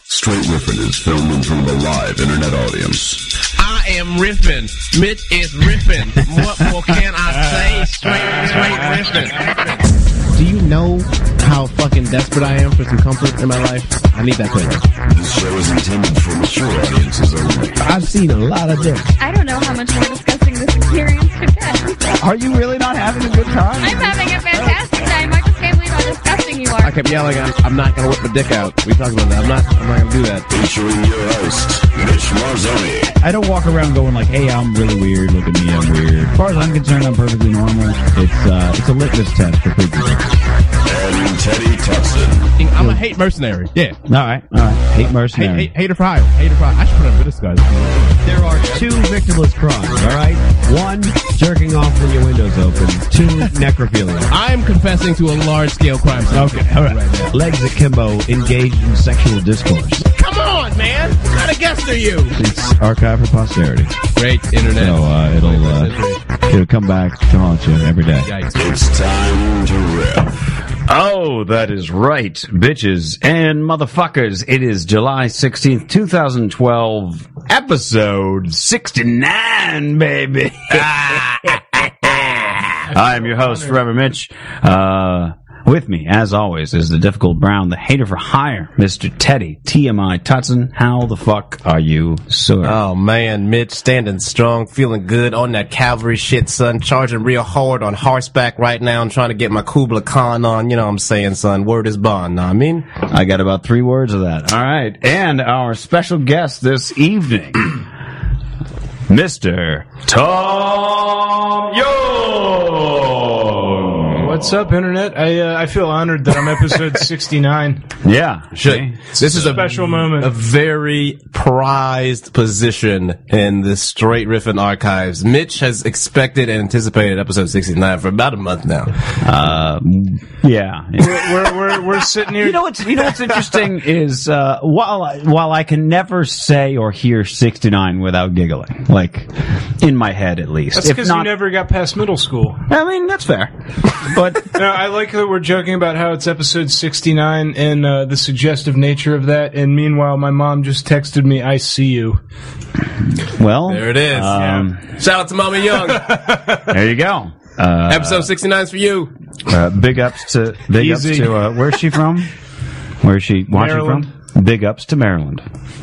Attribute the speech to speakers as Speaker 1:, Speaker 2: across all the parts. Speaker 1: Straight Riffin is filmed in front of a live internet audience.
Speaker 2: I am riffing. Mitch is riffing. What more can I say? Straight, straight riffing.
Speaker 3: Do you know how fucking desperate I am for some comfort in my life? I need that thing.
Speaker 1: This show is intended for mature audiences only.
Speaker 3: I've seen a lot of dick.
Speaker 4: I don't know how much more disgusting this experience could get.
Speaker 5: Are you really not having a good time?
Speaker 4: I'm having a fantastic time. I just can't believe how disgusting you
Speaker 3: I
Speaker 4: are.
Speaker 3: kept yelling, I'm, I'm not gonna whip my dick out. We talked about that. I'm not, I'm not gonna do that.
Speaker 1: Featuring your host, Mitch Marzoni.
Speaker 5: I don't walk around going like, "Hey, I'm really weird. Look at me, I'm weird." As far as I'm concerned, I'm perfectly normal. It's uh, it's a litmus test for prejudice.
Speaker 1: And Teddy Tuxton.
Speaker 2: I'm a hate mercenary.
Speaker 5: Yeah. All right. All right. Hate mercy.
Speaker 2: hater for hire. Hater for hire. I should put on good disguise.
Speaker 6: There are two victimless crimes, all right? One, jerking off when your window's open. Two, necrophilia.
Speaker 2: I am confessing to a large scale crime. So
Speaker 6: Okay, all right. Legs akimbo, engaged in sexual discourse.
Speaker 2: come on, man. Not a guest are you?
Speaker 5: It's archived for posterity.
Speaker 2: Great internet.
Speaker 5: So uh, it'll uh, it'll come back to haunt you every day.
Speaker 2: Yikes.
Speaker 1: It's time to riff.
Speaker 7: Oh, that is right, bitches and motherfuckers. It is July 16th, 2012, episode 69, baby. I am your host, Reverend Mitch. Uh, with me, as always, is the difficult Brown, the hater for hire, Mr. Teddy, TMI Tutson. How the fuck are you, sir?
Speaker 8: Oh man, Mitch standing strong, feeling good on that cavalry shit, son. Charging real hard on horseback right now and trying to get my Kubla Khan on. You know what I'm saying, son? Word is bond, know what I mean?
Speaker 7: I got about three words of that. All right. And our special guest this evening, Mr. Tom Young.
Speaker 9: What's up, internet? I uh, I feel honored that I'm episode 69.
Speaker 7: Yeah.
Speaker 8: Shit. This is a
Speaker 9: Special moment.
Speaker 8: A very prized position in the straight riffing archives. Mitch has expected and anticipated episode 69 for about a month now.
Speaker 7: Uh, yeah.
Speaker 9: We're we're, we're sitting here.
Speaker 7: You know what's you know what's interesting is uh, while I, while I can never say or hear 69 without giggling, like in my head at least.
Speaker 9: that's because you never got past middle school.
Speaker 7: I mean that's fair, but
Speaker 9: No, I like that we're joking about how it's episode 69 and uh, the suggestive nature of that. And meanwhile, my mom just texted me, "I see you."
Speaker 7: well
Speaker 8: There it is.
Speaker 9: Uh,
Speaker 7: Um,
Speaker 8: Shout out to Mama Young.
Speaker 7: there you go.
Speaker 8: episode 69 is for you.
Speaker 7: Uh, big ups to big ups
Speaker 9: Easy.
Speaker 7: to uh, where's she from? Where's she? Where's she
Speaker 9: Maryland.
Speaker 7: from? Big ups to Maryland.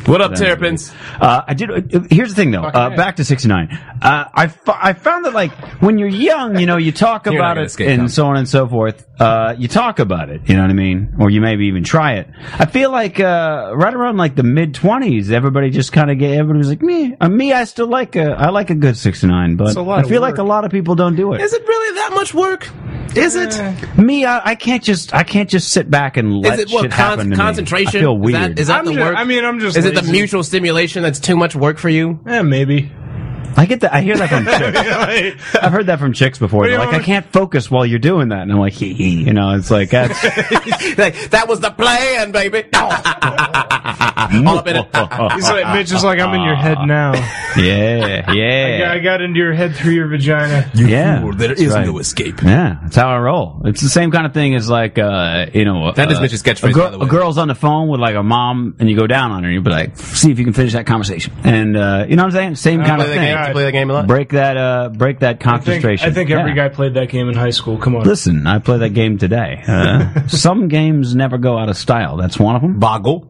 Speaker 8: What up, Terrapins?
Speaker 7: Uh, I did. Uh, here's the thing, though. Uh,
Speaker 9: yeah.
Speaker 7: back to '69. Uh, I fo- I found that like when you're young, you know, you talk
Speaker 8: not
Speaker 7: about
Speaker 8: gonna
Speaker 7: it
Speaker 8: escape,
Speaker 7: and
Speaker 8: Tom.
Speaker 7: so on and so forth. Uh, you talk about it, you know what I mean, or you maybe even try it. I feel like uh, right around like the mid 20s, everybody just kind of get. Everybody was like me. Uh, me, I still like a I like a good '69, but
Speaker 9: a lot
Speaker 7: I
Speaker 9: of
Speaker 7: feel like
Speaker 9: work.
Speaker 7: a lot of people don't do it.
Speaker 8: Is it really that much work? Is it?
Speaker 7: Me, I, I can't just I can't just sit back and let
Speaker 8: Is it what
Speaker 7: shit
Speaker 8: con-
Speaker 7: happen to
Speaker 8: concentration?
Speaker 7: me. I feel
Speaker 8: Is
Speaker 7: weird.
Speaker 8: that, is that
Speaker 9: I'm
Speaker 8: the
Speaker 9: ju-
Speaker 8: work?
Speaker 9: I mean, I'm just
Speaker 8: Is it the
Speaker 9: lazy.
Speaker 8: mutual stimulation that's too much work for you?
Speaker 9: Yeah, maybe.
Speaker 7: I get that. I hear that from chicks. I've heard that from chicks before. They're
Speaker 9: you
Speaker 7: like,
Speaker 9: know-
Speaker 7: I can't focus while you're doing that, and I'm like, hee hee. You know, it's like that's
Speaker 8: like, that was the plan, baby.
Speaker 7: Oh,
Speaker 8: All up in it.
Speaker 9: He's like, Mitch is like, "I'm in your head
Speaker 8: Ah.
Speaker 9: now.
Speaker 7: yeah,
Speaker 9: Yeah, I
Speaker 7: yeah,
Speaker 9: got into your head through your vagina."
Speaker 7: yeah.
Speaker 8: There
Speaker 7: That's
Speaker 8: is
Speaker 7: right.
Speaker 8: no escape.
Speaker 7: Yeah, that's how I roll. It's the same kind of thing as like, uh, you know,
Speaker 8: That
Speaker 7: uh,
Speaker 8: is Mitch's catchphrase,
Speaker 7: A, girl-
Speaker 8: by the way.
Speaker 7: a girl's on the phone with like a mom, and you go down on her, and you be like, see if you can finish that conversation. And uh, you know what I'm saying? Same kind
Speaker 8: Play
Speaker 7: of
Speaker 8: that
Speaker 7: thing.
Speaker 8: game. You play that game a lot.
Speaker 7: Break that, uh, break that
Speaker 9: I think,
Speaker 7: concentration.
Speaker 9: I think every
Speaker 7: Yeah.
Speaker 9: guy played that game in high school. Come on.
Speaker 7: Listen, I play that game today. Uh, some games never go out of style. That's one of them.
Speaker 8: Boggle.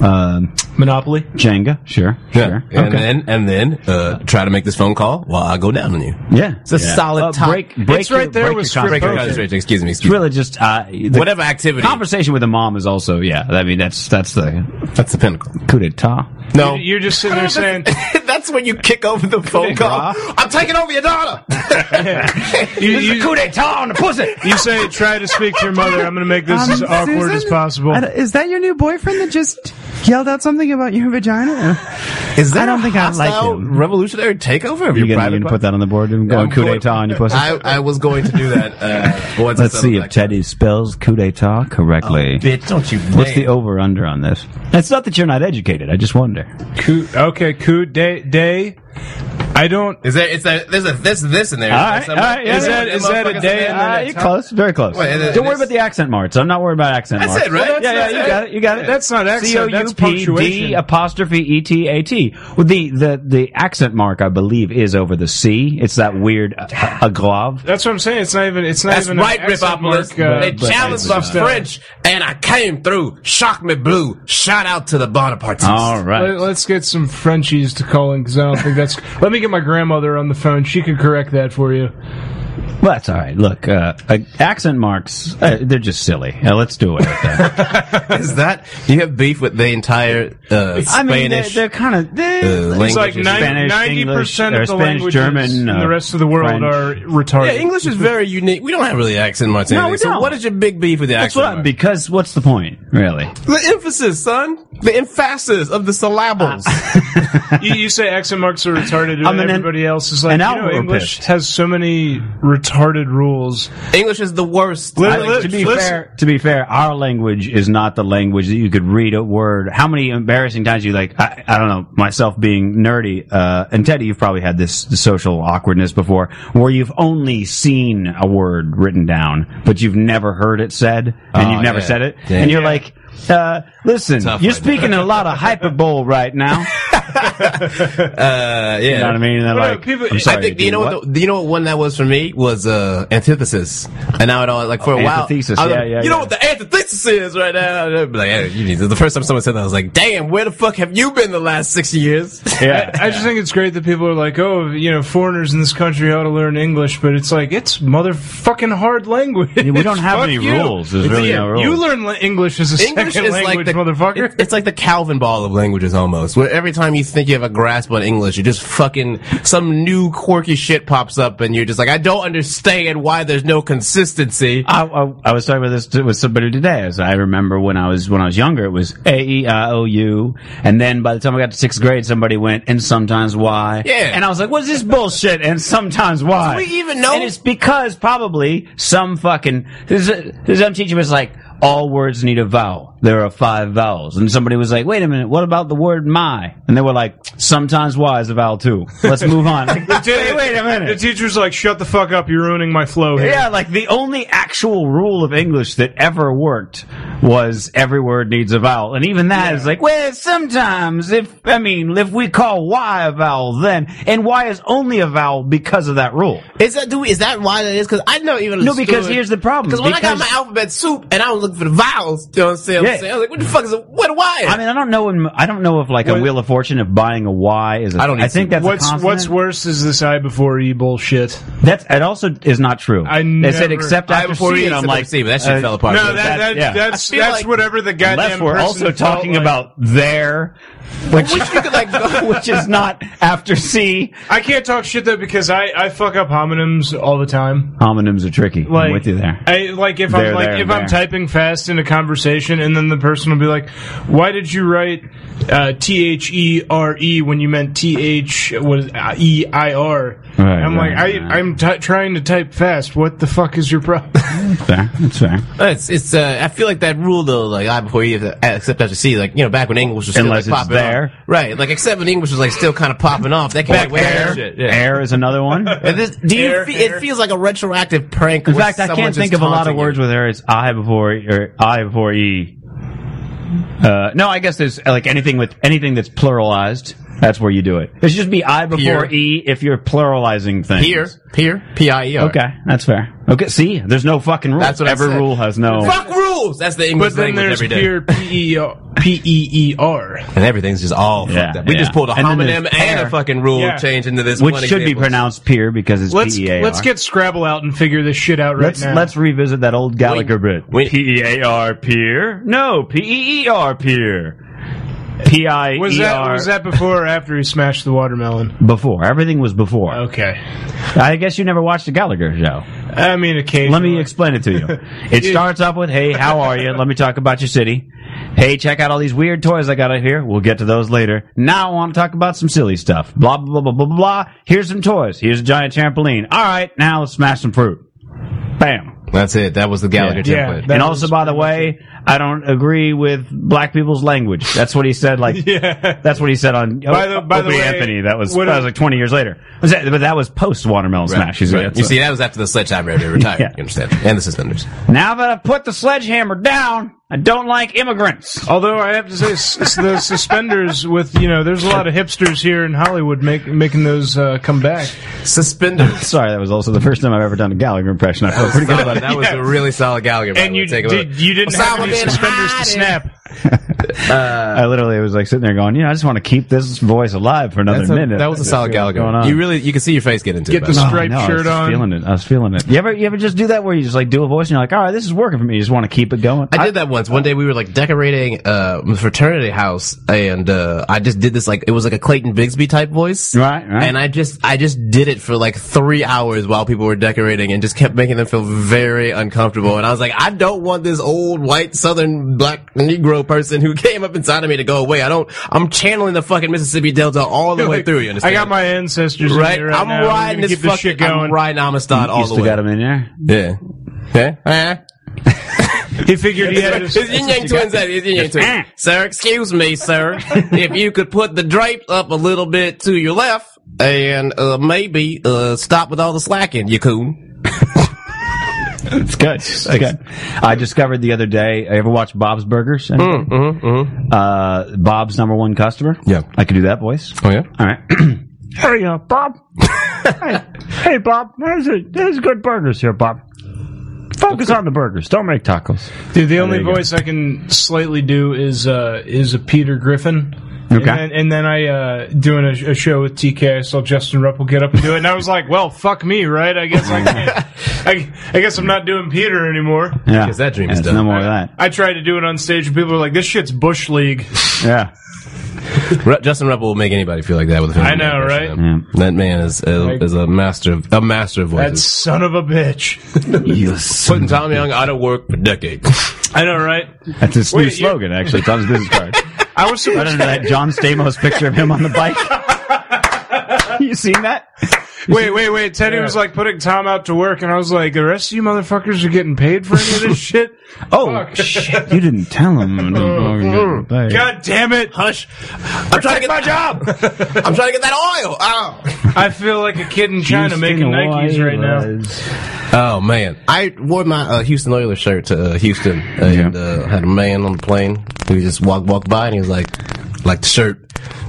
Speaker 7: Uh,
Speaker 9: Monopoly.
Speaker 7: Jenga, sure, sure.
Speaker 8: And
Speaker 7: okay.
Speaker 8: then and then uh, try to make this phone call while I go down on you.
Speaker 7: yeah, it's
Speaker 8: a solid top-
Speaker 7: Uh, break, break
Speaker 9: It's right
Speaker 7: your-
Speaker 9: there
Speaker 2: Uh,
Speaker 7: break
Speaker 9: with
Speaker 7: your
Speaker 9: script
Speaker 8: Break your
Speaker 7: concentration.
Speaker 8: concentration. Excuse me.
Speaker 7: It's
Speaker 8: Excuse me.
Speaker 7: really just uh, the
Speaker 8: Whatever activity.
Speaker 7: Conversation with a mom is also yeah. I mean that's that's the
Speaker 8: That's the pinnacle.
Speaker 7: coup d'état.
Speaker 8: No.
Speaker 9: You're just sitting there saying,
Speaker 8: That's when you kick over the phone call. I'm taking over your daughter.
Speaker 9: you, you,
Speaker 7: d'état on the pussy.
Speaker 9: You say try to speak to your mother. I'm going to make
Speaker 8: Um,
Speaker 9: this as awkward as possible.
Speaker 10: Is that your new boyfriend that just yelled out something about your vagina?
Speaker 8: Is that
Speaker 10: I don't
Speaker 8: a
Speaker 10: think I like
Speaker 8: hostile
Speaker 10: him.
Speaker 8: revolutionary takeover of
Speaker 7: You
Speaker 8: your
Speaker 7: gonna,
Speaker 8: private
Speaker 7: you gonna
Speaker 8: part?
Speaker 7: put that on the board and go
Speaker 8: I'm
Speaker 7: coup
Speaker 8: going-
Speaker 7: d'état on your pussy?
Speaker 8: I, I was going to do that. Uh, once I
Speaker 7: Let's
Speaker 8: settled
Speaker 7: see if
Speaker 8: that.
Speaker 7: Teddy spells coup d'état
Speaker 9: Oh,
Speaker 7: correctly.
Speaker 8: Bitch, don't you?
Speaker 7: What's
Speaker 8: blame.
Speaker 7: the over under on this? It's not that you're not educated. I just wonder.
Speaker 9: Coup, okay, coup de day. I don't.
Speaker 8: Is there? It's a. There's a. This. This in there.
Speaker 7: All right, all right, yeah,
Speaker 9: Is that- is that a day in the
Speaker 7: Uh, you're close, very close.
Speaker 8: Wait, uh,
Speaker 7: Don't worry
Speaker 8: this-
Speaker 7: about the accent marks. I'm not worried about accent
Speaker 8: That's
Speaker 7: marks.
Speaker 8: it, right?
Speaker 7: yeah, yeah,
Speaker 9: That's-
Speaker 7: you got it. You got it.
Speaker 9: That's not accent, that's
Speaker 7: C O U P D
Speaker 9: punctuation.
Speaker 7: apostrophe E T A T. Well, the the the accent mark I believe is over the C. It's that weird uh, aglav.
Speaker 9: That's what I'm saying. It's not even. It's not
Speaker 8: That's
Speaker 9: even.
Speaker 8: right,
Speaker 9: an accent
Speaker 8: Ripopolis.
Speaker 9: mark, uh,
Speaker 8: they
Speaker 9: but-
Speaker 8: challenged my French, and I came through. Shock me blue. Shout out to the Bonapartists.
Speaker 7: All right.
Speaker 9: Let, let's get some Frenchies to call in because I don't think that's. Let me get my grandmother on the phone. She could correct that for you.
Speaker 7: Well, that's all right. Look, uh, uh, accent marks, uh, they're just silly. Uh, let's do it.
Speaker 8: Is that you have beef with the entire uh, Spanish?
Speaker 7: I mean, they're, they're kind of.
Speaker 8: Uh,
Speaker 7: they're
Speaker 8: language
Speaker 9: It's like
Speaker 8: is
Speaker 9: nine-
Speaker 7: Spanish,
Speaker 9: 90 percent
Speaker 7: English,
Speaker 9: of the
Speaker 7: or
Speaker 9: languages
Speaker 7: Spanish, German,
Speaker 9: in
Speaker 7: uh,
Speaker 9: the rest of the world
Speaker 7: French.
Speaker 9: are retarded.
Speaker 8: yeah, English is very unique. We don't have really accent marks.
Speaker 7: No,
Speaker 8: anyway.
Speaker 7: we
Speaker 8: So
Speaker 7: don't.
Speaker 8: what is your big beef with the
Speaker 7: That's
Speaker 8: accent?
Speaker 7: what I, because what's the point, really?
Speaker 8: mark? the emphasis, son. The emphasis of the syllables.
Speaker 9: you, you say accent marks are retarded, and
Speaker 7: I'm an-
Speaker 9: everybody else is like,
Speaker 7: an
Speaker 9: you know,
Speaker 7: outward
Speaker 9: English
Speaker 7: pissed.
Speaker 9: has so many retarded rules.
Speaker 8: English is the worst.
Speaker 9: Let-
Speaker 7: I-
Speaker 9: let-
Speaker 7: to be
Speaker 9: listen.
Speaker 7: fair, to be fair, our language is not the language that you could read a word. How many embarrassing times you like? I, I don't know. Myself being nerdy, uh, and Teddy, you've probably had this social awkwardness before, where you've only seen a word written down, but you've never heard it said, and
Speaker 8: Oh,
Speaker 7: you've never
Speaker 8: yeah.
Speaker 7: said it,
Speaker 8: Yeah.
Speaker 7: and you're like. Uh, listen,
Speaker 8: Tough
Speaker 7: you're
Speaker 8: one.
Speaker 7: speaking a lot of hyperbole right now.
Speaker 8: Uh, yeah.
Speaker 7: You know what I mean? And they're
Speaker 9: Well,
Speaker 7: like,
Speaker 9: people-
Speaker 7: I'm sorry,
Speaker 8: I think you know what? the, you know what one that was for me was uh, antithesis, and now it all like for a while.
Speaker 7: Antithesis,
Speaker 8: I was
Speaker 7: yeah,
Speaker 8: like,
Speaker 7: yeah,
Speaker 8: You
Speaker 7: yeah.
Speaker 8: know what the antithesis is right now? And I'd be like, hey, you need to- the first time someone said that, I was like, damn, where the fuck have you been the last six years?
Speaker 7: yeah.
Speaker 9: I just think it's great that people are like, oh, you know, foreigners in this country ought to learn English, but it's like, it's motherfucking hard language.
Speaker 7: Yeah, we don't have
Speaker 9: Fuck
Speaker 7: any
Speaker 9: you.
Speaker 7: rules. There's
Speaker 9: It's-
Speaker 7: really no rules.
Speaker 9: You learn la- English as a
Speaker 8: English
Speaker 9: second
Speaker 8: is like
Speaker 9: language,
Speaker 8: the
Speaker 9: motherfucker.
Speaker 8: it- it's like the Calvin ball of languages almost. Where every time you think you have a grasp on English, you just fucking some new quirky shit pops up, and you're just like, I don't understand why there's no consistency.
Speaker 7: I, I, I was talking about this t- with somebody today. As I remember when I was when I was younger, it was A E I O U, and then by the time I got to sixth grade, somebody went and sometimes Y.
Speaker 8: Yeah.
Speaker 7: and I was like, "What's this bullshit?" And sometimes Y.
Speaker 8: Do we even know?
Speaker 7: And it's because probably some fucking this, this some teacher was like, "All words need a vowel. There are five vowels." And somebody was like, "Wait a minute, what about the word my?" And they were like, "Sometimes Y is a vowel too. Let's move on." Like, wait, wait a minute.
Speaker 9: The teacher's like, shut the fuck up, you're ruining my flow here.
Speaker 7: Yeah, like the only actual rule of English that ever worked was every word needs a vowel, and even that is like, well, sometimes if I mean if we call y a vowel, then and y is only a vowel because of that rule.
Speaker 8: Is that do we, is that why that is? Because I never even
Speaker 7: No, because
Speaker 8: understood.
Speaker 7: here's the problem.
Speaker 8: Because when I got
Speaker 7: Because-
Speaker 8: my alphabet soup and I was looking for the vowels, you know what I'm saying?
Speaker 7: Yeah.
Speaker 8: I "Oh, was like, what the fuck is a, what why?
Speaker 7: I mean, I don't know. In, I don't know if like a
Speaker 9: What-
Speaker 7: Wheel of Fortune if buying a y is. A,
Speaker 8: I don't
Speaker 7: I
Speaker 8: even
Speaker 7: think
Speaker 8: see-
Speaker 7: that's a
Speaker 9: What's
Speaker 7: consonant.
Speaker 9: what's worse is this I before E bullshit.
Speaker 7: That's it. Also, is not true.
Speaker 9: I
Speaker 7: they said
Speaker 9: never-
Speaker 7: except
Speaker 8: I
Speaker 7: after
Speaker 8: before
Speaker 7: C,
Speaker 8: E,
Speaker 7: and I'm
Speaker 8: except
Speaker 7: like,
Speaker 8: after C, but that shit
Speaker 7: uh,
Speaker 8: fell apart.
Speaker 9: No, that,
Speaker 7: that-
Speaker 9: that,
Speaker 7: yeah.
Speaker 9: that's
Speaker 8: I feel
Speaker 9: that's
Speaker 8: like-
Speaker 9: whatever the goddamn.
Speaker 7: unless we're
Speaker 9: person
Speaker 7: also
Speaker 9: felt
Speaker 7: talking
Speaker 9: like.
Speaker 7: about there, which
Speaker 8: Wish you could like go
Speaker 7: which is not after C.
Speaker 9: I can't talk shit though because I I fuck up homonyms all the time.
Speaker 7: Homonyms are tricky.
Speaker 9: Like,
Speaker 7: I'm with you there.
Speaker 9: I like if
Speaker 7: There,
Speaker 9: I'm like
Speaker 7: there,
Speaker 9: if
Speaker 7: and
Speaker 9: I'm
Speaker 7: there.
Speaker 9: typing fast in a conversation, and then the person will be like, "Why did you write uh, T H E R E when you meant T H was E I R?"
Speaker 7: Right,
Speaker 9: I'm
Speaker 7: right,
Speaker 9: like, I,
Speaker 7: right.
Speaker 9: I'm t- trying to type fast. What the fuck is your problem?
Speaker 7: fair. That's fair.
Speaker 8: It's it's. Uh, I feel like that rule though, like I before you, uh, except after C, like you know, back when English was still
Speaker 7: Unless
Speaker 8: like,
Speaker 7: it's
Speaker 8: popping
Speaker 7: there.
Speaker 8: off. right? Like except when English was like still kind of popping off, that came
Speaker 7: Back
Speaker 8: like, way
Speaker 7: there.
Speaker 8: that shit. Yeah.
Speaker 7: Air is another one.
Speaker 8: And this, do you?
Speaker 9: Air,
Speaker 8: fe-
Speaker 9: air.
Speaker 8: It feels like a retroactive prank.
Speaker 7: In fact, I can't think of a lot of words with air. It's I before or I before E. Uh, no, I guess there's like anything with anything that's pluralized. That's where you do it. It should just be I before
Speaker 8: Here.
Speaker 7: E if you're pluralizing things.
Speaker 8: peer, peer, P I E R.
Speaker 7: Okay, that's fair. Okay, see, there's no fucking rule.
Speaker 8: That's what I
Speaker 7: Every
Speaker 8: said.
Speaker 7: rule has no.
Speaker 8: Fuck rules. That's the English
Speaker 9: but then
Speaker 8: language
Speaker 9: there's
Speaker 8: every day.
Speaker 9: pure P E R- P E E R.
Speaker 8: and everything's just all fucked
Speaker 7: Yeah,
Speaker 8: up. We
Speaker 7: yeah.
Speaker 8: just pulled a
Speaker 7: And then there's
Speaker 8: homonym and
Speaker 7: pear.
Speaker 8: a fucking rule
Speaker 9: Yeah.
Speaker 8: change into this,
Speaker 7: Which
Speaker 8: one
Speaker 7: should be
Speaker 8: example.
Speaker 7: pronounced peer because it's
Speaker 9: Let's
Speaker 7: P E A R.
Speaker 9: let's get Scrabble out and figure this shit out right
Speaker 7: Let's
Speaker 9: now.
Speaker 7: let's revisit that old Gallagher bit.
Speaker 8: wait.
Speaker 7: P E A R peer? No, P E E R peer. P I
Speaker 9: was
Speaker 7: E
Speaker 9: that
Speaker 7: R
Speaker 9: was that before or after he smashed the watermelon?
Speaker 7: before. Everything was before.
Speaker 9: Okay,
Speaker 7: I guess you never watched the Gallagher show.
Speaker 9: I mean occasionally.
Speaker 7: Let me explain it to you. It starts off with, "Hey, how are you? Let me talk about your city. Hey, check out all these weird toys I got out here. We'll get to those later. Now I want to talk about some silly stuff. Blah blah blah blah blah blah. blah. Here's some toys. Here's a giant trampoline. All right, now let's smash some fruit. Bam.
Speaker 8: That's it. That was the Gallagher
Speaker 9: Yeah.
Speaker 8: template.
Speaker 9: That
Speaker 7: and
Speaker 9: was
Speaker 7: also, by the way, I don't agree with black people's language. That's what he said. Like that's what he said on
Speaker 9: By the- by the
Speaker 7: Opie
Speaker 9: way,
Speaker 7: Anthony. That was
Speaker 9: what-
Speaker 7: that was like twenty years later. Was that- but that was post Watermelon Smash. He's like,
Speaker 8: Right. You see, that was after the sledgehammer era retired.
Speaker 7: Yeah.
Speaker 8: You understand? And the suspenders.
Speaker 7: now that I've put the sledgehammer down, I don't like immigrants.
Speaker 9: Although I have to say, s- s- the suspenders with you know, there's a lot of hipsters here in Hollywood make, making those uh, come back.
Speaker 8: Suspenders.
Speaker 7: Sorry, that was also the first time I've ever done a Gallagher impression. I feel pretty good.
Speaker 8: Solid. That was a really solid Gallagher. by
Speaker 9: And
Speaker 8: the way.
Speaker 9: you
Speaker 8: Take a look.
Speaker 9: did, you didn't have
Speaker 8: Osama
Speaker 9: any
Speaker 8: bin
Speaker 9: suspenders to snap.
Speaker 7: I literally was like sitting there going, you know, I just want to keep this voice alive for another
Speaker 8: That's a-
Speaker 7: minute.
Speaker 8: that was a
Speaker 7: Just
Speaker 8: solid
Speaker 7: see what's going
Speaker 8: Gallagher.
Speaker 7: on.
Speaker 8: You really, you can see your face get into
Speaker 9: Get
Speaker 8: it.
Speaker 9: the
Speaker 8: by way.
Speaker 9: striped
Speaker 7: I know, I was
Speaker 9: shirt
Speaker 7: just
Speaker 9: on.
Speaker 7: Feeling it. I was feeling it. You ever you ever just do that where you just like do a voice and you're like, all right, this is working for me. You just want to keep it going.
Speaker 8: I did that once. One day we were like decorating uh fraternity house and uh I just did this like it was like a Clayton Bigsby type voice.
Speaker 7: Right, right.
Speaker 8: And I just I just did it for like 3 hours while people were decorating and just kept making them feel very uncomfortable and I was like I don't want this old white southern black negro person who came up inside of me to go away. I don't I'm channeling the fucking Mississippi Delta all the way through, you
Speaker 9: I
Speaker 8: understand?
Speaker 9: got my ancestors in
Speaker 8: right.
Speaker 9: me right
Speaker 8: I'm
Speaker 9: now. We're
Speaker 8: riding
Speaker 9: gonna
Speaker 8: this
Speaker 9: keep
Speaker 8: fucking
Speaker 9: shit going.
Speaker 8: I'm riding Amistad
Speaker 7: you
Speaker 8: all the
Speaker 7: still
Speaker 8: way.
Speaker 7: got him in there.
Speaker 8: Yeah. Yeah. Eh?
Speaker 9: He figured he had
Speaker 8: It's
Speaker 9: his.
Speaker 8: yin yang twins. that is yin yang twins. Sir, excuse me, sir. if you could put the drape up a little bit to your left and uh, maybe uh, stop with all the slacking, you coon.
Speaker 7: It's good. It's good. I discovered the other day. I ever watched Bob's Burgers? Mm, Uh, Bob's number one customer.
Speaker 8: Yeah.
Speaker 7: I can do that voice.
Speaker 8: Oh yeah.
Speaker 7: All right. Here you go, uh, Bob. hey, hey, Bob. There's, a, there's good burgers here, Bob. Focus on the burgers. Don't make tacos.
Speaker 9: Dude, the only
Speaker 7: you go.
Speaker 9: voice I can slightly do is uh, is a Peter Griffin.
Speaker 7: Okay.
Speaker 9: And then, and then I uh, doing a, a show with TK. I saw Justin Ruppel get up and do it, and I was like, "Well, fuck me, right? I guess I can't. I, I guess I'm not doing Peter anymore."
Speaker 7: Yeah.
Speaker 8: 'Cause that dream is
Speaker 7: There's
Speaker 8: done.
Speaker 7: No more of that.
Speaker 9: I tried to do it on stage, and people were like, "This shit's bush league."
Speaker 7: Yeah.
Speaker 8: Re- Justin Rebel will make anybody feel like that with a film.
Speaker 9: I know, right?
Speaker 8: That man is a, is a master of a master of
Speaker 9: That
Speaker 8: voices.
Speaker 9: son of a bitch.
Speaker 8: putting Tom Young out of work for decades.
Speaker 9: I know, right?
Speaker 7: That's his
Speaker 9: Wait,
Speaker 7: new
Speaker 9: you-
Speaker 7: slogan, actually. It's on his business card.
Speaker 9: I was
Speaker 7: right
Speaker 9: surprised.
Speaker 7: under that John Stamos picture of him on the bike. you seen that?
Speaker 9: Wait, wait, wait. Teddy was like putting Tom out to work, and I was like, "The rest of you motherfuckers are getting paid for any of this shit."
Speaker 7: Oh shit! You didn't tell him.
Speaker 9: Mm, God damn it!
Speaker 8: Hush! I'm trying to get my job. I'm trying to get that oil. Ow.
Speaker 9: I feel like a kid in China making Nikes right now.
Speaker 8: Oh man, I wore my uh, Houston Oilers shirt to uh, Houston, and
Speaker 7: Yeah.
Speaker 8: uh, had a man on the plane who just walked walked by, and he was like, "Like the shirt."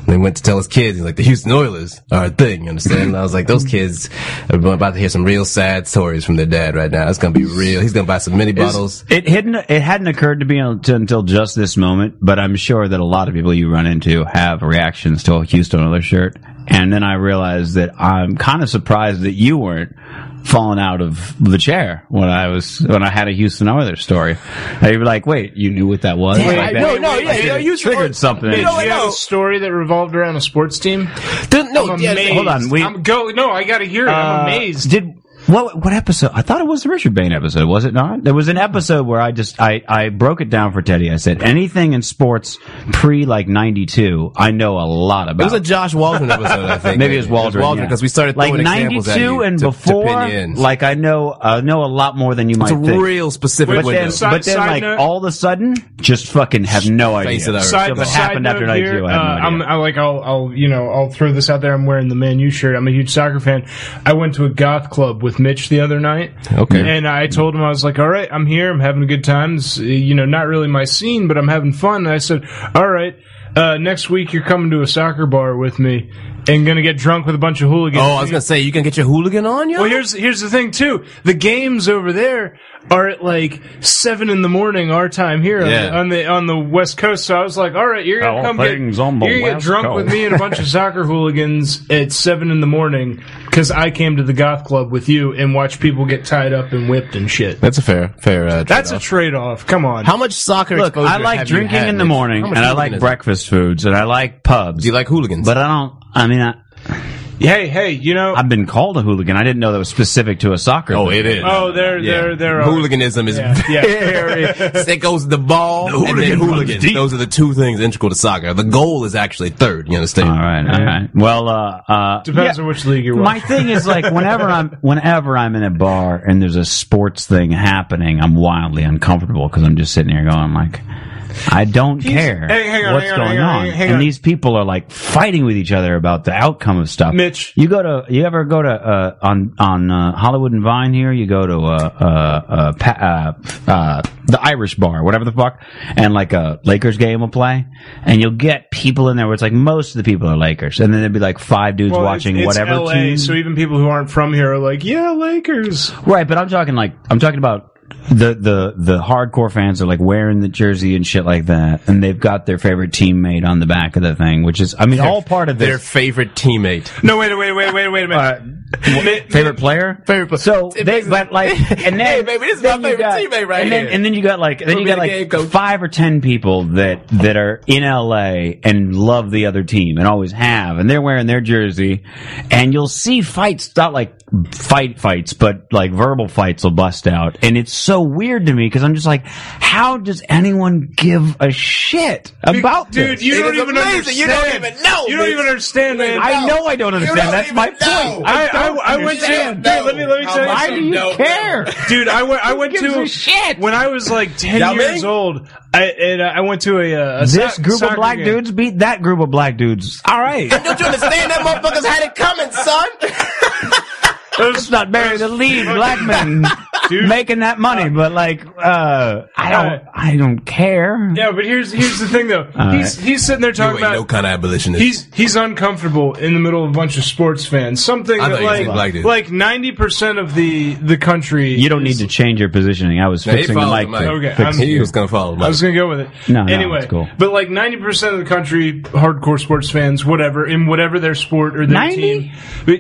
Speaker 8: And he went to tell his kids, he's like, "The Houston Oilers are a thing," you understand? And I was like, "Those kids are about to hear some real sad stories from their dad right now. It's gonna be real. He's gonna buy some mini bottles."
Speaker 7: It hadn't. It hadn't occurred to me until, until just this moment. But I'm sure that a lot of people you run into have reactions to a Houston Oilers shirt. And then I realized that I'm kind of surprised that you weren't falling out of the chair when I was when I had a Houston Oilers story. And you were like, "Wait, you knew what that was?" Like that-
Speaker 8: you know,
Speaker 7: you triggered something.
Speaker 9: Did you
Speaker 8: I
Speaker 9: have
Speaker 8: know.
Speaker 9: a story that revolved around a sports team?
Speaker 8: no,
Speaker 9: I'm
Speaker 8: yeah,
Speaker 9: amazed.
Speaker 7: hold on, we- Uh,
Speaker 9: I'm go. No, I gotta hear it. I'm amazed.
Speaker 7: Did what? What episode? I thought it was the Richard Bain episode. Was it not? There was an episode where I just I I broke it down for Teddy. I said anything in sports pre like '92, I know a lot
Speaker 8: It
Speaker 7: about.
Speaker 8: was a Josh Waldron episode, I think.
Speaker 7: Maybe it was Waldron. yeah.
Speaker 8: because we started
Speaker 7: like
Speaker 8: throwing examples at you
Speaker 7: and
Speaker 8: to- to
Speaker 7: before.
Speaker 8: pin you in.
Speaker 7: like I know, I know a lot more than you
Speaker 8: it's
Speaker 7: might
Speaker 8: a
Speaker 7: think.
Speaker 8: real specific
Speaker 7: but
Speaker 9: Which
Speaker 7: then,
Speaker 8: window.
Speaker 9: is Side-
Speaker 7: but then,
Speaker 9: side
Speaker 7: like
Speaker 9: note-
Speaker 7: all of a sudden, just fucking have no idea.
Speaker 8: Face it up.
Speaker 9: Side,
Speaker 7: So what
Speaker 9: side
Speaker 7: happened
Speaker 9: note
Speaker 7: after
Speaker 9: here,
Speaker 7: 92, I have no
Speaker 9: uh,
Speaker 7: idea.
Speaker 9: I'm I, like I'll I'll you know I'll throw this out there. I'm wearing the Man U shirt. I'm a huge soccer fan. I went to a goth club with Mitch the other night.
Speaker 8: Okay.
Speaker 9: and I told him I was like, all right, I'm here. I'm having a good time. It's, uh, you know, not really my scene, but I'm having fun. And I said, all right. Uh, next week you're coming to a soccer bar with me and gonna get drunk with a bunch of hooligans.
Speaker 8: Oh, I was gonna say you can get your hooligan on you.
Speaker 9: Well, here's here's the thing too. The games over there are at like seven in the morning our time here on,
Speaker 8: Yeah.
Speaker 9: the, on the on the West Coast. So I was like, all right, you're gonna
Speaker 7: All
Speaker 9: come get,
Speaker 7: Oh, things on the
Speaker 9: you're gonna get
Speaker 7: West
Speaker 9: drunk with
Speaker 7: Coast.
Speaker 9: me and a bunch of soccer hooligans at seven in the morning because I came to the goth club with you and watched people get tied up and whipped and shit.
Speaker 8: That's a fair, fair. Uh,
Speaker 9: That's a trade off. Come on.
Speaker 8: How much soccer
Speaker 7: Look,
Speaker 8: exposure
Speaker 7: I like
Speaker 8: have you
Speaker 7: drinking
Speaker 8: had,
Speaker 7: in the
Speaker 8: Mitch?
Speaker 7: morning,
Speaker 8: How
Speaker 7: and
Speaker 8: much
Speaker 7: I like
Speaker 8: hooliganism?
Speaker 7: breakfast foods, and I like pubs.
Speaker 8: Do you like hooligans?
Speaker 7: But I don't. I mean, I,
Speaker 9: Hey, hey, you know.
Speaker 7: I've been called a hooligan. I didn't know that was specific to a soccer.
Speaker 8: Oh,
Speaker 7: thing.
Speaker 8: it is.
Speaker 9: oh, they're they're they're all-
Speaker 8: Hooliganism is
Speaker 9: Yeah, yeah.
Speaker 8: very. it goes the ball and then hooligans. Those are the two things integral to soccer. The goal is actually third. You understand?
Speaker 7: All right, all right. Well, uh, uh,
Speaker 9: depends
Speaker 7: yeah.
Speaker 9: on which league you're.
Speaker 7: My
Speaker 9: watching.
Speaker 7: thing is like whenever I'm whenever I'm in a bar and there's a sports thing happening, I'm wildly uncomfortable because I'm just sitting here going like, I don't care
Speaker 9: Hey, hang on,
Speaker 7: what's
Speaker 9: hang on,
Speaker 7: going
Speaker 9: hang on, hang on.
Speaker 7: and these people are like fighting with each other about the outcome of stuff.
Speaker 9: Mitch.
Speaker 7: you go to you ever go to uh, on on uh, Hollywood and Vine here? You go to uh, uh, uh, pa- uh, uh, the Irish bar, whatever the fuck, and like a Lakers game will play, and you'll get people in there where it's like most of the people are Lakers, and then there'd be like five dudes
Speaker 9: Well,
Speaker 7: watching
Speaker 9: it's, it's
Speaker 7: whatever
Speaker 9: LA,
Speaker 7: team.
Speaker 9: So even people who aren't from here are like, yeah, Lakers.
Speaker 7: Right, but I'm talking like I'm talking about the the the hardcore fans are like wearing the jersey and shit like that, and they've got their favorite teammate on the back of the thing, which is I mean all part of
Speaker 8: Their
Speaker 7: this
Speaker 8: favorite teammate.
Speaker 9: No, wait, wait, wait, wait, wait a minute. Mi-
Speaker 7: favorite player.
Speaker 8: Favorite player.
Speaker 7: So
Speaker 8: It
Speaker 7: they
Speaker 8: makes-
Speaker 7: but like and then
Speaker 8: Hey, baby, this is
Speaker 7: then
Speaker 8: my
Speaker 7: you
Speaker 8: favorite teammate right
Speaker 7: and then,
Speaker 8: here.
Speaker 7: And then you got like then
Speaker 8: Put
Speaker 7: you
Speaker 8: me
Speaker 7: got
Speaker 8: in the game,
Speaker 7: like
Speaker 8: coach.
Speaker 7: five or ten people that that are in LA and love the other team and always have, and they're wearing their jersey, and you'll see fights not like fight fights, but like verbal fights will bust out, and it's so weird to me because I'm just like, how does anyone give a shit about
Speaker 9: Dude,
Speaker 7: this?
Speaker 9: you
Speaker 8: It
Speaker 9: don't
Speaker 8: is
Speaker 9: even
Speaker 8: amazing.
Speaker 9: understand.
Speaker 8: You don't even know,
Speaker 9: You don't
Speaker 8: bitch.
Speaker 9: even understand, man.
Speaker 7: I know I don't understand.
Speaker 8: don't
Speaker 7: That's my
Speaker 8: even know.
Speaker 7: point.
Speaker 9: I,
Speaker 7: don't
Speaker 9: I, I went to.
Speaker 7: understand.
Speaker 9: Dude, let me let me
Speaker 8: How
Speaker 9: tell you.
Speaker 8: much
Speaker 7: Why
Speaker 9: something.
Speaker 7: do you
Speaker 8: don't know.
Speaker 7: care?
Speaker 9: Dude, I went. I went
Speaker 7: gives
Speaker 9: to
Speaker 7: a shit?
Speaker 9: when I was like ten
Speaker 8: Yao
Speaker 9: years
Speaker 8: Ming?
Speaker 9: old. I and I went to a, uh, a
Speaker 7: This
Speaker 9: soc-
Speaker 7: group of
Speaker 9: soccer
Speaker 7: black
Speaker 9: game.
Speaker 7: dudes beat that group of black dudes. All right.
Speaker 8: Don't you understand? That motherfuckers had it coming, son.
Speaker 7: Let's not bury the lead black men
Speaker 9: Dude.
Speaker 7: making that money, but like, uh, I don't, I don't care.
Speaker 9: Yeah, but here's here's the thing though.
Speaker 7: All
Speaker 9: he's he's sitting there talking
Speaker 8: You ain't
Speaker 9: about
Speaker 8: no kind of abolitionist.
Speaker 9: He's he's uncomfortable in the middle of a bunch of sports fans. Something
Speaker 8: I thought
Speaker 9: that
Speaker 8: you
Speaker 9: like
Speaker 8: said black dude.
Speaker 9: like ninety percent of the the country.
Speaker 7: You don't need to change your positioning. I was
Speaker 8: Now, he
Speaker 7: fixing the
Speaker 8: followed
Speaker 7: mic.
Speaker 8: the mic.
Speaker 7: to
Speaker 9: Okay,
Speaker 7: fix
Speaker 9: I'm-
Speaker 8: he
Speaker 7: you.
Speaker 8: was gonna follow.
Speaker 9: I
Speaker 8: Mike.
Speaker 9: was gonna go with it.
Speaker 7: No, no,
Speaker 9: anyway,
Speaker 7: it's cool.
Speaker 9: but like ninety percent of the country, hardcore sports fans, whatever, in whatever their sport or their
Speaker 7: 90?
Speaker 9: team, but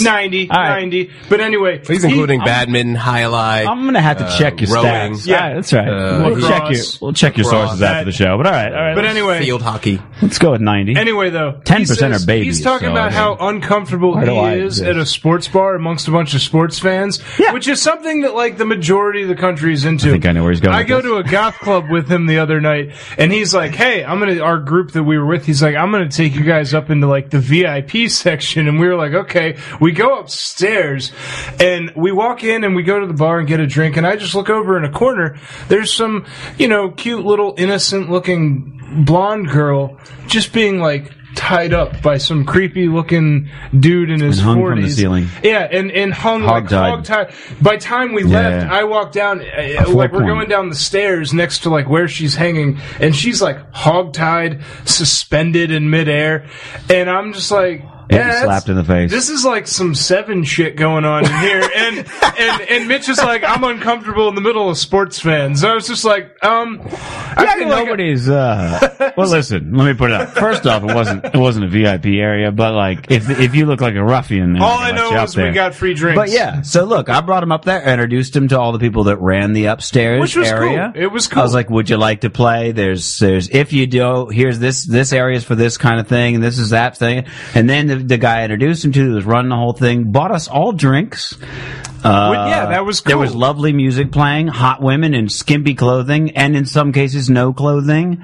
Speaker 9: 90,
Speaker 7: all right.
Speaker 9: 90. But anyway,
Speaker 8: He's
Speaker 9: he-
Speaker 8: including badminton, highlight.
Speaker 7: I'm gonna have to
Speaker 8: Uh,
Speaker 7: check your
Speaker 8: rowing.
Speaker 7: stats.
Speaker 9: Yeah.
Speaker 7: All right, that's right.
Speaker 8: Uh,
Speaker 7: we'll
Speaker 9: lacrosse.
Speaker 7: check your, we'll check your
Speaker 8: Lacrosse.
Speaker 7: sources after the show. But all right, all right.
Speaker 9: But
Speaker 7: let's-
Speaker 9: anyway,
Speaker 8: field hockey.
Speaker 7: let's go with ninety.
Speaker 9: Anyway, though,
Speaker 7: 10%
Speaker 9: he says-
Speaker 7: are babies,
Speaker 9: He's talking
Speaker 7: so I
Speaker 9: about how
Speaker 7: mean,
Speaker 9: uncomfortable
Speaker 7: why do
Speaker 9: he
Speaker 7: I
Speaker 9: is
Speaker 7: exist?
Speaker 9: at a sports bar amongst a bunch of sports fans,
Speaker 7: Yeah.
Speaker 9: which is something that like the majority of the country is into.
Speaker 7: I think I know where he's going
Speaker 9: I
Speaker 7: with
Speaker 9: go
Speaker 7: this.
Speaker 9: to a goth club with him the other night, and he's like, "Hey, I'm gonna our group that we were with. He's like, I'm gonna take you guys up into like the VIP section, and we were like, okay. We go upstairs, and we walk in, and we go to the bar and get a drink, and I just look over in a corner. There's some, you know, cute little innocent looking blonde girl just being like tied up by some creepy looking dude in his
Speaker 7: And hung
Speaker 9: 40s
Speaker 7: from the ceiling.
Speaker 9: yeah and, and hung like
Speaker 7: Hog-tied.
Speaker 9: hog tied by time we left i walked down uh,
Speaker 7: four
Speaker 9: like we're
Speaker 7: point.
Speaker 9: going down the stairs next to like where she's hanging and she's like hog-tied suspended in midair and i'm just like
Speaker 7: Getting
Speaker 9: yeah, that's-
Speaker 7: slapped in the face.
Speaker 9: This is like some seven shit going on in here, and and and Mitch is like, I'm uncomfortable in the middle of sports fans. I was just like, um, I
Speaker 7: Yeah,
Speaker 9: feel like
Speaker 7: nobody's. Uh, well, listen. Let me put it up. First off, it wasn't it wasn't a VIP area, but like if if you look like a ruffian, they're
Speaker 9: all
Speaker 7: gonna
Speaker 9: I
Speaker 7: let
Speaker 9: know
Speaker 7: you out
Speaker 9: is we
Speaker 7: there.
Speaker 9: got free drinks.
Speaker 7: But yeah, so look, I brought him up there, introduced him to all the people that ran the upstairs
Speaker 9: Which was
Speaker 7: area.
Speaker 9: cool. It was
Speaker 7: I was
Speaker 9: cool.
Speaker 7: like, "Would you like to play?" There's, there's. If you do, here's this. This area is for this kind of thing, and this is that thing. And then the, the guy I introduced him to who was running the whole thing. Bought us all drinks. Uh,
Speaker 9: Well, yeah, that was
Speaker 7: There
Speaker 9: cool.
Speaker 7: was lovely music playing, hot women in skimpy clothing, and in some cases no clothing.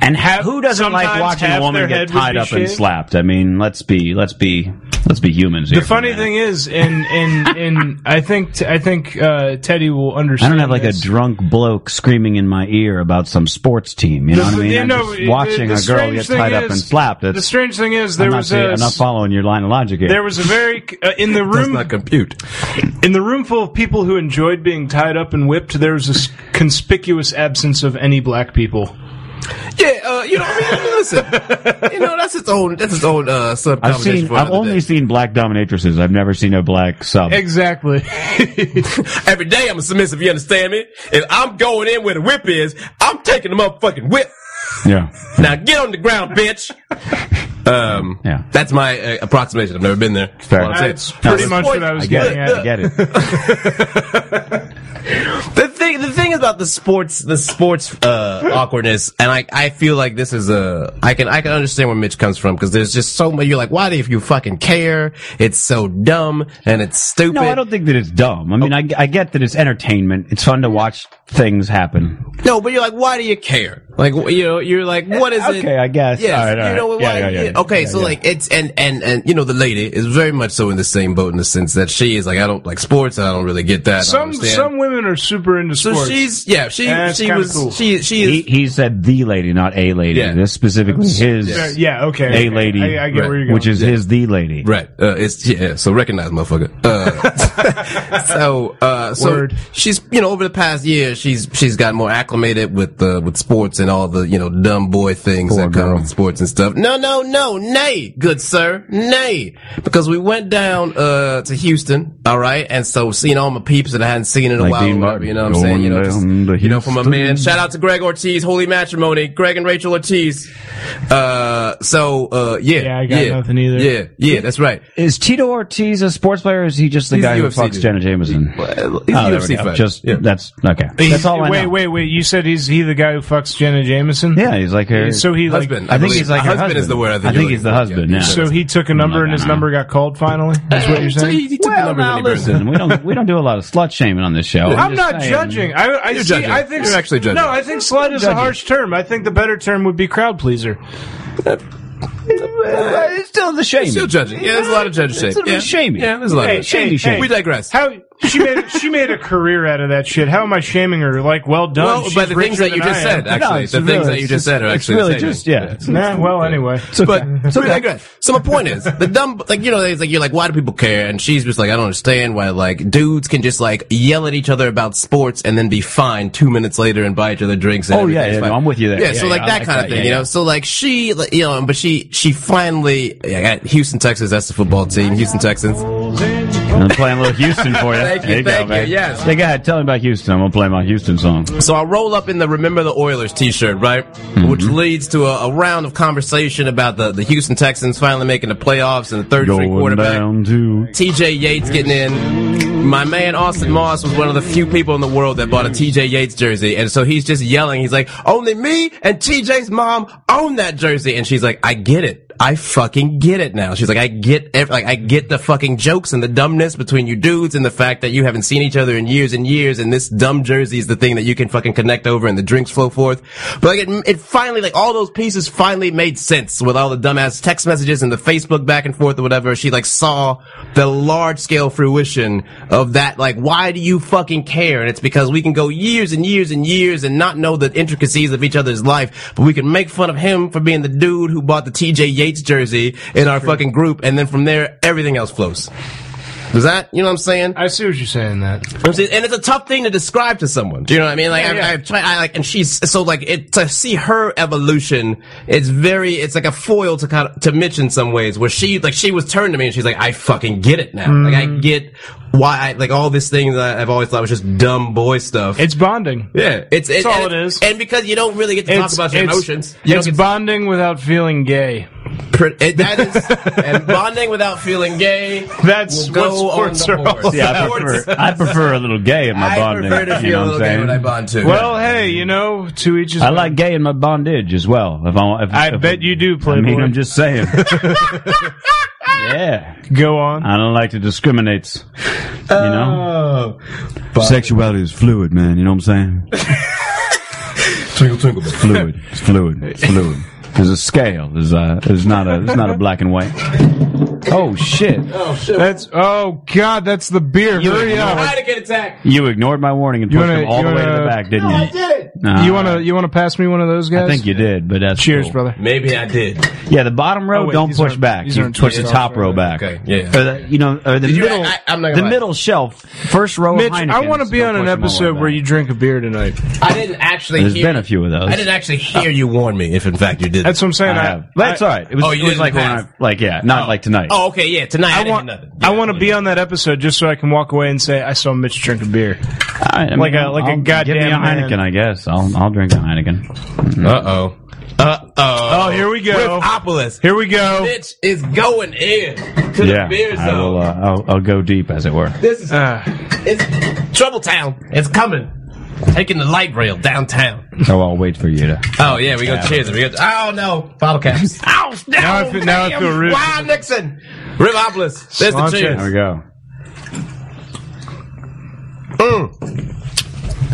Speaker 7: And ha- who doesn't like
Speaker 9: sometimes
Speaker 7: watching a
Speaker 9: half
Speaker 7: woman
Speaker 9: their
Speaker 7: get
Speaker 9: head would
Speaker 7: tied
Speaker 9: be
Speaker 7: up and
Speaker 9: shaved.
Speaker 7: slapped? I mean, let's be, let's be, let's be humans. Here
Speaker 9: The funny thing is, and and and I think I think uh, Teddy will
Speaker 7: I
Speaker 9: understand.
Speaker 7: don't have like
Speaker 9: this.
Speaker 7: a drunk bloke screaming in my ear about some sports team. You know what I mean?
Speaker 9: you
Speaker 7: I'm
Speaker 9: know,
Speaker 7: just
Speaker 9: the-
Speaker 7: watching
Speaker 9: the
Speaker 7: a girl
Speaker 9: strange
Speaker 7: get
Speaker 9: thing
Speaker 7: tied up
Speaker 9: is-
Speaker 7: and slapped.
Speaker 9: the
Speaker 7: It's,
Speaker 9: strange thing is
Speaker 7: I'm,
Speaker 9: there
Speaker 7: not
Speaker 9: was
Speaker 7: saying-
Speaker 9: a
Speaker 7: I'm not following your line of logic here.
Speaker 9: there was a very uh, in the
Speaker 8: Does
Speaker 9: room
Speaker 8: not compute.
Speaker 9: in the room full of people who enjoyed being tied up and whipped. There was a s- conspicuous absence of any black people.
Speaker 8: Yeah, uh, you know, I mean, listen, you know, that's its own, that's its own uh, sub.
Speaker 7: I've
Speaker 8: conversation
Speaker 7: seen.
Speaker 8: for
Speaker 7: I've
Speaker 8: another
Speaker 7: only
Speaker 8: day.
Speaker 7: seen black dominatrices. I've never seen a black sub.
Speaker 9: Exactly.
Speaker 8: every day. I'm a submissive. You understand me? If I'm going in where the whip is, I'm taking the motherfucking whip.
Speaker 7: Yeah.
Speaker 8: Now get on the ground, bitch. Um,
Speaker 7: Yeah.
Speaker 8: that's my uh, approximation. I've never been there.
Speaker 7: Fair.
Speaker 8: Well, I'm saying-
Speaker 9: That's pretty much what I was
Speaker 7: I get
Speaker 9: getting
Speaker 7: it. I
Speaker 9: at.
Speaker 7: get it.
Speaker 8: The thing, the thing thing about the sports, the sports uh, awkwardness, and I, I feel like this is a, I can, I can understand where Mitch comes from because there's just so much. You're like, why do you fucking care? It's so dumb and it's stupid.
Speaker 7: No, I don't think that it's dumb. I mean, I, I get that it's entertainment. It's fun to watch things happen.
Speaker 8: No, but you're like, why do you care? Like, wh- you know, you're like, what is it?
Speaker 7: Okay, I guess.
Speaker 8: Yes,
Speaker 7: All right, all
Speaker 8: you know
Speaker 7: right.
Speaker 8: what?
Speaker 7: Yeah, yeah, yeah.
Speaker 8: okay,
Speaker 7: Yeah,
Speaker 8: so
Speaker 7: yeah.
Speaker 8: like it's and and and you know the lady is very much so in the same boat in the sense that she is like, I don't like sports, and I don't really get that. I
Speaker 9: Some
Speaker 8: understand.
Speaker 9: some women are super into
Speaker 8: so
Speaker 9: sports.
Speaker 8: she's yeah, she
Speaker 9: Yeah, it's
Speaker 8: she
Speaker 9: kinda
Speaker 8: was
Speaker 9: cool.
Speaker 8: she she is
Speaker 7: He, he said the lady, not a lady.
Speaker 8: Yeah.
Speaker 7: This specifically his,
Speaker 9: Yeah, Uh, yeah, okay.
Speaker 7: a lady,
Speaker 9: I, I get where you're going.
Speaker 7: which is his the lady.
Speaker 8: Right. Uh, it's yeah. So recognize, motherfucker. Uh, so uh, so
Speaker 9: Word.
Speaker 8: she's you know over the past year she's she's got more acclimated with uh, with sports and all the you know dumb boy things that come with sports and stuff. No, no, no, nay, good sir, nay, because we went down uh, to Houston, all right, and so seeing all my peeps that I hadn't seen in a
Speaker 7: Like
Speaker 8: while,
Speaker 7: Dean
Speaker 8: or whatever,
Speaker 7: Martin,
Speaker 8: you know what I'm saying, you know,
Speaker 7: going
Speaker 8: just,
Speaker 7: down to
Speaker 8: you know, from a
Speaker 7: Houston.
Speaker 8: man. Shout out to Greg Ortiz, Holy Matrimony, Greg and Rachel Ortiz. Uh, so uh, yeah,
Speaker 9: Yeah, I got nothing either.
Speaker 8: Yeah, yeah, that's right.
Speaker 7: Is Tito Ortiz a sports player? or Is he just the
Speaker 8: He's
Speaker 7: guy
Speaker 8: the
Speaker 7: who
Speaker 8: UFC
Speaker 7: fucks
Speaker 8: dude.
Speaker 7: Jenna Jameson?
Speaker 8: Well, he's
Speaker 7: Oh,
Speaker 8: a
Speaker 7: there
Speaker 8: UFC
Speaker 7: we go.
Speaker 8: fighter.
Speaker 7: Just
Speaker 8: Yeah.
Speaker 7: that's okay. That's all I
Speaker 9: wait,
Speaker 7: know.
Speaker 9: wait, wait. You said he's he the guy who fucks Jenna Jameson?
Speaker 7: Yeah, he's like her.
Speaker 9: So he like
Speaker 8: husband.
Speaker 7: I think
Speaker 8: believe.
Speaker 7: he's like her
Speaker 8: Uh, husband, is the word.
Speaker 7: I think he's the husband. Yeah.
Speaker 9: so he took a number and his number got called finally. That's what you're saying.
Speaker 8: he took
Speaker 7: well,
Speaker 8: the number
Speaker 7: now
Speaker 8: that he burned.
Speaker 7: listen, we don't we don't do a lot of slut shaming on this show.
Speaker 9: I'm
Speaker 7: just
Speaker 9: not
Speaker 7: saying.
Speaker 9: judging. I, I see,
Speaker 8: judging.
Speaker 9: I think
Speaker 8: You're actually judging.
Speaker 9: No, I think slut is a harsh term. I think the better term would be crowd pleaser.
Speaker 7: Uh, It's still the shame.
Speaker 8: Still judging. Yeah, there's a lot of judge shit.
Speaker 7: It's a little
Speaker 8: yeah.
Speaker 7: shamey.
Speaker 8: Yeah, there's a lot
Speaker 9: Hey,
Speaker 8: of
Speaker 9: hey,
Speaker 8: shamey.
Speaker 9: hey.
Speaker 8: We digress.
Speaker 9: How she made she made a career out of that shit. How am I shaming her? Like, well done.
Speaker 8: well,
Speaker 9: she's
Speaker 8: but the things
Speaker 9: richer
Speaker 8: that you
Speaker 9: than
Speaker 8: just
Speaker 9: I am.
Speaker 8: said, actually,
Speaker 7: it's
Speaker 8: the things
Speaker 7: really-
Speaker 8: that you
Speaker 7: it's
Speaker 8: just said are
Speaker 7: it's
Speaker 8: actually
Speaker 7: really
Speaker 8: the same.
Speaker 7: just yeah. It's,
Speaker 9: Nah, well, anyway.
Speaker 8: But we digress. So my point is the dumb, like you know, it's like you're like, why do people care? And she's just like, I don't understand why like dudes can just like yell at each other about sports and then be fine two minutes later and buy each other drinks. And
Speaker 7: Oh, yeah,
Speaker 8: everything's
Speaker 7: yeah,
Speaker 8: fine.
Speaker 7: no, I'm with you there.
Speaker 8: Yeah,
Speaker 7: Yeah,
Speaker 8: so
Speaker 7: yeah,
Speaker 8: like
Speaker 7: I
Speaker 8: that
Speaker 7: like
Speaker 8: kind
Speaker 7: that,
Speaker 8: of thing,
Speaker 7: yeah,
Speaker 8: you
Speaker 7: yeah.
Speaker 8: know. So like she, like, you know, but she she finally, yeah, Houston, Texas. That's the football team, Houston Texans.
Speaker 7: I'm playing a little Houston for you.
Speaker 8: Thank
Speaker 7: There
Speaker 8: you,
Speaker 7: go,
Speaker 8: thank you,
Speaker 7: man.
Speaker 8: yes.
Speaker 7: Hey, go ahead. Tell me about Houston. I'm gonna play my Houston song.
Speaker 8: So I roll up in the Remember the Oilers t-shirt, right?
Speaker 7: Mm-hmm.
Speaker 8: Which leads to a, a round of conversation about the, the Houston Texans finally making the playoffs and the third string
Speaker 7: Going
Speaker 8: quarterback.
Speaker 7: down to
Speaker 8: TJ Yates getting in. My man Austin Moss was one of the few people in the world that bought a TJ Yates jersey. And so he's just yelling. He's like, only me and TJ's mom own that jersey. And she's like, I get it. I fucking get it now. She's like, I get, ev- like, I get the fucking jokes and the dumbness between you dudes and the fact that you haven't seen each other in years and years. And this dumb jersey is the thing that you can fucking connect over and the drinks flow forth. But like, it, it finally, like, all those pieces finally made sense with all the dumbass text messages and the Facebook back and forth or whatever. She like saw the large scale fruition of that. Like, why do you fucking care? And it's because we can go years and years and years and not know the intricacies of each other's life, but we can make fun of him for being the dude who bought the TJ Yates jersey in our fucking group. And then from there, everything else flows. Does that, you know what I'm saying?
Speaker 9: I see what you're saying. That
Speaker 8: I'm saying- And it's a tough thing to describe to someone. Do you know what I mean? Like,
Speaker 9: Yeah,
Speaker 8: I,
Speaker 9: yeah.
Speaker 8: I've tried, I like, and she's, so like, it, to see her evolution, it's very, it's like a foil to kind of, to Mitch in some ways, where she, like, she was turned to me and she's like, I fucking get it now. Like, I
Speaker 9: Mm.
Speaker 8: get why, I, like, all these things that I've always thought was just dumb boy stuff.
Speaker 9: it's bonding.
Speaker 8: yeah, it's, it's,
Speaker 9: all
Speaker 8: and
Speaker 9: it is.
Speaker 8: And because you don't really get to talk
Speaker 9: It's,
Speaker 8: about your
Speaker 9: it's-
Speaker 8: emotions, you
Speaker 9: it's
Speaker 8: don't get
Speaker 9: bonding without feeling
Speaker 8: to,
Speaker 9: gay.
Speaker 8: pr- it, that is, and bonding without feeling gay.
Speaker 9: That's
Speaker 8: will go
Speaker 9: what sports
Speaker 8: on
Speaker 9: are
Speaker 8: the board.
Speaker 9: all
Speaker 7: Yeah, I
Speaker 8: about.
Speaker 7: prefer, I prefer a little gay in my
Speaker 8: I
Speaker 7: bondage.
Speaker 8: prefer to feel
Speaker 7: you know
Speaker 8: a
Speaker 7: what
Speaker 8: little
Speaker 7: I'm
Speaker 8: gay when I
Speaker 7: saying?
Speaker 8: bond too.
Speaker 9: Well, hey, you know, to each his.
Speaker 7: I like gay in my bondage as well. If I, if,
Speaker 9: I
Speaker 7: if-
Speaker 9: bet you do,
Speaker 7: I
Speaker 9: Playboy.
Speaker 7: mean, I'm just saying. yeah,
Speaker 9: Go on.
Speaker 7: I don't like to discriminate. You know,
Speaker 8: Oh.
Speaker 7: sexuality is fluid, man. You know what I'm saying?
Speaker 8: Twinkle, twinkle, baby.
Speaker 7: Fluid. It's fluid. It's fluid. There's a scale. There's a. There's not a. There's not a black and white. Oh shit!
Speaker 9: That's oh god, that's the beer. Hurry up.
Speaker 8: Heineken attack.
Speaker 7: You ignored my warning and
Speaker 9: You
Speaker 7: pushed
Speaker 9: wanna-
Speaker 7: them all
Speaker 9: you
Speaker 7: the way to
Speaker 9: wanna-
Speaker 7: the back, didn't you?
Speaker 8: it.
Speaker 7: Nah,
Speaker 9: You wanna you wanna pass me one of those guys?
Speaker 7: Uh, I think you did, but that's
Speaker 9: Cheers,
Speaker 7: cool.
Speaker 9: brother.
Speaker 8: Maybe I did.
Speaker 7: Yeah, the bottom row
Speaker 9: Oh, wait,
Speaker 7: don't
Speaker 9: these
Speaker 7: push
Speaker 9: aren't-
Speaker 7: back.
Speaker 9: these
Speaker 7: You
Speaker 9: aren't
Speaker 7: push the
Speaker 9: twist
Speaker 7: top
Speaker 9: off,
Speaker 7: row
Speaker 9: right?
Speaker 7: back.
Speaker 8: Okay, yeah.
Speaker 7: Or the, you know, or the
Speaker 8: you-
Speaker 7: middle,
Speaker 8: I- I'm not gonna
Speaker 7: the
Speaker 8: lie.
Speaker 7: middle shelf, first row.
Speaker 9: Mitch,
Speaker 7: of Heinekens,
Speaker 9: I want to be
Speaker 7: don't
Speaker 9: on an
Speaker 7: push them all the way
Speaker 9: episode where
Speaker 7: back.
Speaker 9: you drink a beer tonight.
Speaker 8: I didn't actually.
Speaker 7: There's
Speaker 8: hear
Speaker 7: been a few of those.
Speaker 8: I didn't actually hear you warn me. If in fact you did.
Speaker 9: That's what I'm saying.
Speaker 7: I
Speaker 9: I,
Speaker 7: have. But That's all right. It was,
Speaker 8: Oh, you
Speaker 7: it was
Speaker 8: didn't
Speaker 7: like when
Speaker 8: pass.
Speaker 7: I, like yeah, not like tonight.
Speaker 8: oh, okay. Yeah. Tonight I,
Speaker 9: I want
Speaker 8: Didn't hear nothing.
Speaker 9: I want to be on that episode just so I can walk away and say I saw Mitch drink a beer.
Speaker 7: I, I mean,
Speaker 9: like a- like a
Speaker 7: I'll-
Speaker 9: goddamn
Speaker 7: give me a
Speaker 9: man.
Speaker 7: Heineken. I guess I'll I'll drink a Heineken.
Speaker 8: Uh oh. Uh oh.
Speaker 9: Oh, here we go.
Speaker 8: Ripopolis.
Speaker 9: Here we go.
Speaker 8: Bitch is going in to the
Speaker 7: yeah,
Speaker 8: beer zone.
Speaker 7: I will. Uh, I'll, I'll go deep, as it were.
Speaker 8: this is
Speaker 9: Ah,
Speaker 8: it's trouble town. It's coming. Taking the light rail downtown.
Speaker 7: So I'll wait for you to.
Speaker 8: Oh yeah, we go cheers. We go. Oh no, bottle caps. oh no,
Speaker 9: Now I feel- now I feel
Speaker 8: damn.
Speaker 9: rude.
Speaker 8: Wow, Nixon, Rivopolis. There's the
Speaker 9: Sanchez.
Speaker 7: There
Speaker 8: cheers.
Speaker 7: we go.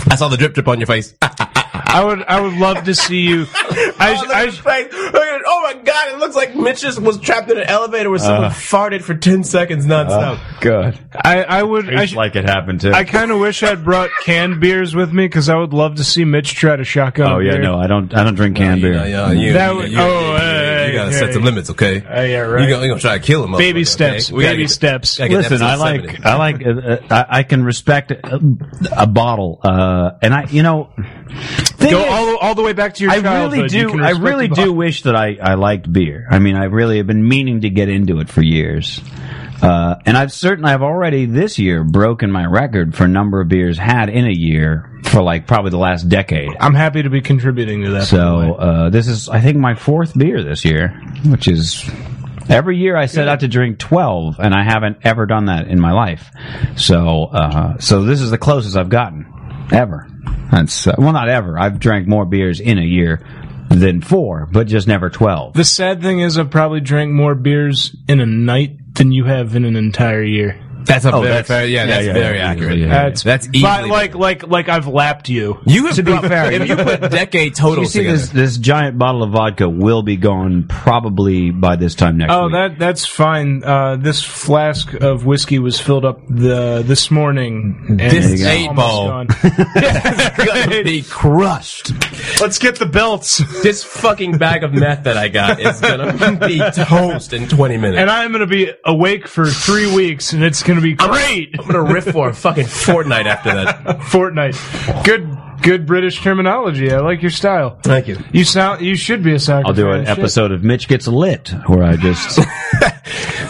Speaker 8: I saw the drip drip on your face.
Speaker 9: I would I would love to see you. I,
Speaker 8: oh, look
Speaker 9: I-
Speaker 8: at his face. Look at it. Oh my god, it looks like Mitch just was trapped in an elevator where someone farted for 10 seconds nonstop.
Speaker 7: Good.
Speaker 9: I, I would. I,
Speaker 7: It's like it happened too.
Speaker 9: I kind of wish I'd brought canned beers with me because I would love to see Mitch try to shotgun.
Speaker 7: oh
Speaker 9: a
Speaker 7: yeah,
Speaker 9: beer.
Speaker 7: no, I don't. I don't drink canned beer.
Speaker 8: Yeah, yeah, you,
Speaker 9: That
Speaker 8: you-
Speaker 9: would-
Speaker 8: you-
Speaker 9: oh,
Speaker 8: you-
Speaker 9: hey,
Speaker 8: you gotta
Speaker 9: hey.
Speaker 8: set some limits, okay?
Speaker 9: Oh, yeah, right.
Speaker 8: You're gonna, you gonna try to kill him.
Speaker 9: Baby
Speaker 8: motherfucker,
Speaker 9: steps,
Speaker 8: We gotta
Speaker 9: baby
Speaker 8: get-
Speaker 9: steps.
Speaker 8: gotta get
Speaker 7: Listen,
Speaker 8: episode
Speaker 7: I like,
Speaker 8: 70.
Speaker 7: I like, uh, uh, I, I can respect a, a bottle, uh, and I, you know, thing
Speaker 9: Go
Speaker 7: is-
Speaker 9: all, all the way back to your
Speaker 7: I
Speaker 9: childhood.
Speaker 7: really
Speaker 9: You
Speaker 7: do.
Speaker 9: can
Speaker 7: I
Speaker 9: respect
Speaker 7: really
Speaker 9: the
Speaker 7: do
Speaker 9: bottle.
Speaker 7: wish that I, I liked beer. I mean, I really have been meaning to get into it for years, uh, and I've certainly I've already this year broken my record for number of beers had in a year for like probably the last decade.
Speaker 9: I'm happy to be contributing to that. by the
Speaker 7: So
Speaker 9: way.
Speaker 7: uh, this is, I think, my fourth beer this year, which is every year I set out to drink twelve, and I haven't ever done that in my life. So, uh, so this is the closest I've gotten ever. That's uh, well, not ever. I've drank more beers in a year than four, but just never twelve.
Speaker 9: the sad thing is, I've probably drank more beers in a night than you have in an entire year.
Speaker 8: Oh, That's a very,
Speaker 7: that's-
Speaker 8: fair, yeah,
Speaker 7: yeah,
Speaker 8: that's
Speaker 7: yeah,
Speaker 8: very
Speaker 7: yeah,
Speaker 8: accurate.
Speaker 7: yeah, yeah.
Speaker 9: That's
Speaker 8: that's easily.
Speaker 9: But like, like, like I've lapped you.
Speaker 8: you have to be fair. If you put decade
Speaker 7: You
Speaker 8: totals
Speaker 7: see,
Speaker 8: together,
Speaker 7: this this giant bottle of vodka will be gone probably by this time next
Speaker 9: Oh,
Speaker 7: week.
Speaker 9: that that's fine. Uh, this flask of whiskey was filled up the this morning. And
Speaker 8: This
Speaker 9: it's
Speaker 8: eight
Speaker 9: almost
Speaker 8: ball.
Speaker 9: gone.
Speaker 8: gonna be crushed.
Speaker 9: Let's get the belts.
Speaker 8: This fucking bag of meth that I got is gonna be toast in 20 minutes.
Speaker 9: And I'm gonna be awake for three weeks, and it's gonna be great.
Speaker 8: I'm gonna riff for a fucking fortnight after that.
Speaker 9: Fortnite. Good, good British terminology. I like your style.
Speaker 8: Thank you.
Speaker 9: You sound. You should be a soccer.
Speaker 7: I'll do
Speaker 9: fan.
Speaker 7: an
Speaker 9: Shit.
Speaker 7: episode of Mitch Gets Lit where I just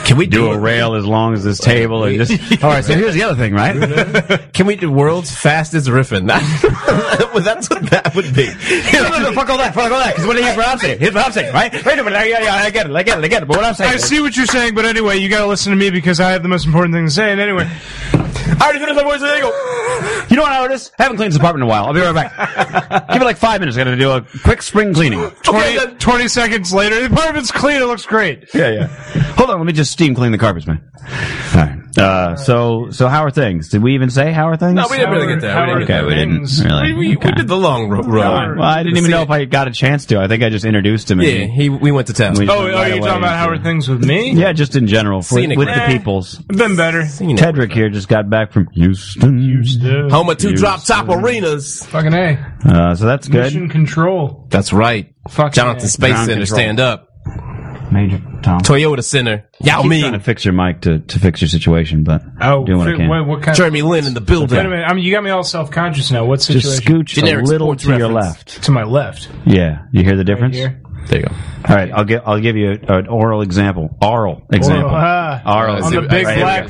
Speaker 8: Can we
Speaker 7: do a rail as long as this table and just. All right, so here's the other thing, right?
Speaker 8: Can we do world's fastest riffing? Well, That's what that would be.
Speaker 7: fuck all that, fuck all that. Because what, what I'm saying, here's what I'm saying, right? Wait a minute, I, I, I get it, I get it, I get it. But what I'm saying,
Speaker 9: I see what you're saying, but anyway, you gotta listen to me because I have the most important thing to say. And anyway,
Speaker 7: I already finished my voice. There you go. You know what I noticed? I haven't cleaned this apartment in a while. I'll be right back. Give it like five minutes. I got to do a quick spring cleaning.
Speaker 9: 20, 20 seconds later, the apartment's clean. It looks great.
Speaker 7: Yeah, yeah. Hold on, let me just steam clean the carpets, man. All right. Uh, so, so how are things? Did we even say how are things?
Speaker 8: No, we didn't really get there. We didn't
Speaker 7: Okay,
Speaker 8: get
Speaker 7: we
Speaker 8: there.
Speaker 7: didn't
Speaker 9: Things.
Speaker 7: really.
Speaker 8: We, we,
Speaker 7: okay.
Speaker 8: we did the long ro- run.
Speaker 7: well, I didn't even know if I got a chance to. I think I just introduced him. and
Speaker 8: Yeah, he, we went to town.
Speaker 7: we just
Speaker 9: Oh,
Speaker 7: went
Speaker 9: are
Speaker 7: right
Speaker 9: you
Speaker 7: away
Speaker 9: talking about how are
Speaker 7: into-
Speaker 9: things with me?
Speaker 7: Yeah, just in general for,
Speaker 8: Scenic
Speaker 7: with the
Speaker 8: route.
Speaker 7: peoples.
Speaker 9: Been better.
Speaker 7: Tedrick here just got back from Houston.
Speaker 8: Home of two drop top arenas.
Speaker 9: Fucking A.
Speaker 7: Uh, so that's
Speaker 9: Mission
Speaker 7: good.
Speaker 9: control.
Speaker 8: That's right.
Speaker 9: Fuck
Speaker 8: Jonathan
Speaker 9: yeah.
Speaker 8: Space
Speaker 7: Ground
Speaker 8: Center,
Speaker 7: control.
Speaker 8: stand up.
Speaker 7: Major Tom.
Speaker 8: Toyota Center. Yao
Speaker 7: I'm trying to
Speaker 8: Ming.
Speaker 7: fix your mic to, to fix your situation, but
Speaker 9: Oh,
Speaker 7: doing what I
Speaker 9: fi-
Speaker 7: can.
Speaker 9: what, what kind
Speaker 8: Jeremy Lin in the building.
Speaker 9: Wait a minute. I mean, you got me all self conscious now. What
Speaker 7: just
Speaker 9: situation?
Speaker 7: scooch
Speaker 8: Generic
Speaker 7: a little
Speaker 8: sports
Speaker 7: to your
Speaker 8: reference.
Speaker 7: left.
Speaker 9: to my left.
Speaker 7: Yeah, you hear the difference?
Speaker 9: here.
Speaker 8: There you go.
Speaker 7: All right, I'll get I'll give you an oral example. Oral example.
Speaker 9: ah.
Speaker 7: oral.
Speaker 9: On the
Speaker 8: Right,
Speaker 9: big
Speaker 8: here we
Speaker 9: black
Speaker 8: go.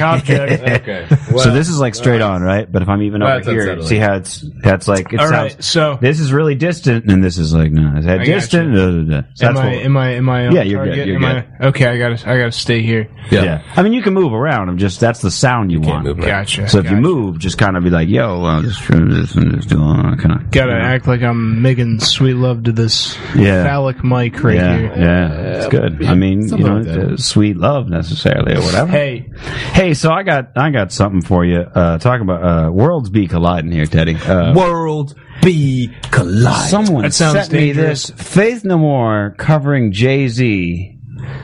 Speaker 9: object.
Speaker 8: Okay.
Speaker 7: so this is like straight on, right? But if I'm even
Speaker 8: Well,
Speaker 7: over
Speaker 8: it's
Speaker 7: here,
Speaker 8: unsettling.
Speaker 7: see how it's that's like it
Speaker 9: All
Speaker 7: sounds.
Speaker 9: right, so-
Speaker 7: this is really distant, and this is like no, it's that
Speaker 9: got
Speaker 7: distant. da, da, da. So
Speaker 9: am
Speaker 7: that's
Speaker 9: I?
Speaker 7: what-
Speaker 9: Am I? Am I? on
Speaker 7: Yeah, you're good,
Speaker 9: target?
Speaker 7: you're
Speaker 9: Am I- okay, I gotta. I gotta stay here.
Speaker 8: Yeah.
Speaker 7: yeah. I mean, you can move around. I'm just that's the sound you, want.
Speaker 8: move around.
Speaker 9: Gotcha.
Speaker 7: So if you
Speaker 9: gotcha.
Speaker 7: move, just kind of be like, yo, uh, this, this, this, uh, kind of
Speaker 9: gotta act like I'm making sweet love to this
Speaker 7: Yeah.
Speaker 9: phallic mic right
Speaker 7: yeah,
Speaker 9: here.
Speaker 7: yeah, it's good. I mean, you know,
Speaker 8: like that.
Speaker 7: it's, uh, sweet love necessarily or whatever.
Speaker 9: Hey,
Speaker 7: Hey, so I got I got something for you. Uh, talking about uh, worlds be colliding here, Teddy. Uh,
Speaker 8: World be collide.
Speaker 7: someone
Speaker 9: That sounds
Speaker 7: sent me
Speaker 9: dangerous.
Speaker 7: this Faith No More covering Jay Z.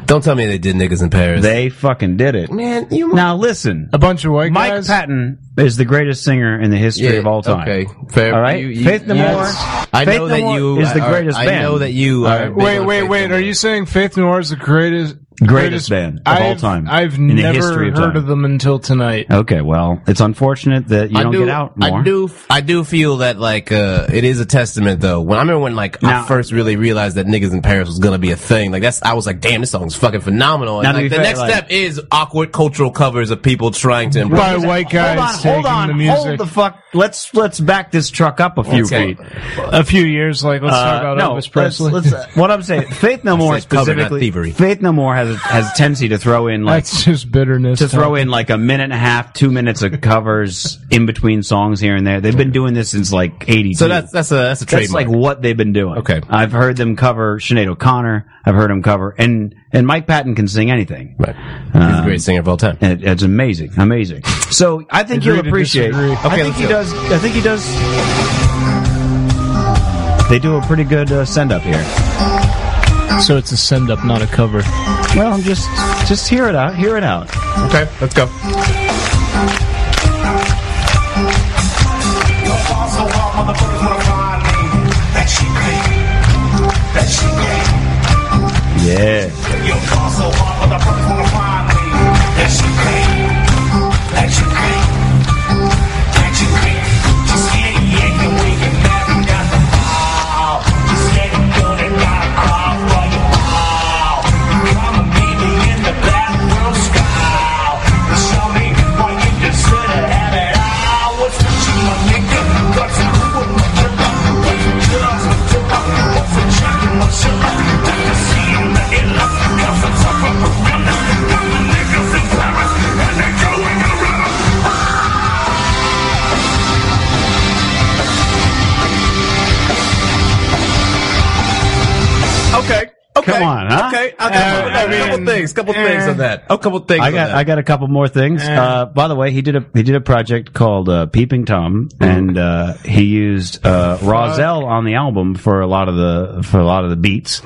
Speaker 8: Don't tell me they did niggas in Paris.
Speaker 7: They fucking did it.
Speaker 8: Man, you
Speaker 7: Now listen,
Speaker 9: a bunch of white
Speaker 7: Mike
Speaker 9: guys.
Speaker 7: Patton is the greatest singer in the history of all time.
Speaker 8: Okay, fair.
Speaker 7: All right,
Speaker 8: You- you-
Speaker 7: Faith No
Speaker 8: you-
Speaker 7: More.
Speaker 8: I
Speaker 7: Faith
Speaker 8: know
Speaker 7: No
Speaker 8: that
Speaker 7: More
Speaker 8: you
Speaker 7: is the
Speaker 8: are-
Speaker 7: greatest
Speaker 8: I
Speaker 7: band.
Speaker 8: know that you.
Speaker 7: All
Speaker 8: Are
Speaker 7: right.
Speaker 8: big
Speaker 9: Wait,
Speaker 8: on
Speaker 9: wait,
Speaker 8: Faith
Speaker 9: wait.
Speaker 8: No
Speaker 9: Are
Speaker 8: More.
Speaker 9: you saying Faith Noir is the greatest?
Speaker 7: Greatest band of all
Speaker 9: I've-
Speaker 7: time
Speaker 9: I've
Speaker 7: in the
Speaker 9: never
Speaker 7: history of
Speaker 9: heard
Speaker 7: time.
Speaker 9: of them until tonight.
Speaker 7: Okay, well, it's unfortunate that you
Speaker 8: I
Speaker 7: don't
Speaker 8: do,
Speaker 7: get out more.
Speaker 8: I do. I do feel that like uh, it is a testament though. When I remember when like
Speaker 7: Now-
Speaker 8: I first really realized that niggas in Paris was gonna be a thing. Like that's I was like, damn, this song's fucking phenomenal. And,
Speaker 7: Now, to be
Speaker 8: like, the
Speaker 7: fair,
Speaker 8: next
Speaker 7: like-
Speaker 8: step is awkward cultural covers of people trying to embrace.
Speaker 9: By white guys
Speaker 7: hold
Speaker 9: taking
Speaker 7: on,
Speaker 9: the
Speaker 7: hold
Speaker 9: music.
Speaker 7: on, hold the fuck. Let's let's back this truck up a few
Speaker 8: Okay.
Speaker 7: feet.
Speaker 9: a few years, like let's
Speaker 7: Uh,
Speaker 9: talk about
Speaker 7: no, uh,
Speaker 9: Elvis Presley.
Speaker 7: Let's, let's, what I'm saying, Faith No More
Speaker 8: said cover, not
Speaker 7: specifically,
Speaker 8: thievery.
Speaker 7: Faith No More has a to, has a tendency to throw in like
Speaker 9: That's just bitterness.
Speaker 7: to throw in like a minute and a half, two minutes of covers in between songs here and there. They've been doing this since like eighty.
Speaker 8: So that's that's a that's a
Speaker 7: That's
Speaker 8: trademark.
Speaker 7: like what they've been doing.
Speaker 8: Okay.
Speaker 7: I've heard them cover Sinead O'Connor. I've heard them cover and and Mike Patton can sing anything.
Speaker 8: right. He's a
Speaker 7: Um,
Speaker 8: great singer of all time.
Speaker 7: It, it's amazing, amazing. So I think
Speaker 9: Agree
Speaker 7: you'll
Speaker 9: to
Speaker 7: appreciate.
Speaker 9: disagree.
Speaker 7: I
Speaker 8: Okay,
Speaker 7: think
Speaker 8: let's
Speaker 7: he
Speaker 8: go.
Speaker 7: does. I think he does. They do a pretty good uh, send up here.
Speaker 3: So it's a send up, not a cover.
Speaker 7: Well, I'm just just hear it out. Hear it out.
Speaker 8: Okay, let's go.
Speaker 7: Yeah.
Speaker 8: Okay. Okay.
Speaker 7: Come on, huh?
Speaker 8: Okay. I got
Speaker 9: Uh, I
Speaker 8: a couple
Speaker 9: mean,
Speaker 8: things. Couple
Speaker 9: eh.
Speaker 8: things on that. A couple things.
Speaker 7: I
Speaker 8: on
Speaker 7: got
Speaker 8: that.
Speaker 7: I got a couple more things. Uh, by the way, he did a he did a project called uh, Peeping Tom, and uh, he used uh, Rozelle on the album for a lot of the for a lot of the beats.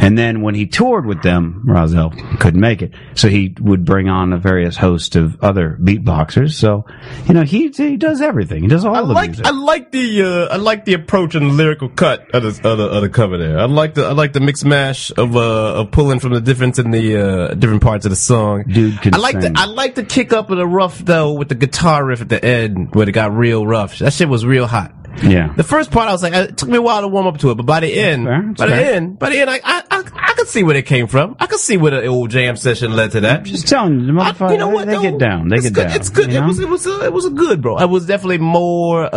Speaker 7: And then when he toured with them, Rozelle couldn't make it, so he would bring on a various host of other beatboxers. So you know he he does everything. He does all
Speaker 8: I
Speaker 7: the
Speaker 8: like
Speaker 7: music.
Speaker 8: I like the uh, I like the approach and the lyrical cut of the, of the of the cover there. I like the I like the mix mash of uh of pulling from the difference in the uh different parts of the song.
Speaker 7: Dude can
Speaker 8: I like
Speaker 7: sing.
Speaker 8: the I like the kick up of the rough though with the guitar riff at the end where it got real rough. That shit was real hot.
Speaker 7: yeah.
Speaker 8: The first part I was like uh, it took me a while to warm up to it, but by the end,
Speaker 7: fair, that's
Speaker 8: by
Speaker 7: fair.
Speaker 8: the end, by the end, I I I, I could see where it came from. I could see where the old jam session led to that.
Speaker 7: Just telling you, the
Speaker 8: I-
Speaker 7: motherfucker,
Speaker 8: you know what?
Speaker 7: they,
Speaker 8: though?
Speaker 7: get down. They
Speaker 8: it's
Speaker 7: get
Speaker 8: good.
Speaker 7: down.
Speaker 8: It's good.
Speaker 7: you
Speaker 8: It
Speaker 7: know?
Speaker 8: was. It was. A, it was a good, bro. It was definitely more uh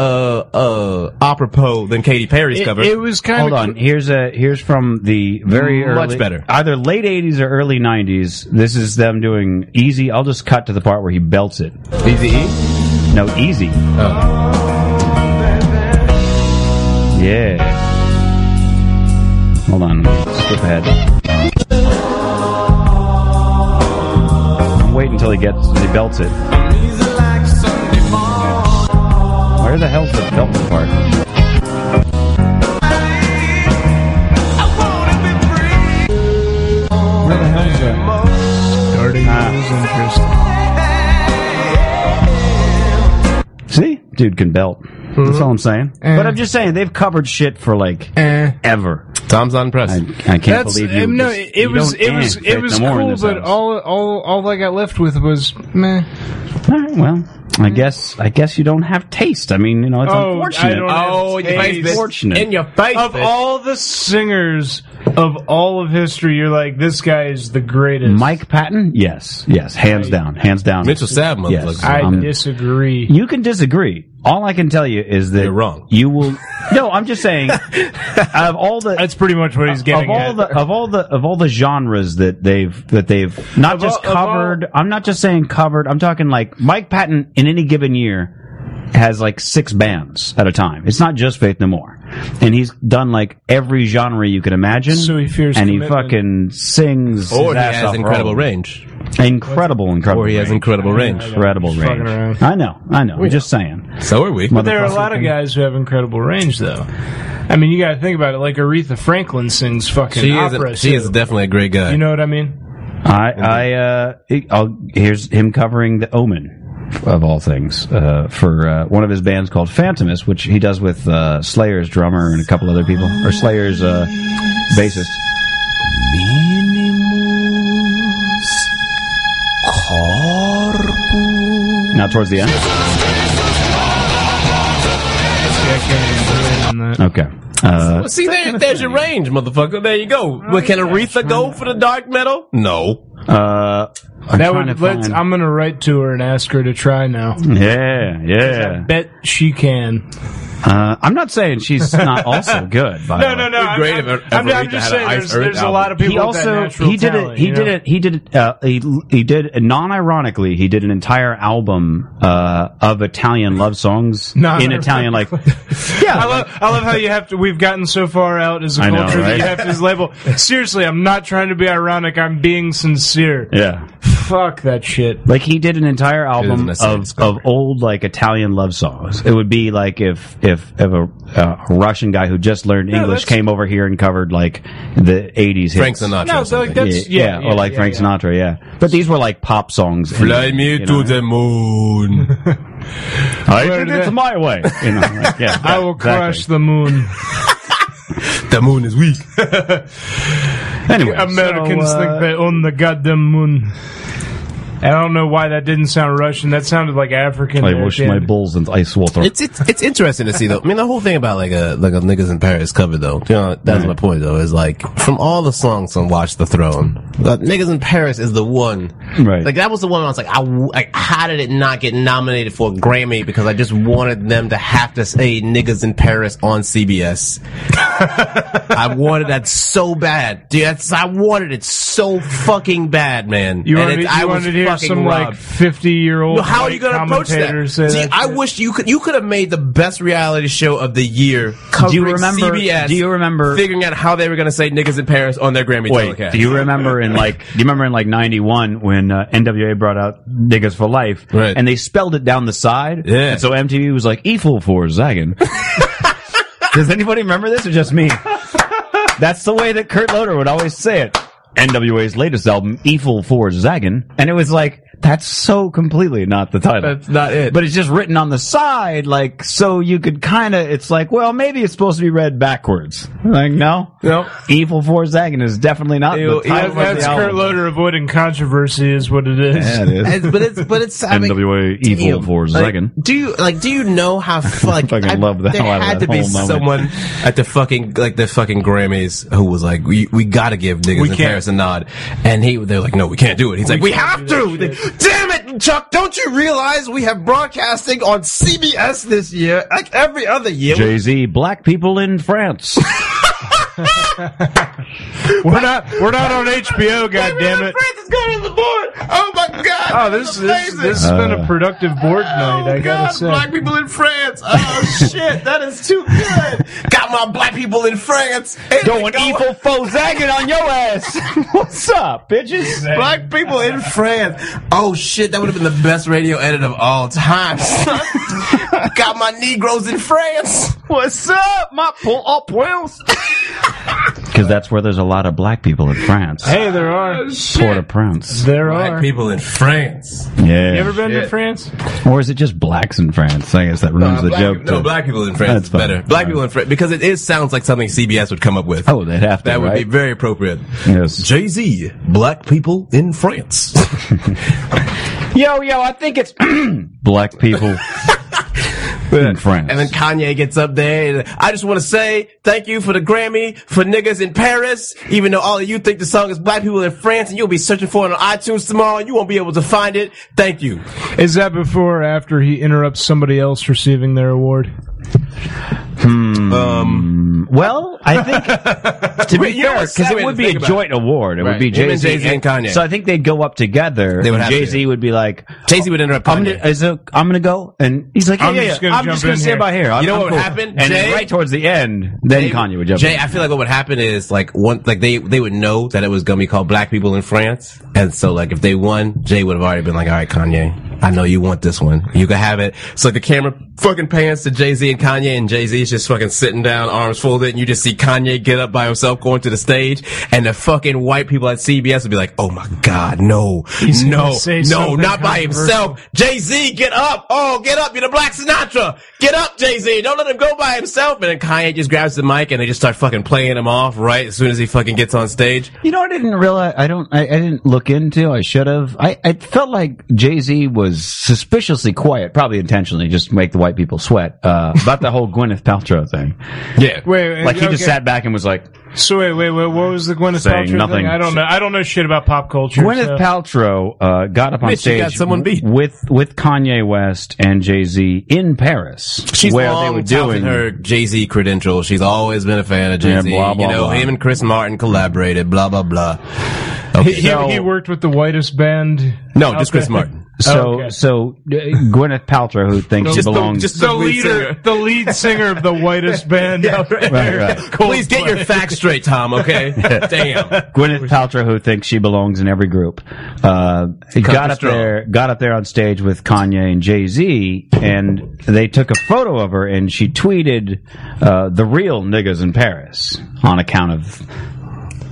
Speaker 8: uh apropos than Katy Perry's
Speaker 9: It,
Speaker 8: cover.
Speaker 9: it was kind
Speaker 7: Hold
Speaker 9: of.
Speaker 7: on. Here's a here's from the very
Speaker 8: Much
Speaker 7: early-
Speaker 8: better.
Speaker 7: either late '80s or early '90s. This is them doing easy. I'll just cut to the part where he belts it.
Speaker 8: Easy E.
Speaker 7: No, easy.
Speaker 8: Oh.
Speaker 7: Yeah. Hold on. Skip ahead. I'm waiting until he gets he belts it. Where the hell's the belt part? Where the hell's that?
Speaker 9: Starting
Speaker 7: Ah.
Speaker 9: his interest.
Speaker 7: See, dude can belt.
Speaker 8: Mm-hmm.
Speaker 7: That's all I'm saying. But I'm just saying they've covered shit for like
Speaker 9: Eh.
Speaker 7: ever.
Speaker 8: Tom's on press.
Speaker 7: I, I can't believe you.
Speaker 9: um, no,
Speaker 7: just-
Speaker 9: it,
Speaker 7: you
Speaker 9: it was
Speaker 7: don't
Speaker 9: it was
Speaker 7: eh,
Speaker 9: it
Speaker 7: Faith
Speaker 9: was
Speaker 7: No More in
Speaker 9: cool,
Speaker 7: this
Speaker 9: but
Speaker 7: house.
Speaker 9: all all all I got left with was meh.
Speaker 7: All right, well, I guess I guess you don't have taste. I mean, you know, it's
Speaker 9: Oh, I
Speaker 7: unfortunate.
Speaker 9: don't have Oh, in your face, bitch.
Speaker 7: Unfortunate.
Speaker 8: In your face.
Speaker 9: Of
Speaker 8: bitch.
Speaker 9: all the singers of all of history, you're like this guy is the greatest.
Speaker 7: Mike Patton, yes, yes, hands down, hands down.
Speaker 8: Mitchell Sab,
Speaker 7: Yes.
Speaker 8: motherfucker.
Speaker 9: I
Speaker 7: um,
Speaker 9: disagree.
Speaker 7: you can disagree. All I can tell you is that
Speaker 8: You're wrong.
Speaker 7: You will. No, I'm just saying. out of all the
Speaker 9: That's pretty much what he's
Speaker 7: of
Speaker 9: getting
Speaker 7: all
Speaker 9: at.
Speaker 7: the of all the of all the genres that they've that they've not
Speaker 9: Of all-
Speaker 7: just
Speaker 9: of all-
Speaker 7: covered. I'm not just saying covered. I'm talking like Mike Patton in any given year has like six bands at a time. It's not just Faith No More, and he's done like every genre you can imagine.
Speaker 9: So he fears
Speaker 7: and he
Speaker 9: commitment.
Speaker 7: fucking sings. his
Speaker 8: or Oh, he
Speaker 7: ass off
Speaker 8: has
Speaker 7: for
Speaker 8: incredible
Speaker 7: all-
Speaker 8: range.
Speaker 7: Incredible, incredible.
Speaker 8: Or he has
Speaker 7: range.
Speaker 8: incredible range.
Speaker 7: incredible
Speaker 9: Just fucking
Speaker 7: range.
Speaker 9: around.
Speaker 7: I know, I know. I'm just saying.
Speaker 8: So are we.
Speaker 9: There are a lot of guys who have incredible range, though. I mean, you got to think about it. Like Aretha Franklin sings fucking
Speaker 8: She is.
Speaker 9: opera.
Speaker 8: A, she
Speaker 9: too.
Speaker 8: is definitely a great guy.
Speaker 9: You know what I mean?
Speaker 7: I, I, uh, I'll, here's him covering the Omen of all things uh, for uh, one of his bands called Phantomus, which he does with uh, Slayer's drummer and a couple other people, or Slayer's uh, bassist. Now towards the end.
Speaker 9: Yeah, I can't even do it on that.
Speaker 7: Okay. Uh, Oh,
Speaker 8: Well, See, there, there's your range, motherfucker. There you go. But can Aretha go for the dark metal? No.
Speaker 7: Uh, I'm
Speaker 9: That
Speaker 7: trying
Speaker 9: would.
Speaker 7: to
Speaker 9: Let's,
Speaker 7: find-
Speaker 9: I'm gonna write to her and ask her to try now.
Speaker 7: yeah, yeah.
Speaker 9: Bet she can.
Speaker 7: Uh, I'm not saying she's not also good. By the
Speaker 9: No,
Speaker 7: way.
Speaker 9: no, no. I'm,
Speaker 8: great
Speaker 9: I'm,
Speaker 8: if
Speaker 9: I'm,
Speaker 8: Everita
Speaker 9: I'm just
Speaker 8: had an
Speaker 9: saying,
Speaker 8: Ice
Speaker 9: there's,
Speaker 8: Earth
Speaker 9: there's a
Speaker 8: album.
Speaker 9: lot of people.
Speaker 7: He
Speaker 9: with that
Speaker 7: also
Speaker 9: natural
Speaker 7: he did
Speaker 9: talent,
Speaker 7: it. He
Speaker 9: you
Speaker 7: did
Speaker 9: know?
Speaker 7: it. He did it. Uh, he he did non-ironically. He did an entire album uh, of Italian love songs in
Speaker 9: Non-ironically.
Speaker 7: Italian. Like, yeah,
Speaker 9: I love, I love how you have to. We've gotten so far out as a
Speaker 7: I know,
Speaker 9: culture that
Speaker 7: right?
Speaker 9: you have to just label. Seriously, I'm not trying to be ironic. I'm being sincere.
Speaker 7: yeah.
Speaker 9: Fuck that shit.
Speaker 7: Like he did an entire album
Speaker 8: an essential
Speaker 7: of, of old like Italian love songs. It would be like if if if a, uh, a Russian guy who just learned English
Speaker 9: that's-
Speaker 7: came over here and covered like the eighties hits.
Speaker 8: Frank Sinatra.
Speaker 9: No,
Speaker 8: or
Speaker 9: so like
Speaker 8: something.
Speaker 9: that's yeah,
Speaker 7: or like Frank
Speaker 9: yeah.
Speaker 7: Sinatra, yeah. But these were like pop songs. and,
Speaker 8: Fly me
Speaker 7: you
Speaker 8: to
Speaker 7: know,
Speaker 8: the moon.
Speaker 7: I
Speaker 9: Where
Speaker 7: did
Speaker 9: did
Speaker 7: it
Speaker 9: that-
Speaker 7: my way. You know, like, yeah,
Speaker 9: I will
Speaker 7: exactly.
Speaker 9: crush the moon.
Speaker 8: the moon is weak.
Speaker 7: Anyway,
Speaker 9: Americans
Speaker 7: so, uh,
Speaker 9: think they own the goddamn moon. I don't know why that didn't sound Russian. That sounded like African.
Speaker 7: I
Speaker 9: there at
Speaker 7: wash
Speaker 9: the
Speaker 7: my
Speaker 9: end.
Speaker 7: balls in ice water.
Speaker 8: It's, it's it's interesting to see though. I mean, the whole thing about like a like a niggas in Paris cover though. You know, that's
Speaker 9: Mm.
Speaker 8: my point though. Is like from all the songs on Watch the Throne, the niggas in Paris is the one.
Speaker 7: Right.
Speaker 8: Like that was the one I was like, I w like, how did it not get nominated for a Grammy? Because I just wanted them to have to say niggas in Paris on CBS. I wanted that so bad, dude. That's, I wanted it so fucking bad, man.
Speaker 9: You
Speaker 8: and
Speaker 9: wanted,
Speaker 8: it- I
Speaker 9: you
Speaker 8: was
Speaker 9: wanted to hear
Speaker 8: fucking
Speaker 9: some like
Speaker 8: robbed.
Speaker 9: fifty-year-old.
Speaker 8: Well, how are you
Speaker 9: going to
Speaker 8: approach that?
Speaker 9: Say
Speaker 8: See,
Speaker 9: that
Speaker 8: I
Speaker 9: shit.
Speaker 8: wish you could you could have made the best reality show of the year.
Speaker 7: Do you
Speaker 8: covering
Speaker 7: remember-
Speaker 8: CBS?
Speaker 7: do you remember-
Speaker 8: figuring out how they were going to say "niggas in Paris" on their Grammy
Speaker 7: Wait,
Speaker 8: telecast?
Speaker 7: do you remember in like do you remember in like '91 when uh, NWA brought out "Niggas for Life"
Speaker 8: Right.
Speaker 7: and they spelled it down the side?
Speaker 8: Yeah.
Speaker 7: And so MTV was like "Evil for Zagan." Does anybody remember this or just me? That's the way that Kurt Loder would always say it. NWA's latest album, "Evil for Zagan," and it was like that's so completely not the title.
Speaker 8: That's not it.
Speaker 7: But it's just written on the side, like so you could kind of. It's like, well, maybe it's supposed to be read backwards. Like, no,
Speaker 8: No.
Speaker 7: Evil for Zagan is definitely not
Speaker 8: Ew,
Speaker 7: the title
Speaker 8: ew,
Speaker 7: of
Speaker 9: That's
Speaker 7: the
Speaker 9: Kurt
Speaker 7: album.
Speaker 9: Loder avoiding controversy, is what it is.
Speaker 7: Yeah, it is.
Speaker 8: And- but it's but it's I mean,
Speaker 7: NWA
Speaker 8: damn.
Speaker 7: Evil for
Speaker 8: Like,
Speaker 7: Zagan.
Speaker 8: Do you like? Do you know how fu- like?
Speaker 7: Fucking love the
Speaker 8: there
Speaker 7: hell out of
Speaker 8: had
Speaker 7: that
Speaker 8: to be
Speaker 7: whole moment.
Speaker 8: someone at the fucking like the fucking Grammys who was like, we, we got to give niggas
Speaker 9: We
Speaker 8: in
Speaker 9: can't.
Speaker 8: Paris a nod, and he they're like, no, we can't do it. He's like, we have to. Damn it, Chuck! Don't you realize we have broadcasting on CBS this year, like every other year?
Speaker 7: Jay Z, black people in France.
Speaker 9: We're not. We're not on HBO. God damn it!
Speaker 8: Francis got on the board. Oh my god!
Speaker 9: Oh, this this, this has been a productive board night. I gotta say.
Speaker 8: black people in France. Oh shit, that is too good. Got my black people in France. Ain't
Speaker 7: Going
Speaker 8: it
Speaker 7: Evil for Zagan on your ass. What's up, bitches?
Speaker 8: Black people in France. Oh shit, that would have been the best radio edit of all time. son. Got my Negroes in France.
Speaker 7: What's up, my pull up wheels? Because that's where there's a lot of black people in France.
Speaker 9: Hey, there are.
Speaker 7: Port-au-Prince.
Speaker 9: There are. You
Speaker 8: people in France.
Speaker 7: Yeah.
Speaker 9: ever been to
Speaker 8: Shit.
Speaker 9: France?
Speaker 7: or is it just blacks in France? I guess that ruins the
Speaker 8: black,
Speaker 7: joke.
Speaker 8: no,
Speaker 7: too.
Speaker 8: black people in France
Speaker 7: That's
Speaker 8: is better.
Speaker 7: fine.
Speaker 8: Black people in France because it is sounds like something CBS would come up with.
Speaker 7: Oh, they'd have to.
Speaker 8: That would
Speaker 7: right? Mm.
Speaker 8: be very appropriate.
Speaker 7: Yes.
Speaker 8: Jay Z, black people in France.
Speaker 7: Yo, yo, I think it's black people in France.
Speaker 8: And then Kanye gets up there. And I just want to say thank you for the Grammy for niggas in Paris. Even though all of you think the song is black people in France and you'll be searching for it on iTunes tomorrow and you won't be able to find it. Thank you.
Speaker 9: Is that before or after he interrupts somebody else receiving their award?
Speaker 7: Um, well, I think to be
Speaker 8: Wait, you know
Speaker 7: fair,
Speaker 8: what's
Speaker 7: because
Speaker 8: sad
Speaker 7: it
Speaker 8: way
Speaker 7: would
Speaker 8: to
Speaker 7: be a
Speaker 8: think about
Speaker 7: joint award. It would
Speaker 8: Right.
Speaker 7: be
Speaker 8: Him
Speaker 7: Jay
Speaker 8: and Jay-Z and Kanye.
Speaker 7: So I think they'd go up together.
Speaker 8: They would have to.
Speaker 7: Jay Z would be like,
Speaker 8: Jay Z would interrupt
Speaker 7: I'm
Speaker 8: Kanye.
Speaker 7: gonna, is it- I'm gonna go, and he's like, yeah,
Speaker 9: I'm
Speaker 7: yeah,
Speaker 9: just
Speaker 7: yeah,
Speaker 9: gonna
Speaker 7: I'm
Speaker 9: jump
Speaker 7: just gonna
Speaker 9: in
Speaker 7: stay
Speaker 9: here.
Speaker 7: by here. I'm,
Speaker 8: You know
Speaker 7: I'm
Speaker 8: what
Speaker 7: cool.
Speaker 8: would happen?
Speaker 7: And
Speaker 8: Jay-
Speaker 7: right towards the end, then
Speaker 8: They-
Speaker 7: Kanye would jump.
Speaker 8: Jay,
Speaker 7: in.
Speaker 8: I feel like what would happen is like one, like they they would know that it was gonna be called Black People in France, and so like if they won, Jay would have already been like, all right, Kanye, I know you want this one, you can have it. So the camera fucking pans to Jay Z and Kanye, and Jay Z is just fucking sitting down, arms folded, and you just see Kanye get up by himself going to the stage, and the fucking white people at CBS would be like, oh my god, no,
Speaker 9: gonna
Speaker 8: no,
Speaker 9: say
Speaker 8: no,
Speaker 9: something
Speaker 8: not by
Speaker 9: controversial.
Speaker 8: himself. Jay Z, get up! Oh, get up! You're the Black Sinatra. Get up, Jay Z! Don't let him go by himself. And then Kanye just grabs the mic and they just start fucking playing him off right as soon as he fucking gets on stage.
Speaker 7: You know, I didn't realize. I don't. I, I didn't look into. I should have. I. I felt like Jay Z was was suspiciously quiet, probably intentionally, just to make the white people sweat uh, about the whole Gwyneth Paltrow thing.
Speaker 9: Yeah. Wait,
Speaker 7: Like he
Speaker 9: okay.
Speaker 7: just sat back and was like,
Speaker 9: So wait, wait, wait. What was the Gwyneth
Speaker 7: Saying
Speaker 9: Paltrow thing?
Speaker 7: nothing.
Speaker 9: I don't know. I don't know shit about pop culture. so-
Speaker 7: Gwyneth Paltrow uh, got up on
Speaker 8: Bitch, you
Speaker 7: stage
Speaker 8: got someone beat.
Speaker 7: with with Kanye West and Jay Z in Paris,
Speaker 8: She's
Speaker 7: where
Speaker 8: long
Speaker 7: they were doing
Speaker 8: touting her Jay Z credentials. She's always been a fan of Jay Z.
Speaker 7: Yeah, blah, blah,
Speaker 8: you know,
Speaker 7: blah.
Speaker 8: him and Chris Martin collaborated. Blah blah blah. Okay.
Speaker 9: He, he, he worked with the whitest band.
Speaker 8: no, just
Speaker 9: Okay.
Speaker 8: Chris Martin.
Speaker 7: So
Speaker 9: Okay.
Speaker 7: so uh, Gwyneth Paltrow, who thinks she
Speaker 8: Oh, Just the-
Speaker 7: belongs.
Speaker 8: just
Speaker 9: The
Speaker 8: The lead
Speaker 9: leader,
Speaker 8: singer.
Speaker 9: the lead singer of the whitest band out there.
Speaker 7: Right, right.
Speaker 8: Please get your facts straight, Tom. Okay. Damn.
Speaker 7: Gwyneth Paltrow, who thinks she belongs in every group, uh, got up
Speaker 8: strong.
Speaker 7: there, got up there on stage with Kanye and Jay Z, and they took a photo of her, and she tweeted uh, the real niggas in Paris on account of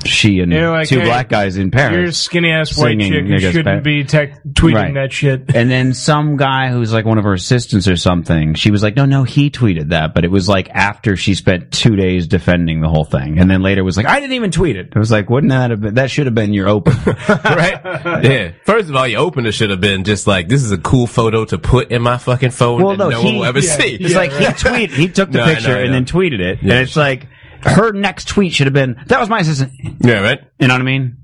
Speaker 7: she and
Speaker 9: You're like,
Speaker 7: two
Speaker 9: hey,
Speaker 7: black guys in
Speaker 9: You're a
Speaker 7: Paris.
Speaker 9: skinny ass white
Speaker 7: Singing
Speaker 9: chick who
Speaker 7: niggas
Speaker 9: shouldn't
Speaker 7: back.
Speaker 9: be tech tweeting
Speaker 7: Right.
Speaker 9: that shit.
Speaker 7: And then some guy who's like one of her assistants or something, she was like, no, no, he tweeted that. But it was like after she spent two days defending the whole thing. And then later was like, I didn't even tweet it. It was like, wouldn't that have been, that should have been your open.
Speaker 8: Right? Yeah. First of all, your opener should have been just like, this is a cool photo to put in my fucking phone
Speaker 7: Well,
Speaker 8: that no,
Speaker 7: no,
Speaker 8: one
Speaker 7: he-
Speaker 8: will ever
Speaker 7: yeah,
Speaker 8: see.
Speaker 7: It's like he tweet he took the
Speaker 8: No, I
Speaker 7: picture
Speaker 8: know, I
Speaker 7: and
Speaker 8: know.
Speaker 7: then tweeted it.
Speaker 8: Yeah.
Speaker 7: And it's like her next tweet should have been that was my assistant.
Speaker 8: Yeah, right?
Speaker 7: You know what I mean?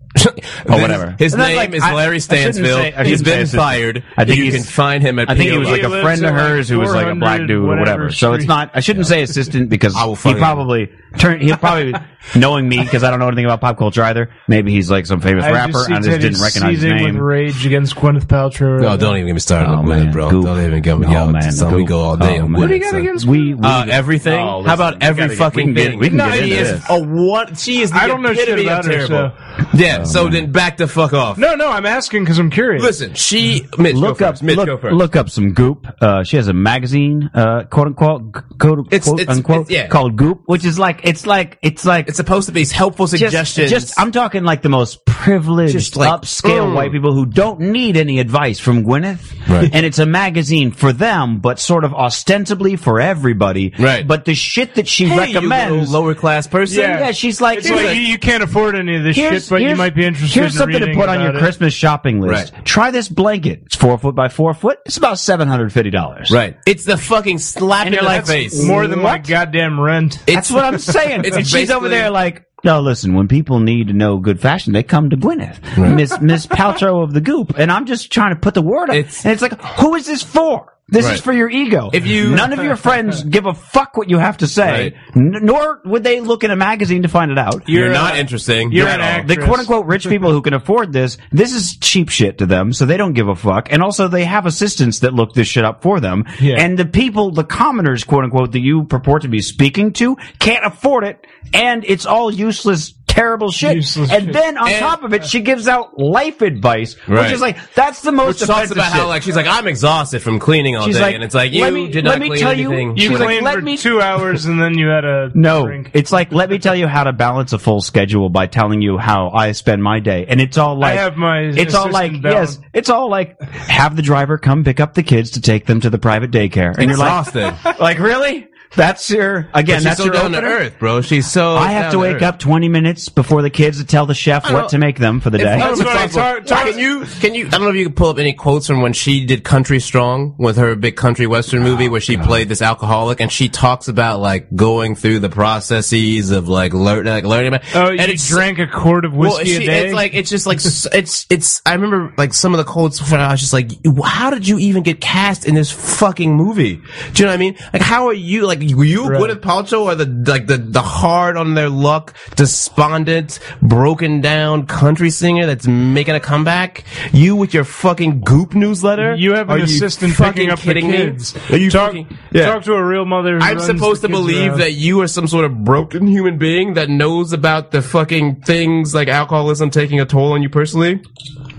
Speaker 8: Or
Speaker 7: whatever.
Speaker 8: His
Speaker 7: And that's
Speaker 8: name
Speaker 7: like-
Speaker 8: is
Speaker 7: I- I
Speaker 8: Larry
Speaker 7: shouldn't say- I
Speaker 8: Stansfield.
Speaker 7: shouldn't
Speaker 8: he's
Speaker 7: say
Speaker 8: been
Speaker 7: assistant.
Speaker 8: fired.
Speaker 7: I think
Speaker 8: you
Speaker 7: he's-
Speaker 8: can find him at
Speaker 7: I think he
Speaker 8: PLO.
Speaker 7: was like
Speaker 9: lives
Speaker 7: a friend of
Speaker 9: at, like,
Speaker 7: hers who was like a black
Speaker 9: 400
Speaker 7: dude or whatever. So it's
Speaker 9: street.
Speaker 7: not. I shouldn't say assistant because
Speaker 8: I will
Speaker 7: he
Speaker 8: find him.
Speaker 7: probably turned. He probably knowing me because I don't know anything about pop culture either. Maybe he's like some famous rapper.
Speaker 9: see
Speaker 7: and I just
Speaker 9: Teddy
Speaker 7: didn't recognize his
Speaker 9: seething
Speaker 7: name.
Speaker 9: with rage against Gwyneth Paltrow.
Speaker 8: No, don't even get me started
Speaker 7: Oh,
Speaker 8: on Gwyneth,
Speaker 7: man.
Speaker 8: bro.
Speaker 7: Goop.
Speaker 8: Don't even get me.
Speaker 7: Oh,
Speaker 8: Yo,
Speaker 7: man.
Speaker 8: son, we
Speaker 7: Goop.
Speaker 8: go all day.
Speaker 7: Oh,
Speaker 8: on
Speaker 7: man. What do you
Speaker 8: Gwyneth,
Speaker 9: got
Speaker 8: son.
Speaker 9: against
Speaker 7: we, we
Speaker 8: Uh, everything.
Speaker 7: Oh, listen,
Speaker 8: How
Speaker 7: we
Speaker 8: about
Speaker 7: gotta
Speaker 8: every
Speaker 7: get- we
Speaker 8: fucking
Speaker 7: can get-
Speaker 8: thing?
Speaker 7: we can
Speaker 8: no,
Speaker 7: get
Speaker 8: he
Speaker 7: into
Speaker 8: is
Speaker 7: this.
Speaker 8: a one. She is. The
Speaker 9: I don't know shit
Speaker 8: epitome of
Speaker 9: about her,
Speaker 8: terrible. Yeah. so then back the fuck off.
Speaker 9: No, no, I'm asking because I'm curious.
Speaker 8: Listen, she. Mitch,
Speaker 7: look
Speaker 8: go
Speaker 7: up
Speaker 8: first. Mitch,
Speaker 7: look,
Speaker 8: go first.
Speaker 7: look up some Goop. Uh, she has a magazine, uh, quote unquote, g- quote,
Speaker 8: It's-
Speaker 7: quote
Speaker 8: it's-
Speaker 7: unquote,
Speaker 8: it's- yeah.
Speaker 7: called Goop, which is like it's like it's like
Speaker 8: It's supposed to be helpful
Speaker 7: just,
Speaker 8: suggestions.
Speaker 7: just I'm talking like the most privileged,
Speaker 8: Just like,
Speaker 7: upscale
Speaker 8: mm.
Speaker 7: white people who don't need any advice from Gwyneth,
Speaker 8: Right.
Speaker 7: and it's a magazine for them, but sort of ostensibly for everybody.
Speaker 8: Right.
Speaker 7: But the shit that she
Speaker 8: hey, you
Speaker 7: recommends,
Speaker 8: little lower class person.
Speaker 9: Yeah.
Speaker 7: yeah, she's like,
Speaker 9: It's like, you, you can't afford any of this shit, but you might be interested.
Speaker 7: Here's
Speaker 9: in
Speaker 7: something to
Speaker 9: reading
Speaker 7: put on your
Speaker 9: about it.
Speaker 7: Christmas shopping list.
Speaker 8: Right.
Speaker 7: Try this blanket. It's four foot by four foot. It's about seven hundred fifty dollars.
Speaker 8: Right. It's the fucking slap
Speaker 7: And
Speaker 8: in
Speaker 7: you're
Speaker 8: the
Speaker 7: like,
Speaker 8: face.
Speaker 9: More than my
Speaker 7: What?
Speaker 9: goddamn rent.
Speaker 7: That's what I'm saying.
Speaker 8: It's
Speaker 7: and she's over
Speaker 8: basically-
Speaker 7: there like, no, listen. When people need to know good fashion, they come to Gwyneth, Miss Miss Paltrow of the Goop, and I'm just trying to put the word out.
Speaker 8: It's-
Speaker 7: and it's like, who is this for? This
Speaker 8: Right.
Speaker 7: is for your ego.
Speaker 8: If you-
Speaker 7: none of your friends give a fuck what you have to say,
Speaker 8: Right.
Speaker 7: n- nor would they look in a magazine to find it out.
Speaker 8: You're,
Speaker 9: You're
Speaker 8: not
Speaker 9: a-
Speaker 8: interesting.
Speaker 9: you're
Speaker 8: Not
Speaker 9: an
Speaker 8: at all.
Speaker 9: actor.
Speaker 7: the quote unquote rich people who can afford this, this is cheap shit to them, so they don't give a fuck. And also, they have assistants that look this shit up for them.
Speaker 9: Yeah.
Speaker 7: And the people, the commoners, quote unquote, that you purport to be speaking to, can't afford it, and it's all useless. Terrible shit.
Speaker 9: Useless
Speaker 7: and
Speaker 9: shit.
Speaker 7: then on
Speaker 8: And- uh,
Speaker 7: top of it, she gives out life advice,
Speaker 8: Right.
Speaker 7: which is like that's the most
Speaker 8: She talks
Speaker 7: offensive
Speaker 8: about
Speaker 7: shit.
Speaker 8: how like she's like I'm exhausted from cleaning all
Speaker 7: She's
Speaker 8: day,
Speaker 7: like,
Speaker 8: and it's like you
Speaker 7: "Let me-
Speaker 8: did
Speaker 7: let
Speaker 8: not
Speaker 7: me
Speaker 8: clean
Speaker 7: tell you,
Speaker 8: anything.
Speaker 7: you
Speaker 9: You
Speaker 7: She's like,
Speaker 9: planned
Speaker 7: "Let
Speaker 9: for
Speaker 7: me-
Speaker 9: two hours and then you had a
Speaker 7: No,
Speaker 9: drink.
Speaker 7: it's like let me tell you how to balance a full schedule by telling you how I spend my day, and it's all like
Speaker 9: have my
Speaker 7: it's all
Speaker 9: assistant
Speaker 7: like
Speaker 9: down.
Speaker 7: yes, it's all like have the driver come pick up the kids to take them to the private daycare, and
Speaker 8: exhausted.
Speaker 7: you're like, like really? That's your again?
Speaker 8: she's
Speaker 7: That's
Speaker 8: so
Speaker 7: your
Speaker 8: down to
Speaker 7: opener?
Speaker 8: earth, bro. She's so.
Speaker 7: I have
Speaker 8: down
Speaker 7: to wake
Speaker 8: earth.
Speaker 7: up 20 minutes before the kids to tell the chef
Speaker 8: I don't-
Speaker 7: what to make them for the day.
Speaker 8: It's
Speaker 9: That's what I
Speaker 8: irresponsible.
Speaker 9: tar- tar-
Speaker 8: can you? Can you? I don't know if you can pull up any quotes from when she did Country Strong with her big country western movie
Speaker 7: Oh,
Speaker 8: where she played this alcoholic, and she talks about like going through the processes of like, lear- like learning about.
Speaker 9: Oh,
Speaker 8: and
Speaker 9: you
Speaker 8: it's-
Speaker 9: drank a quart of
Speaker 8: Well,
Speaker 9: whiskey
Speaker 8: she-
Speaker 9: a day.
Speaker 8: it's like it's just like s- it's it's. I remember like some of the quotes. When I was just like, how did you even get cast in this fucking movie? Do you know what I mean? Like, how are you? Like, you
Speaker 9: Right.
Speaker 8: Gwyneth Paltrow are the like the the hard on their luck, despondent, broken down country singer that's making a comeback. You with your fucking goop newsletter.
Speaker 9: you have
Speaker 8: Are
Speaker 9: an assistant
Speaker 8: fucking
Speaker 9: picking up the
Speaker 8: kidding me?
Speaker 9: kids.
Speaker 8: Are you
Speaker 9: talk,
Speaker 8: fucking- Yeah.
Speaker 9: talk to a real mother. Who
Speaker 8: I'm
Speaker 9: runs
Speaker 8: supposed
Speaker 9: the
Speaker 8: to
Speaker 9: kids
Speaker 8: believe
Speaker 9: around.
Speaker 8: that you are some sort of broken human being that knows about the fucking things like alcoholism taking a toll on you personally?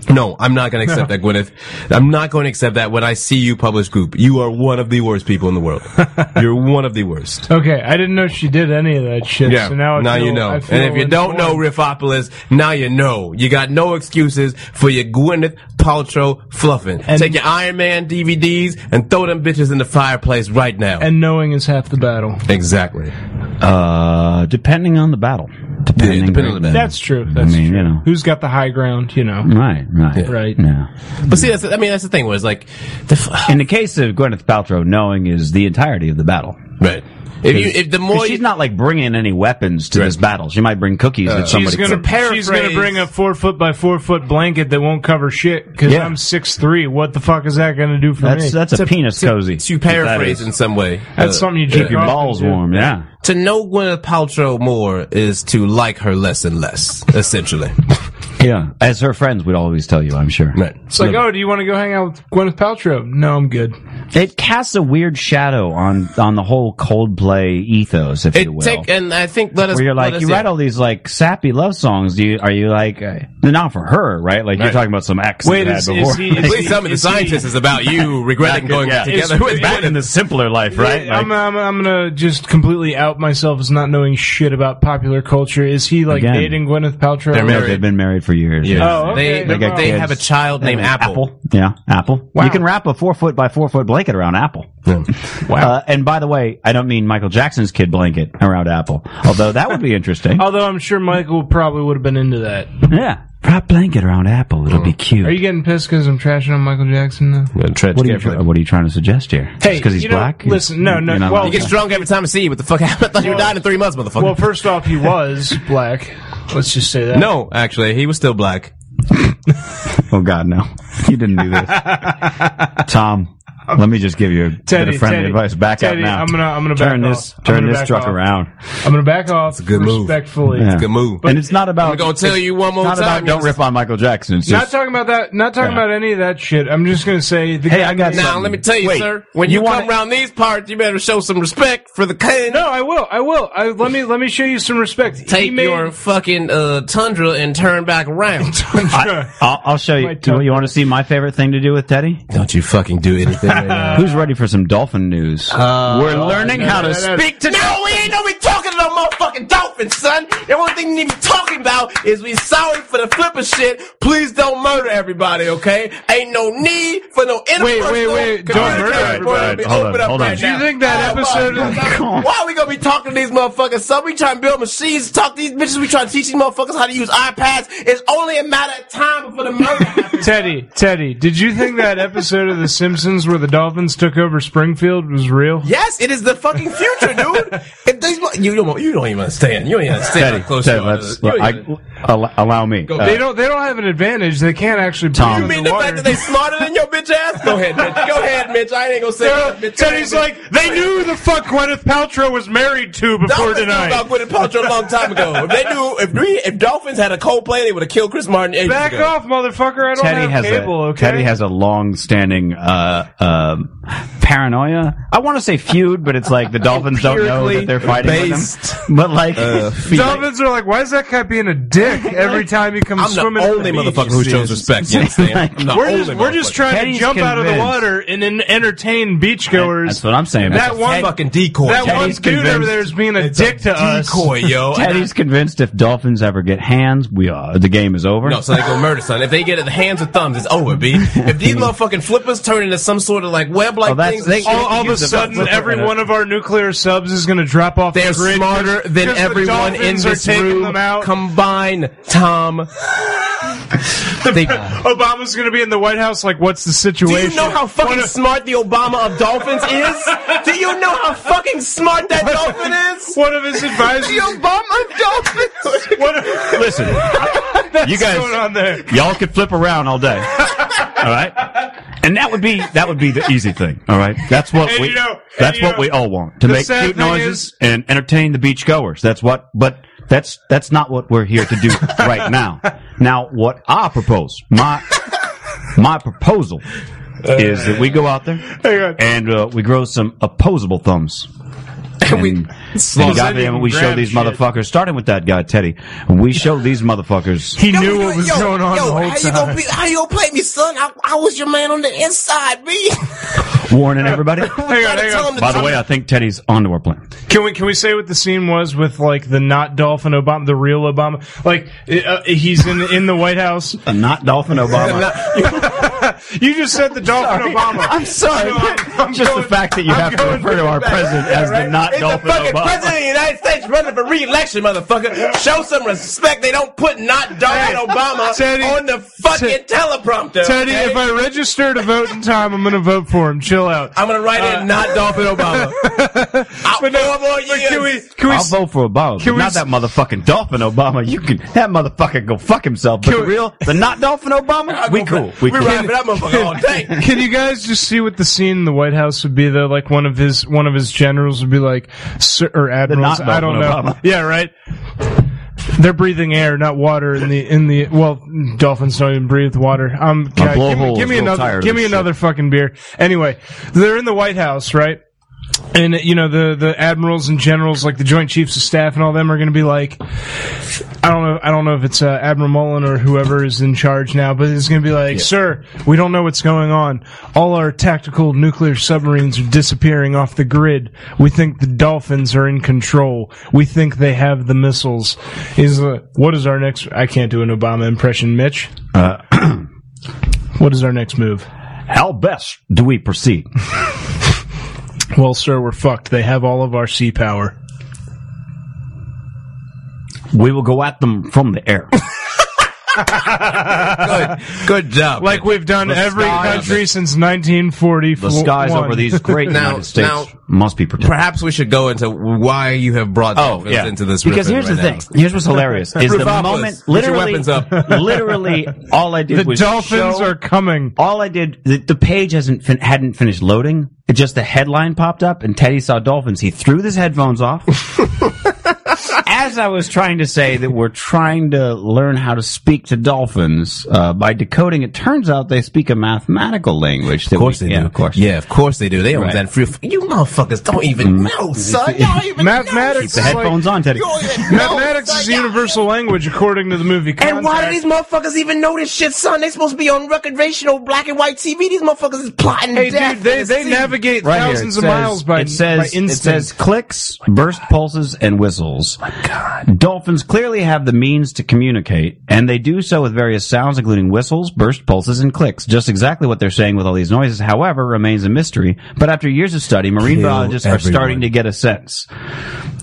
Speaker 8: No, I'm not going to accept that, Gwyneth. I'm not going to accept that when I see you publish Goop. You are one of the worst people in the world. You're one of the worst.
Speaker 9: Okay, I didn't know she did any of that shit.
Speaker 8: Yeah.
Speaker 9: So now, I feel-
Speaker 8: you know.
Speaker 9: I
Speaker 8: And
Speaker 9: feel
Speaker 8: if you don't know
Speaker 9: informed.
Speaker 8: Riffopoulos, now you know. You got no excuses for your Gwyneth Paltrow fluffing.
Speaker 9: And-
Speaker 8: Take your Iron Man DVDs and throw them bitches in the fireplace right now.
Speaker 9: And knowing is half the battle.
Speaker 8: exactly.
Speaker 7: Uh, depending on the battle.
Speaker 8: Yeah, depending on the
Speaker 9: That's true. That's
Speaker 7: I mean,
Speaker 9: true.
Speaker 7: you know. Mm.
Speaker 9: Who's got the high ground? You know.
Speaker 7: Right, right,
Speaker 9: Right.
Speaker 7: Yeah.
Speaker 8: But see, that's, I mean, that's the thing. Was like, the, f-
Speaker 7: In the case of Gwyneth Paltrow, knowing is the entirety of the battle.
Speaker 8: right? If you, if the more
Speaker 7: she's
Speaker 8: you,
Speaker 7: not like bringing any weapons to this battle. She might bring cookies
Speaker 8: Uh,
Speaker 7: that
Speaker 9: She's
Speaker 7: somebody.
Speaker 9: gonna, she's gonna
Speaker 8: paraphrase-
Speaker 9: bring a four foot by four foot blanket that won't cover shit because
Speaker 7: Yeah.
Speaker 9: I'm six three. What the fuck is that gonna do for me?
Speaker 7: that's that's a penis cozy.
Speaker 8: to
Speaker 7: if that
Speaker 8: paraphrase
Speaker 7: is.
Speaker 8: in some way,
Speaker 9: That's
Speaker 8: uh,
Speaker 9: something you
Speaker 7: keep
Speaker 9: jerk
Speaker 7: your
Speaker 9: off
Speaker 7: balls
Speaker 9: into.
Speaker 7: warm. Yeah.
Speaker 8: to know Gwyneth Paltrow more is to like her less and less, essentially.
Speaker 7: Yeah. As her friends would always tell you, I'm sure.
Speaker 8: Right.
Speaker 9: It's like, oh, do you want to go hang out with Gwyneth Paltrow? No, I'm good.
Speaker 7: It casts a weird shadow on on the whole Coldplay ethos, if
Speaker 8: It
Speaker 7: you will.
Speaker 8: take, and I think let us.
Speaker 7: where you're
Speaker 8: let
Speaker 7: like,
Speaker 8: us-
Speaker 7: you
Speaker 8: yeah.
Speaker 7: write all these like sappy love songs. Do you are you like uh, not for her, right? Like you're
Speaker 8: Right.
Speaker 7: talking about some ex.
Speaker 9: Wait,
Speaker 7: you had
Speaker 9: is- is
Speaker 7: before.
Speaker 9: he-
Speaker 7: Like,
Speaker 9: is
Speaker 8: Please tell me the
Speaker 9: Is he-
Speaker 8: scientist is about you regretting going
Speaker 7: yeah.
Speaker 8: together
Speaker 9: It's-
Speaker 8: with
Speaker 9: it's-
Speaker 7: back in the simpler life, right?
Speaker 9: Yeah, I'm,
Speaker 8: uh,
Speaker 7: Like,
Speaker 9: I'm, I'm gonna just completely out myself as not knowing shit about popular culture. Is he like
Speaker 7: Again.
Speaker 9: dating Gwyneth Paltrow?
Speaker 8: They're
Speaker 7: no,
Speaker 8: married.
Speaker 7: they've been married for years.
Speaker 8: Yeah.
Speaker 9: Oh, okay.
Speaker 8: They,
Speaker 9: They
Speaker 8: they,
Speaker 9: got
Speaker 8: have a
Speaker 7: kids.
Speaker 8: child named Apple.
Speaker 7: Yeah, Apple.
Speaker 9: Wow.
Speaker 7: You can wrap a four foot by four foot blanket around Apple.
Speaker 9: Wow.
Speaker 7: Uh, and by the way, I don't mean Michael Jackson's kid blanket around Apple, although that would be interesting.
Speaker 9: Although I'm sure Michael probably would have been into that.
Speaker 7: yeah, wrap blanket around Apple. It'll be cute.
Speaker 9: Are you getting pissed because I'm trashing on Michael Jackson though?
Speaker 7: what, are you try- what are you trying to suggest here?
Speaker 9: Hey,
Speaker 7: because he's
Speaker 9: you know,
Speaker 7: black.
Speaker 9: listen, no, no,
Speaker 7: You're not
Speaker 9: well-
Speaker 8: He
Speaker 7: like-
Speaker 8: gets drunk every time I see you. What the fuck happened? I thought you died in three months, motherfucker.
Speaker 9: Well, first off, he was black. Let's just say that.
Speaker 8: no, actually, he was still black.
Speaker 7: oh God, no, you didn't do this, Tom. Let me just give you a bit
Speaker 9: Teddy,
Speaker 7: of friendly
Speaker 9: Teddy,
Speaker 7: advice. Back
Speaker 9: Teddy,
Speaker 7: out now.
Speaker 9: I'm gonna- I'm gonna
Speaker 7: turn
Speaker 9: back
Speaker 7: this
Speaker 9: off. I'm
Speaker 7: turn
Speaker 9: gonna
Speaker 7: this
Speaker 9: back
Speaker 7: truck
Speaker 9: off.
Speaker 7: around.
Speaker 9: I'm gonna back off
Speaker 8: a good move.
Speaker 9: respectfully.
Speaker 7: Yeah.
Speaker 8: Good move.
Speaker 7: and it's not about.
Speaker 8: I'm gonna tell you one more
Speaker 7: it's not
Speaker 8: time.
Speaker 7: about don't
Speaker 8: yes.
Speaker 7: rip on Michael Jackson. It's
Speaker 9: Not
Speaker 7: just
Speaker 9: talking about that. Not talking
Speaker 7: Yeah.
Speaker 9: about any of that shit. I'm just gonna say the
Speaker 7: hey,
Speaker 9: guy-
Speaker 7: I got
Speaker 8: Now,
Speaker 7: something.
Speaker 8: let me tell you,
Speaker 7: Wait,
Speaker 8: sir. When you,
Speaker 7: wanna-
Speaker 8: come around these parts, you better show some respect for the king.
Speaker 9: No, I will. I will. I, let me let me show you some respect. he
Speaker 8: Take
Speaker 9: made,
Speaker 8: your fucking uh, tundra and turn back around.
Speaker 7: I, I'll, I'll show you.
Speaker 9: My
Speaker 7: You, want to see my favorite thing to do with Teddy?
Speaker 8: Don't you fucking do anything right now.
Speaker 7: Who's ready for some dolphin news? We're learning how to speak to.
Speaker 8: No, we ain't gonna be talking to no motherfucking dolphins, son. The only thing we need to be talking about is we sorry for the flipper shit. Please don't murder everybody, okay? Ain't no need for no interpersonal.
Speaker 9: Wait, wait, wait. Don't
Speaker 8: communication.
Speaker 9: murder
Speaker 7: everybody.
Speaker 8: Be
Speaker 7: Hold
Speaker 8: open
Speaker 7: on,
Speaker 8: up
Speaker 7: hold on.
Speaker 8: right
Speaker 9: Do you
Speaker 8: now.
Speaker 9: think that
Speaker 8: my
Speaker 9: episode is-
Speaker 8: God.
Speaker 7: Come on.
Speaker 8: Why are we gonna be talking to these motherfuckers? Son, we trying to build machines, talk to these bitches. We trying to teach these motherfuckers how to use iPads. It's only a matter of time before the murder happens.
Speaker 9: Teddy, Teddy, did you think that episode of The Simpsons where the Dolphins took over Springfield was real?
Speaker 8: Yes, it is the fucking future, dude. If these, mo- you don't, you don't even understand. You don't even understand
Speaker 7: Teddy,
Speaker 8: how close
Speaker 7: Teddy,
Speaker 8: you are. to
Speaker 7: let's-
Speaker 8: the- you don't
Speaker 7: I-
Speaker 8: even-
Speaker 7: al- allow me. Uh,
Speaker 9: They don't. They don't have an advantage. They can't actually.
Speaker 7: Tom.
Speaker 9: breathe
Speaker 8: You mean the
Speaker 9: underwater.
Speaker 8: fact that they smarter than your bitch ass? Go ahead, Mitch. Go ahead, Mitch. I ain't gonna say
Speaker 9: So,
Speaker 8: nothing, bitch.
Speaker 9: Teddy's like, they knew who the fuck Gwyneth Paltrow was married to before
Speaker 8: Dolphins knew
Speaker 9: tonight.
Speaker 8: about Gwyneth Paltrow a long time ago. If they knew, if we, if Dolphins had a cold play, they would have killed Chris Martin. ages
Speaker 9: Back
Speaker 8: ago.
Speaker 9: off, motherfucker! I don't
Speaker 7: Teddy has
Speaker 9: have cable.
Speaker 7: a
Speaker 9: okay.
Speaker 7: Teddy has a long-standing uh, um paranoia. I want to say feud, but it's like the Dolphins don't know that they're fighting
Speaker 8: Based,
Speaker 7: with them. But like,
Speaker 9: Uh, Dolphins are like, why is that guy being a dick every time he comes
Speaker 8: I'm the
Speaker 9: swimming?
Speaker 8: only
Speaker 9: in the beach?"
Speaker 8: motherfucker who shows respect. You understand? I'm the
Speaker 9: We're just
Speaker 8: only
Speaker 9: we're just
Speaker 8: motherfucker.
Speaker 9: trying
Speaker 7: Teddy's
Speaker 9: to jump out of the
Speaker 7: convinced.
Speaker 9: water and then entertain
Speaker 7: that's
Speaker 9: beachgoers.
Speaker 7: what I'm saying.
Speaker 9: That
Speaker 7: But
Speaker 9: one
Speaker 8: fucking decoy.
Speaker 9: That
Speaker 8: Teddy's
Speaker 9: one dude
Speaker 7: convinced.
Speaker 9: over there is being a
Speaker 8: It's
Speaker 9: dick to us.
Speaker 8: decoy, yo.
Speaker 7: Teddy's convinced if Dolphins ever get hands, we are the game is over.
Speaker 8: No, so they go murder, son. If they get it, the hands or thumbs, it's over, B. If these motherfucking flippers turn into some sort of like web-like
Speaker 7: Oh, that's-
Speaker 8: things,
Speaker 7: they-
Speaker 8: shit,
Speaker 9: All, all of a
Speaker 7: Use the
Speaker 9: sudden,
Speaker 7: flipper
Speaker 9: every
Speaker 7: and a-
Speaker 9: one of our nuclear subs is going to drop off.
Speaker 8: They're
Speaker 9: the grid
Speaker 8: smarter
Speaker 9: 'cause-
Speaker 8: than
Speaker 9: 'cause the
Speaker 8: everyone in
Speaker 9: Dolphins are
Speaker 8: this
Speaker 9: taking
Speaker 8: room.
Speaker 9: Them out.
Speaker 8: Combine, Tom. They-
Speaker 9: Obama's going to be in the White House. Like, what's the
Speaker 8: do
Speaker 9: situation?
Speaker 8: you know how
Speaker 9: One
Speaker 8: fucking
Speaker 9: of-
Speaker 8: smart the Obama of Dolphins is? Do you know how fucking smart that dolphin is?
Speaker 9: one of his advisors?
Speaker 8: The Obama of Dolphins.
Speaker 9: What a-
Speaker 7: Listen, you
Speaker 9: what's going
Speaker 7: guys,
Speaker 9: on there?
Speaker 7: y'all could flip around all day. All right, and that would be that would be the easy thing. All right, that's what
Speaker 9: And
Speaker 7: we
Speaker 9: you know-
Speaker 7: that's
Speaker 9: and you
Speaker 7: what
Speaker 9: know,
Speaker 7: we all want to
Speaker 9: the
Speaker 7: make
Speaker 9: sad
Speaker 7: cute
Speaker 9: thing
Speaker 7: noises
Speaker 9: is-
Speaker 7: and entertain the beach goers. That's what, but that's that's not what we're here to do right now. Now, what I propose, my my proposal is that we go out there
Speaker 9: Hang on.
Speaker 7: and uh, we grow some opposable thumbs. And, and goddamn it, we show
Speaker 9: grab
Speaker 7: these
Speaker 9: shit.
Speaker 7: motherfuckers. Starting with that guy Teddy, we show these motherfuckers.
Speaker 9: He knew what was
Speaker 8: yo,
Speaker 9: going on
Speaker 8: Yo,
Speaker 9: the whole
Speaker 8: how you
Speaker 9: time.
Speaker 8: gonna be, how you gonna play me, son? I, I was your man on the inside, B.
Speaker 7: warning everybody.
Speaker 9: Hang on, hang
Speaker 8: Tell
Speaker 9: on.
Speaker 8: him to
Speaker 7: By the
Speaker 8: tell
Speaker 7: way,
Speaker 8: him-
Speaker 7: I think Teddy's onto our plan.
Speaker 9: Can we can we say what the scene was with like the not dolphin Obama, the real Obama? Like uh, he's in in the White House.
Speaker 7: A Uh, not Dolphin Obama.
Speaker 9: You just said the dolphin Obama.
Speaker 7: I'm sorry.
Speaker 9: No, I'm- I'm
Speaker 7: Just
Speaker 9: going-
Speaker 7: the fact that you
Speaker 9: I'm
Speaker 7: have to
Speaker 9: going
Speaker 7: refer to our
Speaker 9: back.
Speaker 7: president as the not
Speaker 8: It's
Speaker 7: Dolphin
Speaker 8: the fucking
Speaker 7: Obama.
Speaker 8: president of the United States running for re-election, motherfucker. Show some respect. They don't put not Donald Obama
Speaker 9: Teddy,
Speaker 8: on the fucking
Speaker 9: Ted-
Speaker 8: teleprompter.
Speaker 9: Teddy,
Speaker 8: okay?
Speaker 9: if I register to vote in time, I'm going to vote for him. Chill out.
Speaker 8: I'm gonna write in not Dolphin Uh, Obama. I'll
Speaker 9: But no,
Speaker 8: four more
Speaker 9: but
Speaker 8: years.
Speaker 9: can we can we
Speaker 7: I'll vote for Obama,
Speaker 9: Can
Speaker 7: but
Speaker 9: we
Speaker 7: not
Speaker 9: s-
Speaker 7: that motherfucking Dolphin Obama. You can that motherfucker go fuck himself. But
Speaker 9: Can
Speaker 7: the
Speaker 9: we-
Speaker 7: real, the not Dolphin Obama, we cool. We
Speaker 8: We
Speaker 7: cool.
Speaker 8: ride for that motherfucker all day.
Speaker 9: Can you guys just see what the scene in the White House would be though? Like one of his one of his generals would be like, Sir, or admirals.
Speaker 7: not
Speaker 9: I don't know.
Speaker 7: Dolphin Obama.
Speaker 9: Yeah, right. They're breathing air, not water. In the in the well, dolphins don't even breathe water. Um, can
Speaker 7: My
Speaker 9: I- give me,
Speaker 7: blowhole
Speaker 9: give
Speaker 7: is
Speaker 9: me
Speaker 7: real tired
Speaker 9: another,
Speaker 7: of
Speaker 9: give me
Speaker 7: this
Speaker 9: another fucking beer. Anyway, they're in the White House, right? And you know the the admirals and generals, like the Joint Chiefs of Staff and all them, are going to be like, I don't know. I don't know if it's uh, Admiral Mullen or whoever is in charge now, but it's going to be like, sir, we don't know what's going on. All our tactical nuclear submarines are disappearing off the grid. We think the Dolphins are in control. We think they have the missiles. Is uh, what is our next? I can't do an Obama impression, Mitch. what is our next move?
Speaker 7: How best do we proceed?
Speaker 9: Well, sir, we're fucked. They have all of our sea power.
Speaker 7: We will go at them from the air.
Speaker 8: Good, good job.
Speaker 9: Like we've done every
Speaker 7: sky-
Speaker 9: country since 1940.
Speaker 7: The skies over these great
Speaker 8: Now-
Speaker 7: United States
Speaker 8: now-
Speaker 7: must be protected.
Speaker 8: Perhaps we should go into why you have brought
Speaker 7: Oh,
Speaker 8: dolphins
Speaker 7: yeah.
Speaker 8: into this.
Speaker 7: because
Speaker 8: riffing
Speaker 7: here's
Speaker 8: right
Speaker 7: the
Speaker 8: now.
Speaker 7: thing. Here's what's hilarious is the
Speaker 8: Revolvers.
Speaker 7: moment.
Speaker 8: Get your
Speaker 7: Literally,
Speaker 8: weapons up.
Speaker 7: literally, all I did
Speaker 9: The
Speaker 7: was
Speaker 9: dolphins
Speaker 7: show-
Speaker 9: are coming.
Speaker 7: all I did, the, the page hasn't fin- hadn't finished loading. It just the headline popped up, and Teddy saw dolphins. He threw his headphones off. As I was trying to say that we're trying to learn how to speak to dolphins uh, by decoding, it turns out they speak a mathematical language. That
Speaker 8: Of course
Speaker 7: we,
Speaker 8: they
Speaker 7: yeah,
Speaker 8: do.
Speaker 7: Of course,
Speaker 8: Yeah, of course they do. They don't
Speaker 7: Right.
Speaker 8: understand free. You motherfuckers don't even know, son. Y'all don't even
Speaker 9: Mathematics
Speaker 7: The
Speaker 9: is like
Speaker 7: headphones on, Teddy.
Speaker 8: know. You don't even know,
Speaker 9: Mathematics
Speaker 8: son.
Speaker 9: is
Speaker 8: Y'all-
Speaker 9: universal language, according to the movie. Contact.
Speaker 8: And why do these motherfuckers even know this shit, son? They supposed to be on recreational black and white TV. These motherfuckers is plotting
Speaker 9: Hey,
Speaker 8: death.
Speaker 9: dude, they,
Speaker 8: in the
Speaker 9: they
Speaker 8: sea.
Speaker 9: navigate
Speaker 7: Right here, it
Speaker 9: thousands of
Speaker 7: says-
Speaker 9: miles by
Speaker 7: it says
Speaker 9: by instinct.
Speaker 7: it says clicks, burst pulses, and whistles. Dolphins clearly have the means to communicate, and they do so with various sounds, including whistles, burst pulses, and clicks. Just exactly what they're saying with all these noises, however, remains a mystery. But after years of study, marine
Speaker 8: Kill
Speaker 7: biologists are
Speaker 8: everyone.
Speaker 7: starting to get a sense.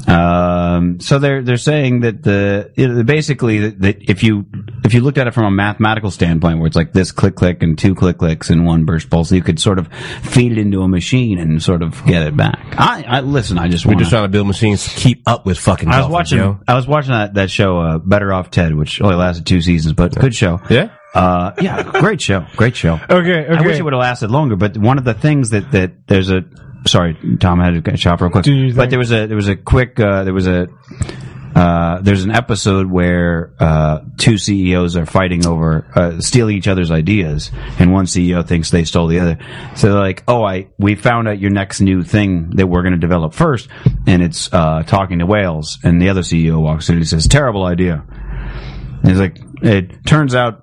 Speaker 7: Um, so they're they're saying that the it- basically that, that if you if you looked at it from a mathematical standpoint, where it's like this click click and two click clicks and one burst pulse, you could sort of feed it into a machine and sort of get it back. I, I listen. I just
Speaker 8: We're
Speaker 7: want
Speaker 8: just trying to build machines to keep up with fucking.
Speaker 7: I was
Speaker 8: dolphins,
Speaker 7: watching.
Speaker 8: yo.
Speaker 7: I was watching that, that show, uh, Better Off Ted, which only lasted two seasons, but good show.
Speaker 8: Yeah?
Speaker 7: uh, yeah, great show, great show.
Speaker 9: Okay, okay.
Speaker 7: I wish it would have lasted longer, but one of the things that that there's a sorry, Tom, I had to get shop real quick.
Speaker 9: Do you
Speaker 7: But
Speaker 9: think-
Speaker 7: there was a there was a quick uh, there was a uh, there's an episode where uh, two CEOs are fighting over uh, stealing each other's ideas, and one CEO thinks they stole the other. So they're like, "Oh, I we found out your next new thing that we're going to develop first, and it's uh, talking to whales." And the other CEO walks in and he says, "Terrible idea." And he's like, "It turns out."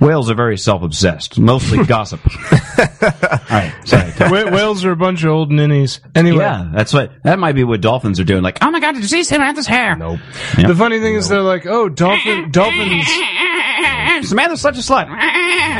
Speaker 7: Whales are very self-obsessed, mostly gossip. All right, sorry. Tom.
Speaker 9: Wh- whales are a bunch of old ninnies. Anyway,
Speaker 7: Yeah, that's what. That might be what dolphins are doing. Like, oh my god, did you see Samantha's hair?
Speaker 8: Nope.
Speaker 9: the funny thing is they're like, oh, dolphin, dolphins.
Speaker 7: Samantha's such a slut.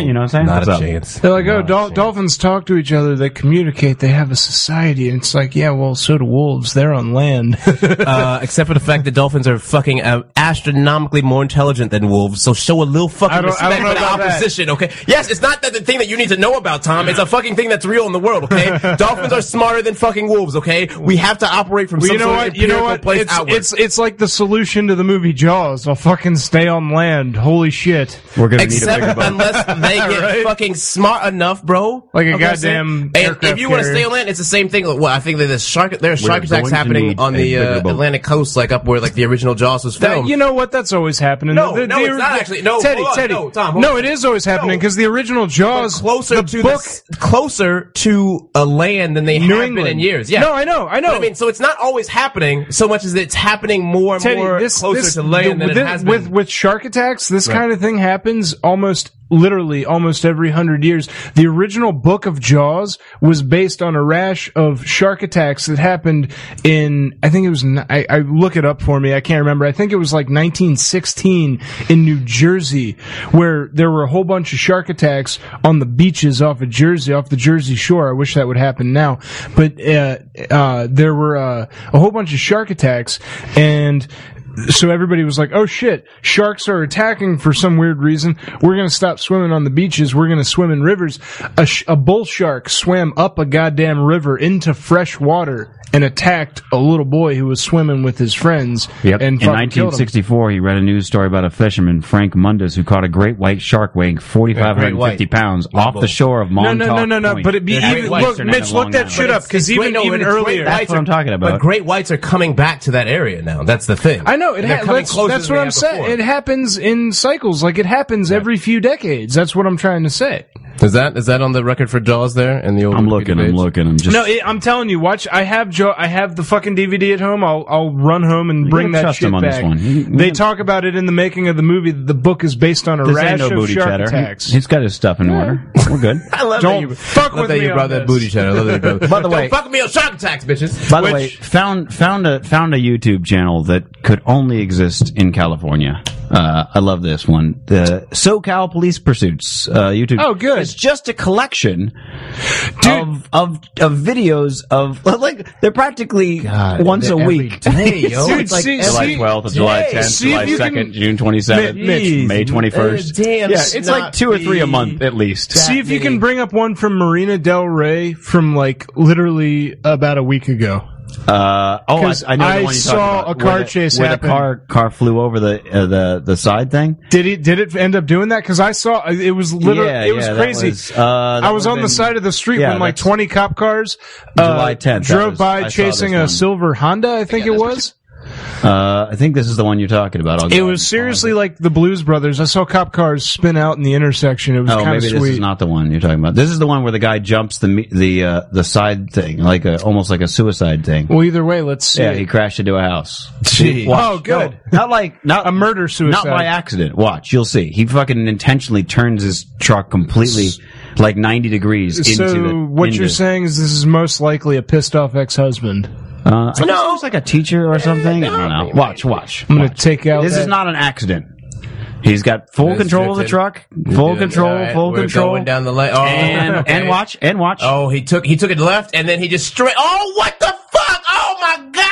Speaker 7: You know what I'm saying?
Speaker 8: Not
Speaker 7: That's
Speaker 8: a
Speaker 7: up.
Speaker 8: chance.
Speaker 9: They're like, oh, dol- dolphins talk to each other. They communicate. They have a society. And it's like, yeah, well, so do wolves. They're on land.
Speaker 8: Uh, except for the fact that dolphins are fucking uh, astronomically more intelligent than wolves. So show a little fucking
Speaker 9: I don't- I
Speaker 8: respect
Speaker 9: don't know
Speaker 8: for the
Speaker 9: about that.
Speaker 8: opposition, okay? Yes, it's not that the thing that you need to know about, Tom. It's a fucking thing that's real in the world, okay? dolphins are smarter than fucking wolves, okay? We have to operate from
Speaker 9: Well,
Speaker 8: some
Speaker 9: you know
Speaker 8: sort
Speaker 9: what?
Speaker 8: of
Speaker 9: You know
Speaker 8: empirical
Speaker 9: what?
Speaker 8: place
Speaker 9: It's,
Speaker 8: outward.
Speaker 9: it's it's like the solution to the movie Jaws. I'll fucking stay on land. Holy shit!
Speaker 7: We're gonna need a
Speaker 8: Except
Speaker 7: bigger boat.
Speaker 8: unless they get
Speaker 9: Right?
Speaker 8: fucking smart enough, bro.
Speaker 9: Like
Speaker 8: You
Speaker 9: a
Speaker 8: know what I'm
Speaker 9: goddamn
Speaker 8: saying? And
Speaker 9: aircraft
Speaker 8: if you want to
Speaker 9: carrier.
Speaker 8: stay on land, it's the same thing. Well, I think that there's shark there's shark
Speaker 7: going
Speaker 8: attacks
Speaker 7: to
Speaker 8: happening
Speaker 7: need
Speaker 8: on
Speaker 7: a
Speaker 8: the
Speaker 7: bigger
Speaker 8: uh,
Speaker 7: boat.
Speaker 8: Atlantic coast, like up where like the original Jaws was
Speaker 9: That,
Speaker 8: filmed.
Speaker 9: you know what? That's always happening.
Speaker 8: No,
Speaker 9: The- the-
Speaker 8: no,
Speaker 9: the-
Speaker 8: it's not actually- no,
Speaker 9: Teddy,
Speaker 8: hold on.
Speaker 9: Teddy.
Speaker 8: No, Tom, hold
Speaker 9: no,
Speaker 8: on.
Speaker 9: it is always happening
Speaker 8: No.
Speaker 9: because the original Jaws,
Speaker 8: closer
Speaker 9: the
Speaker 8: to the
Speaker 9: book,
Speaker 8: s- closer to a land than they
Speaker 9: New
Speaker 8: have been
Speaker 9: England
Speaker 8: in years. Yeah.
Speaker 9: No, I know, I know.
Speaker 8: But I mean, so it's not always happening so much as it's happening more and
Speaker 9: Teddy,
Speaker 8: more
Speaker 9: this
Speaker 8: closer
Speaker 9: this,
Speaker 8: to land
Speaker 9: the-
Speaker 8: than
Speaker 9: this-
Speaker 8: it has been.
Speaker 9: with with shark attacks. This kind of thing happens almost literally almost every hundred years. The original book of Jaws was based on a rash of shark attacks that happened in, I think it was, ni- I, I look it up for me. I can't remember. I think it was like 1916 in New Jersey where there were a whole bunch of shark attacks on the beaches off of Jersey, off the Jersey shore. I wish that would happen now, but, uh, uh, there were, uh, a whole bunch of shark attacks and so everybody was like, "Oh shit, sharks are attacking for some weird reason. We're gonna stop swimming on the beaches. We're gonna swim in rivers." A, sh- a bull shark swam up a goddamn river into fresh water and attacked a little boy who was swimming with his friends. and
Speaker 7: in
Speaker 9: fucking killed him.
Speaker 7: 1964, he read a news story about a fisherman, Frank Mundus, who caught a great white shark weighing 4,550
Speaker 8: white.
Speaker 7: pounds off the shore of
Speaker 9: No,
Speaker 7: Montauk
Speaker 9: no, no, no, no.
Speaker 7: Point.
Speaker 9: But it be
Speaker 7: That's
Speaker 9: even,
Speaker 7: Western
Speaker 9: look,
Speaker 7: end of
Speaker 9: Mitch, look
Speaker 7: Long
Speaker 9: that
Speaker 7: Island.
Speaker 9: shit up because
Speaker 8: It's great-
Speaker 9: even
Speaker 8: no,
Speaker 9: even
Speaker 8: it's great
Speaker 9: earlier.
Speaker 8: whites
Speaker 7: That's what
Speaker 8: are-
Speaker 7: I'm talking about.
Speaker 8: But great whites are coming back to that area now. That's the thing.
Speaker 9: I know it.
Speaker 8: And they're
Speaker 9: Ha-
Speaker 8: coming
Speaker 9: that's
Speaker 8: closer
Speaker 9: that's
Speaker 8: than
Speaker 9: what
Speaker 8: they
Speaker 9: I'm
Speaker 8: have
Speaker 9: saying.
Speaker 8: before.
Speaker 9: It happens in cycles. Like it happens every few decades. That's what I'm trying to say.
Speaker 8: Is that is that on the record for Jaws there? And the old
Speaker 7: I'm
Speaker 8: Wikipedia
Speaker 7: looking, I'm
Speaker 8: page?
Speaker 7: looking, I'm just.
Speaker 9: No, it, I'm telling you, watch. I have Joe. I have the fucking DVD at home. I'll I'll run home and bring
Speaker 7: can
Speaker 9: that
Speaker 7: trust
Speaker 9: shit
Speaker 7: him on this
Speaker 9: back.
Speaker 7: one. You- you
Speaker 9: They
Speaker 7: can-
Speaker 9: talk about it in the making of the movie. That the book is based on a
Speaker 7: this
Speaker 9: rash
Speaker 7: ain't no
Speaker 9: of
Speaker 7: booty
Speaker 9: shark
Speaker 7: chatter.
Speaker 9: attacks.
Speaker 7: He's got his stuff in order. We're good.
Speaker 8: I love
Speaker 9: Don't
Speaker 8: that you,
Speaker 9: fuck
Speaker 8: love
Speaker 9: with
Speaker 8: that
Speaker 9: me
Speaker 8: you
Speaker 9: on
Speaker 8: brought that
Speaker 9: this.
Speaker 8: booty cheddar. I love that you brought-
Speaker 7: By the
Speaker 8: Don't
Speaker 7: way-
Speaker 8: fuck with me on shark attacks, bitches.
Speaker 7: By the
Speaker 9: Which-
Speaker 7: way, found found a found a YouTube channel that could only exist in California. Uh, I love this one. The SoCal Police Pursuits uh, YouTube.
Speaker 9: Oh, good.
Speaker 7: It's just a collection
Speaker 9: Dude.
Speaker 7: of, of of videos of like they're practically once a week.
Speaker 8: Hey yo,
Speaker 9: Dude,
Speaker 8: it's like
Speaker 9: see-
Speaker 8: every-
Speaker 9: see-
Speaker 7: July
Speaker 9: See if you can-
Speaker 7: June twenty
Speaker 9: Mitch, Mitch.
Speaker 7: twenty
Speaker 8: Uh, damn
Speaker 7: yeah, it's like two or three a month at least.
Speaker 9: See if you can bring up one from Marina Del Rey from like literally about a week ago.
Speaker 7: Uh, oh, I,
Speaker 9: 'Cause
Speaker 7: I know
Speaker 9: I
Speaker 7: the one you're talking
Speaker 9: saw
Speaker 7: about,
Speaker 9: a car
Speaker 7: where the-
Speaker 9: chase
Speaker 7: where
Speaker 9: happen.
Speaker 7: the car car flew over the uh, the the side thing.
Speaker 9: Did it did it end up doing that? Because I saw it was literally
Speaker 7: yeah,
Speaker 9: it was
Speaker 7: yeah, that
Speaker 9: crazy.
Speaker 7: was, uh, that
Speaker 9: I was
Speaker 7: would've
Speaker 9: on the
Speaker 7: been-
Speaker 9: side of the street
Speaker 7: yeah,
Speaker 9: when like
Speaker 7: that's-
Speaker 9: twenty cop cars uh,
Speaker 7: July 10th, that
Speaker 9: drove
Speaker 7: was- I saw
Speaker 9: by chasing
Speaker 7: this
Speaker 9: a
Speaker 7: one.
Speaker 9: silver Honda. I think it was.
Speaker 7: Uh, I think this is the one you're talking about. I'll go
Speaker 9: It
Speaker 7: ahead
Speaker 9: was
Speaker 7: and
Speaker 9: seriously like the Blues Brothers. I saw cop cars spin out in the intersection. It was
Speaker 7: find it. Oh,
Speaker 9: kind of
Speaker 7: maybe
Speaker 9: sweet.
Speaker 7: this is not the one you're talking about. This is the one where the guy jumps the me- the uh, the side thing, like a, almost like a suicide thing.
Speaker 9: well, either way, let's see.
Speaker 7: yeah, he crashed into a house.
Speaker 9: Gee. Oh, good.
Speaker 7: No, not like not
Speaker 9: A murder
Speaker 7: Not
Speaker 9: suicide.
Speaker 7: by accident. Watch, you'll see. He fucking intentionally turns his truck completely like 90 degrees into
Speaker 9: so
Speaker 7: the
Speaker 9: what
Speaker 7: into-
Speaker 9: you're saying is this is most likely a pissed off ex-husband.
Speaker 7: Uh, I guess it was like a teacher or something. I don't know. Watch, Uh, watch.
Speaker 9: I'm gonna
Speaker 7: watch.
Speaker 9: take out.
Speaker 7: This
Speaker 9: that-
Speaker 7: is not an accident. He's got full
Speaker 8: It's
Speaker 7: control of the
Speaker 8: drifted.
Speaker 7: truck. Full
Speaker 8: Dude,
Speaker 7: control.
Speaker 8: all right,
Speaker 7: full
Speaker 8: we're
Speaker 7: control.
Speaker 8: Going down the lane. Oh,
Speaker 7: and
Speaker 8: okay.
Speaker 7: and watch and watch.
Speaker 8: Oh, he took he took it left, and then he just straight. Oh, what the fuck? Oh my god!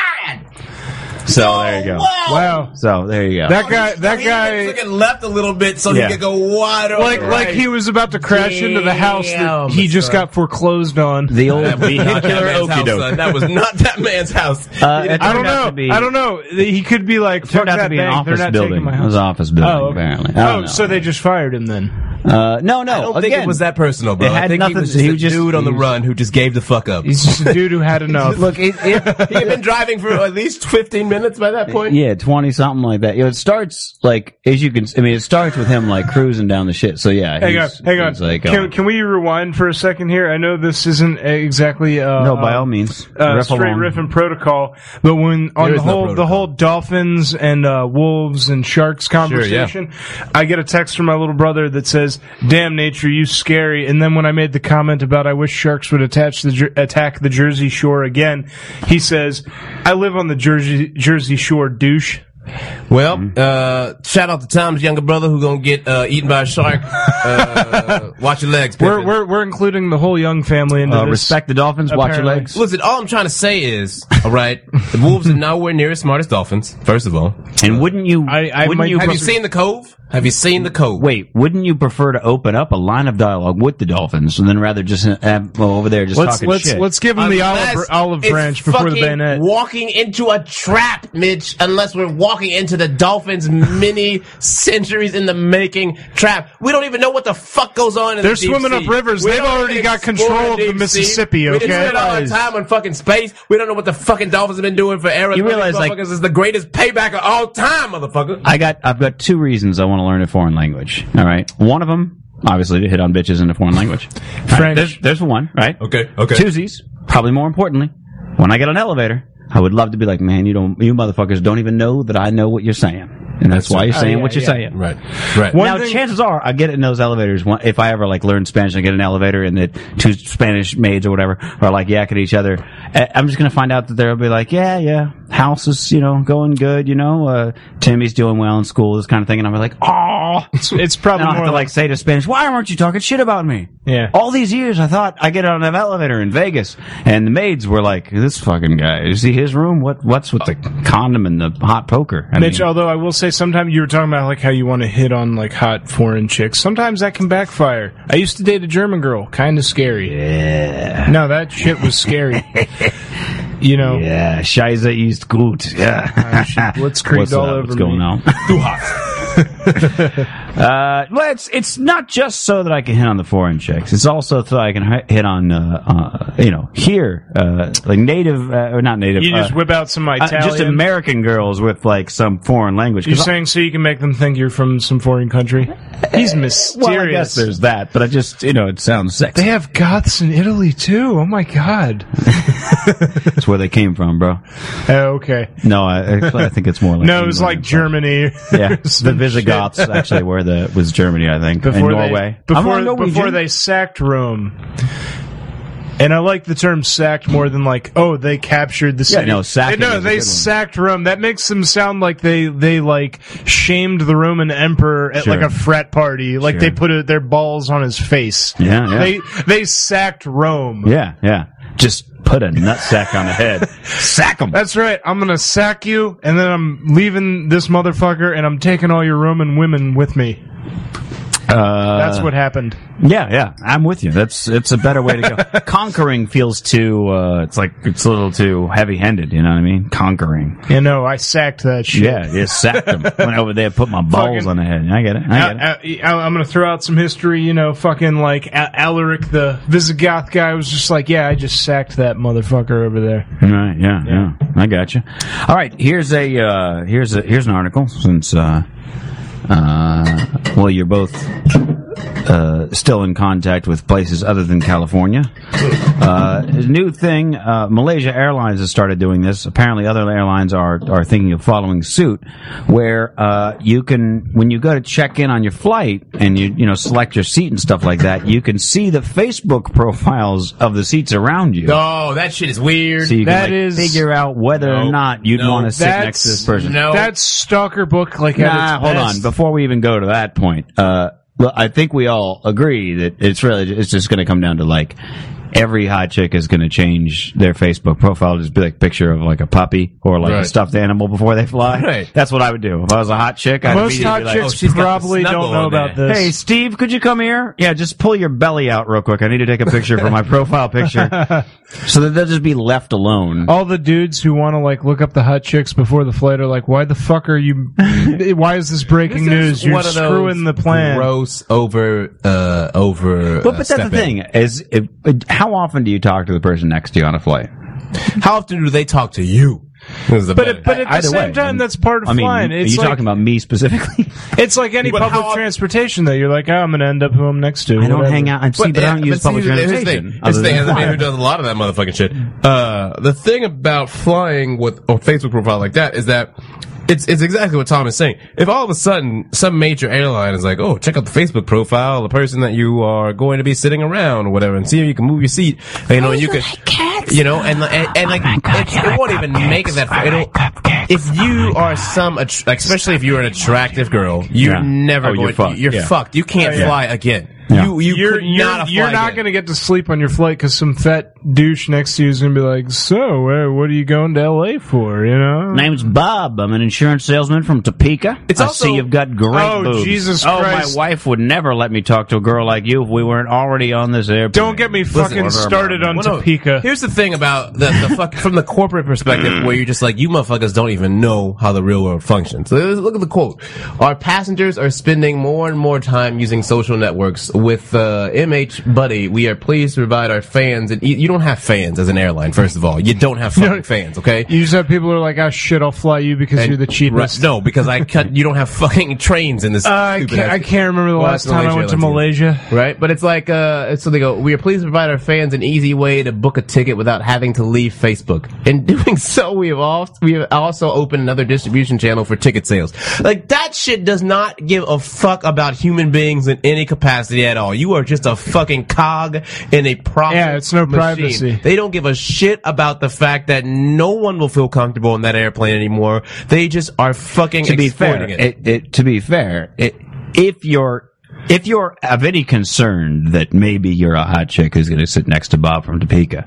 Speaker 7: so there you go.
Speaker 9: Wow.
Speaker 7: So there you go.
Speaker 8: Oh,
Speaker 9: That guy. That
Speaker 8: He
Speaker 9: guy.
Speaker 8: took it left a little bit so
Speaker 7: Yeah.
Speaker 8: he could go wide over.
Speaker 9: Like like he was about to crash into the house
Speaker 8: Damn,
Speaker 9: that he just
Speaker 8: son.
Speaker 9: got foreclosed on.
Speaker 7: the old
Speaker 8: Not that
Speaker 7: vehicular
Speaker 8: man's
Speaker 7: okie
Speaker 8: house, son.
Speaker 7: doke. Uh,
Speaker 8: That was not that man's house.
Speaker 9: I don't know. I don't know. He could be like fuck
Speaker 7: Turned out
Speaker 9: that
Speaker 7: to be an
Speaker 9: bank. They're
Speaker 7: office
Speaker 9: not
Speaker 7: building.
Speaker 9: taking
Speaker 7: It
Speaker 9: my
Speaker 7: was
Speaker 9: house.
Speaker 7: an office building,
Speaker 9: Oh, okay.
Speaker 7: apparently. I don't
Speaker 9: Oh,
Speaker 7: know.
Speaker 9: so they just fired him then.
Speaker 7: uh, no, no.
Speaker 8: I don't
Speaker 7: again,
Speaker 8: think it was that personal, bro.
Speaker 7: It
Speaker 8: I
Speaker 7: had
Speaker 8: think
Speaker 7: nothing-
Speaker 8: he was
Speaker 7: he
Speaker 8: just a
Speaker 7: was just-
Speaker 8: dude on the
Speaker 7: he was-
Speaker 8: run who just gave the fuck up.
Speaker 9: He's just a dude who had enough.
Speaker 7: Look, it, it,
Speaker 8: he had been driving for at least 15 minutes by that point.
Speaker 7: Yeah, twenty something like that. You know, it starts like as you can. I mean, it starts with him like cruising down the shit. So yeah,
Speaker 9: Hang on,
Speaker 7: he's-
Speaker 9: hang on.
Speaker 7: he's Like,
Speaker 9: can,
Speaker 7: uh,
Speaker 9: can we rewind for a second here? I know this isn't exactly uh,
Speaker 7: no, by all
Speaker 9: um,
Speaker 7: means,
Speaker 9: uh,
Speaker 7: riff
Speaker 9: straight
Speaker 7: along.
Speaker 9: riffing protocol, but when on
Speaker 8: There
Speaker 9: the
Speaker 8: is no
Speaker 9: whole the
Speaker 8: protocol.
Speaker 9: whole dolphins and uh, wolves and sharks conversation, I get a text from my little brother that says, "Damn nature, you scary." And then when I made the comment about I wish sharks would attach the Jer- attack the Jersey Shore again, he says, "I live on the Jersey Jersey Shore, douche."
Speaker 7: Mm-hmm.
Speaker 8: Well, uh, shout out to Tom's younger brother who gonna get uh, eaten by a shark. Uh, watch your legs.
Speaker 9: We're
Speaker 8: Pippin.
Speaker 9: we're, we're including the whole young family into
Speaker 7: Uh,
Speaker 9: this.
Speaker 7: respect the dolphins. Watch your
Speaker 9: Apparently.
Speaker 7: legs.
Speaker 8: Listen, all I'm trying to say is, all right, the wolves are nowhere near as smart as dolphins. First of all,
Speaker 7: And wouldn't you?
Speaker 9: I- I
Speaker 7: wouldn't
Speaker 9: might-
Speaker 7: you?
Speaker 8: have you
Speaker 7: prefer-
Speaker 8: seen the cove? Have you seen the cove?
Speaker 7: Wait, wouldn't you prefer to open up a line of dialogue with the dolphins, and then rather just uh, have, well, over there just
Speaker 9: Let's
Speaker 7: talking
Speaker 9: let's
Speaker 7: shit?
Speaker 9: let's give him the
Speaker 8: Unless
Speaker 9: olive, olive
Speaker 8: it's
Speaker 9: branch before the
Speaker 8: fucking
Speaker 9: bayonet.
Speaker 8: Walking into a trap, Mitch. Unless we're walking into the dolphins' many centuries in the making trap. We don't even know what the fuck goes on. In
Speaker 9: They're
Speaker 8: the deep
Speaker 9: swimming up
Speaker 8: sea.
Speaker 9: rivers.
Speaker 8: We
Speaker 9: They've
Speaker 8: don't
Speaker 9: already got
Speaker 8: explore
Speaker 9: control of the
Speaker 8: deep sea.
Speaker 9: Mississippi,
Speaker 8: We didn't
Speaker 9: okay?
Speaker 8: spend all our time on fucking space. We don't know what the fucking dolphins have been doing for eras.
Speaker 7: You realize, like-
Speaker 8: this is the greatest payback of all time, motherfucker.
Speaker 7: I got. I've got two reasons I want to learn a foreign language. All right, one of them obviously to hit on bitches in a foreign language. All right,
Speaker 9: French.
Speaker 7: there's, there's one. Right.
Speaker 8: Okay, okay.
Speaker 7: Tuesdays, probably more importantly, when I get on an elevator, I would love to be like, man, you don't, you motherfuckers don't even know that I know what you're saying. and that's why you're
Speaker 9: Oh,
Speaker 7: saying
Speaker 9: yeah,
Speaker 7: what you're
Speaker 9: yeah.
Speaker 7: saying.
Speaker 8: Right. Right.
Speaker 9: One
Speaker 7: now,
Speaker 9: thing-
Speaker 7: chances are, I get in those elevators. one- If I ever like learn Spanish, I get in an elevator, and the two Spanish maids or whatever are like yak at each other. I- I'm just gonna find out that they'll be like, "Yeah, yeah, house is you know going good. You know, uh, Timmy's doing well in school, this kind of thing." And I'm like, "Oh."
Speaker 9: It's, it's probably
Speaker 7: And I'll
Speaker 9: more
Speaker 7: have to
Speaker 9: like,
Speaker 7: like say to Spanish, "Why aren't you talking shit about me?"
Speaker 9: Yeah.
Speaker 7: All these years, I thought I get on an elevator in Vegas, and the maids were like, "This fucking guy is he his room? What what's with the condom and the hot poker?" I
Speaker 9: Mitch,
Speaker 7: mean-
Speaker 9: although I will say, sometimes you were talking about like how you want to hit on like hot foreign chicks. Sometimes that can backfire. I used to date a German girl, kind of scary. Yeah. No, that shit was scary. you know,
Speaker 7: Yeah, Scheiße ist gut. Yeah.
Speaker 9: what's creeped
Speaker 7: what's
Speaker 9: all
Speaker 7: up?
Speaker 9: over
Speaker 7: What's going
Speaker 9: me.
Speaker 7: on? uh, let's. It's not just so that I can hit on the foreign chicks. It's also so I can hi- hit on, uh, uh, you know, here, uh, like native uh, or not native.
Speaker 9: you just
Speaker 7: uh,
Speaker 9: whip out some
Speaker 7: uh,
Speaker 9: Italian.
Speaker 7: just American girls with like some foreign language. 'Cause
Speaker 9: You're
Speaker 7: I-
Speaker 9: saying so you can make them think you're from some foreign country? He's mysterious.
Speaker 7: well, I guess there's that, but I just you know it sounds
Speaker 9: they
Speaker 7: sexy.
Speaker 9: have goths in Italy too. Oh my god.
Speaker 7: That's where they came from, bro.
Speaker 9: Oh, okay.
Speaker 7: No, I, actually, I think it's more like
Speaker 9: No, it was like
Speaker 7: England.
Speaker 9: Germany.
Speaker 7: Yeah, the
Speaker 9: Some
Speaker 7: Visigoths actually were the was Germany, I think, and
Speaker 9: before
Speaker 7: Norway.
Speaker 9: They,
Speaker 7: I'm a
Speaker 9: before,
Speaker 7: Norwegian.
Speaker 9: before they sacked Rome. And I like the term sacked more than like, oh, they captured the city.
Speaker 7: no, sacking
Speaker 9: They-
Speaker 7: is
Speaker 9: No,
Speaker 7: a good
Speaker 9: they
Speaker 7: one.
Speaker 9: sacked Rome. That makes them sound like they, they like shamed the Roman emperor at
Speaker 7: Sure.
Speaker 9: like a frat party. Like
Speaker 7: Sure.
Speaker 9: they put a, their balls on his face.
Speaker 7: Yeah, yeah.
Speaker 9: They, they sacked Rome.
Speaker 7: yeah, yeah. Just put a nutsack on the head, sack him.
Speaker 9: That's right. I'm gonna sack you, and then I'm leaving this motherfucker, and I'm taking all your Roman women with me.
Speaker 7: Uh,
Speaker 9: That's what happened.
Speaker 7: Yeah, yeah. I'm with you. That's it's a better way to go. Conquering feels too. uh It's like it's a little too heavy-handed. You know what I mean? Conquering.
Speaker 9: You know, I sacked that shit.
Speaker 7: Yeah, yeah. Sacked him. Went over there, put my balls
Speaker 9: Fucking-
Speaker 7: on the head. I get it. I get it.
Speaker 9: I, I, e, I'm going to throw out some history. You know, fucking like Al- Alaric the Visigoth guy was just like, yeah, I just sacked that motherfucker over there.
Speaker 7: Right. Yeah. Yeah. I got you. All right. Here's a uh, here's a here's an article since uh, uh, well you're both uh, still in contact with places other than California. Uh, new thing. Uh, Malaysia Airlines has started doing this. Apparently, other airlines are are thinking of following suit, where uh, you can when you go to check in on your flight and you you know select your seat and stuff like that, you can see the Facebook profiles of the seats around you.
Speaker 8: Oh, that shit is weird.
Speaker 7: So you
Speaker 9: That
Speaker 7: can like,
Speaker 9: is-
Speaker 7: figure out whether or
Speaker 8: No,
Speaker 7: not you'd
Speaker 8: no,
Speaker 7: want to sit next to this person.
Speaker 8: No.
Speaker 9: That's stalker book. Like, at
Speaker 7: nah,
Speaker 9: its
Speaker 7: hold
Speaker 9: best.
Speaker 7: on. Before we even go to that point, uh, well, I think we all agree that it's really it's just going to come down to like every hot chick is going to change their Facebook profile to just be like a picture of like a puppy or like a
Speaker 8: Right.
Speaker 7: stuffed animal before they fly.
Speaker 8: Right.
Speaker 7: That's what I would do if I was a hot chick. I'd
Speaker 9: Most
Speaker 7: immediately
Speaker 9: hot
Speaker 7: be like, oh,
Speaker 9: chicks
Speaker 8: she's got the
Speaker 9: probably
Speaker 8: snuggle
Speaker 9: don't know
Speaker 8: on
Speaker 9: about
Speaker 8: there.
Speaker 9: this.
Speaker 7: Hey, Steve, could you come here? Yeah, just pull your belly out real quick. I need to take a picture for my profile picture, so that they'll just be left alone.
Speaker 9: all the dudes who want to like look up the hot chicks before the flight are like, why the fuck are you? why is this breaking news? You're screwing the plan.
Speaker 8: Gross over uh over.
Speaker 7: But, but that's the thing is, if, but how often do you talk to the person next to you on a flight?
Speaker 8: How often do they talk to you?
Speaker 9: But it, but at the
Speaker 7: Either
Speaker 9: same
Speaker 7: way,
Speaker 9: time, that's part of
Speaker 7: I mean,
Speaker 9: flying.
Speaker 7: are
Speaker 9: It's
Speaker 7: you
Speaker 9: like,
Speaker 7: talking about me specifically?
Speaker 9: It's like any
Speaker 8: But
Speaker 9: public
Speaker 8: how-
Speaker 9: transportation, though. You're like, oh, I'm going to end up who I'm next to.
Speaker 7: I don't
Speaker 9: whatever.
Speaker 7: hang out. I see, but, I don't use public
Speaker 8: here's the thing-
Speaker 7: transportation.
Speaker 8: Here's the
Speaker 7: other
Speaker 8: thing,
Speaker 7: than
Speaker 8: as a man who
Speaker 7: flying.
Speaker 8: does a lot of that motherfucking shit, uh, the thing about flying with a Facebook profile like that is that it's it's exactly what Tom is saying. If all of a sudden some major airline is like, oh, check out the Facebook profile, of the person that you are going to be sitting around or whatever, and see if you can move your seat, and, you know, and you can, you know, and and, and like it's- it won't even make it that.
Speaker 7: Oh
Speaker 8: It'll, if you are some, att- like, especially if you're an attractive girl, you're
Speaker 7: Yeah.
Speaker 8: never
Speaker 7: Oh,
Speaker 8: going.
Speaker 7: you're fucked.
Speaker 8: You're
Speaker 7: Yeah.
Speaker 8: fucked. You can't
Speaker 9: Yeah.
Speaker 8: fly again.
Speaker 7: Yeah.
Speaker 8: You you
Speaker 9: You're,
Speaker 8: could not
Speaker 9: you're not,
Speaker 8: have
Speaker 9: you're
Speaker 8: flied
Speaker 9: not
Speaker 8: again.
Speaker 9: going to get to sleep on your flight because some fat douche next to you is going to be like, so, uh, what are you going to L.A. for, you know?
Speaker 7: Name's Bob. I'm an insurance salesman from Topeka.
Speaker 8: It's
Speaker 7: I
Speaker 8: also-
Speaker 7: see you've got great
Speaker 9: Oh,
Speaker 7: boobs.
Speaker 9: Jesus
Speaker 7: oh, my
Speaker 9: Christ.
Speaker 7: wife would never let me talk to a girl like you if we weren't already on this airplane.
Speaker 9: Don't get me fucking
Speaker 7: whatever,
Speaker 9: started on
Speaker 8: Well, no,
Speaker 9: Topeka.
Speaker 8: Oh, Here's the thing about the, the fuck from the corporate
Speaker 7: Mm.
Speaker 8: perspective, where you're just like you motherfuckers don't even know how the real world functions. So, Look at the quote: "Our passengers are spending more and more time using social networks with uh, MH Buddy, we are pleased to provide our fans. And you you don't have fans as an airline, first of all. You don't have fucking fans, okay?
Speaker 9: You just have people who are like, oh shit, I'll fly you because you're the cheapest.
Speaker 8: Right, no, because I cut. You don't have fucking trains in this.
Speaker 9: Uh, I,
Speaker 8: stupid
Speaker 9: can't,
Speaker 8: ass-
Speaker 9: I can't remember the
Speaker 8: Well,
Speaker 9: last
Speaker 8: that's
Speaker 9: time I went to
Speaker 8: Malaysia,
Speaker 9: Malaysia.
Speaker 8: Right, but it's like uh, so they go. We are pleased to provide our fans an easy way to book a ticket without having to leave Facebook. In doing so, we have all we have also opened another distribution channel for ticket sales. Like that shit does not give a fuck about human beings in any capacity at all. You are just a fucking cog in a profit.
Speaker 9: Yeah, it's no
Speaker 8: machine.
Speaker 9: privacy.
Speaker 8: They don't give a shit about the fact that no one will feel comfortable in that airplane anymore. They just are fucking
Speaker 7: to be fair,
Speaker 8: exploiting it.
Speaker 7: it, it, to be fair, it, if you're if you're of any concern that maybe you're a hot chick who's going to sit next to Bob from Topeka,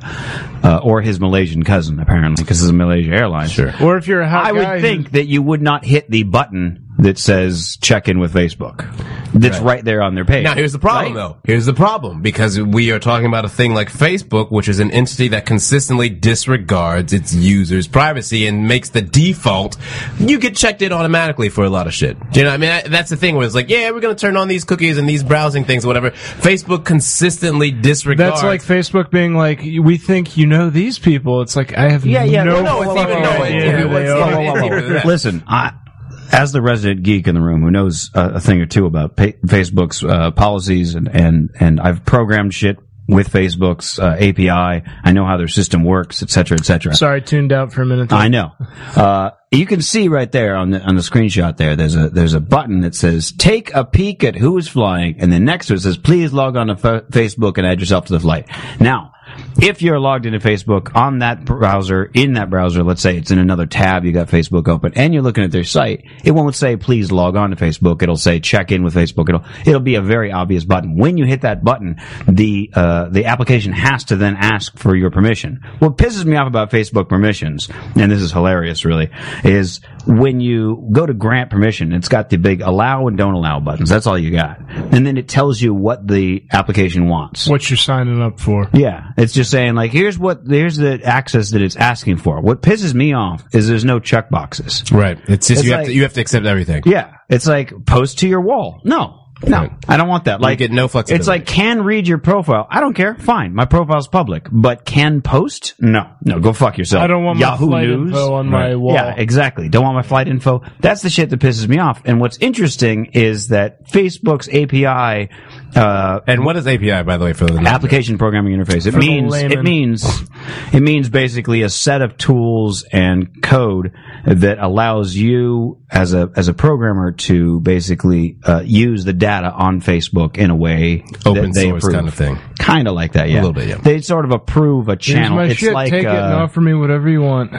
Speaker 7: uh, or his Malaysian cousin, apparently, because it's a Malaysia airline. Sure.
Speaker 9: Or if you're a hot
Speaker 7: I
Speaker 9: guy
Speaker 7: would
Speaker 9: who-
Speaker 7: think that you would not hit the button that says check in with Facebook. That's right, there on their page.
Speaker 8: Now here's the problem, though. Here's the problem because we are talking about a thing like Facebook, which is an entity that consistently disregards its users' privacy and makes the default. You get checked in automatically for a lot of shit. Do you know? What I mean, I, that's the thing where it's like, yeah, we're gonna turn on these cookies and these browsing things, or whatever. Facebook consistently disregards.
Speaker 9: That's like Facebook being like, we think you know these people. It's like, I have
Speaker 7: Yeah, yeah,
Speaker 9: no,
Speaker 7: no,
Speaker 8: it's
Speaker 9: fucking
Speaker 8: even- no, it's
Speaker 9: idea
Speaker 8: even-
Speaker 9: who they
Speaker 8: it's
Speaker 9: are.
Speaker 8: even-
Speaker 7: Whoa, whoa, whoa.
Speaker 8: Yeah.
Speaker 7: Listen, I, as the resident geek in the room who knows uh, a thing or two about pa- Facebook's uh, policies, and, and and I've programmed shit with Facebook's uh, API. I know how their system works, et cetera, et cetera.
Speaker 9: Sorry, tuned out for a minute. there.
Speaker 7: I know. Uh, you can see right there on the on the screenshot there. There's a there's a button that says "Take a peek at who is flying," and then next to it says "Please log on to fa- Facebook and add yourself to the flight." Now, if you're logged into Facebook on that browser, in that browser, let's say it's in another tab, you got Facebook open, and you're looking at their site, it won't say "Please log on to Facebook." It'll say "Check in with Facebook." It'll it'll be a very obvious button. When you hit that button, the uh, the application has to then ask for your permission. What pisses me off about Facebook permissions, and this is hilarious, really, is when you go to grant permission, it's got the big allow and don't allow buttons. That's all you got, and then it tells you what the application wants.
Speaker 9: What you're signing up for.
Speaker 7: Yeah, it's just saying like here's what here's the access that it's asking for. What pisses me off is there's no check boxes.
Speaker 8: right. It's just
Speaker 7: It's
Speaker 8: you
Speaker 7: like-
Speaker 8: have to you have to accept everything.
Speaker 7: Yeah, it's like post to your wall. No. No,
Speaker 8: Right.
Speaker 7: I don't want that. Like
Speaker 8: get no flexibility.
Speaker 7: It's like can read your profile. I don't care. Fine, my profile's public, but can post? No, no, go fuck yourself.
Speaker 9: I don't want my
Speaker 7: Yahoo
Speaker 9: flight
Speaker 7: News
Speaker 9: info on my wall.
Speaker 7: Yeah, exactly. Don't want my flight info. That's the shit that pisses me off. And what's interesting is that Facebook's API uh,
Speaker 8: And what is API, by the way, for the
Speaker 7: application programming interface. It
Speaker 9: Mm-hmm. the
Speaker 7: means it
Speaker 9: layman.
Speaker 7: means it means basically a set of tools and code that allows you as a as a programmer to basically uh, use the data on Facebook in a way
Speaker 8: Open
Speaker 7: that they
Speaker 8: source
Speaker 7: approve.
Speaker 8: kind of thing.
Speaker 7: Kind of like that, yeah.
Speaker 8: little bit, yeah.
Speaker 7: They sort of approve a
Speaker 9: Here's
Speaker 7: channel.
Speaker 9: my
Speaker 7: It's
Speaker 9: shit.
Speaker 7: like
Speaker 9: Take it and
Speaker 7: uh,
Speaker 9: offer me whatever you want.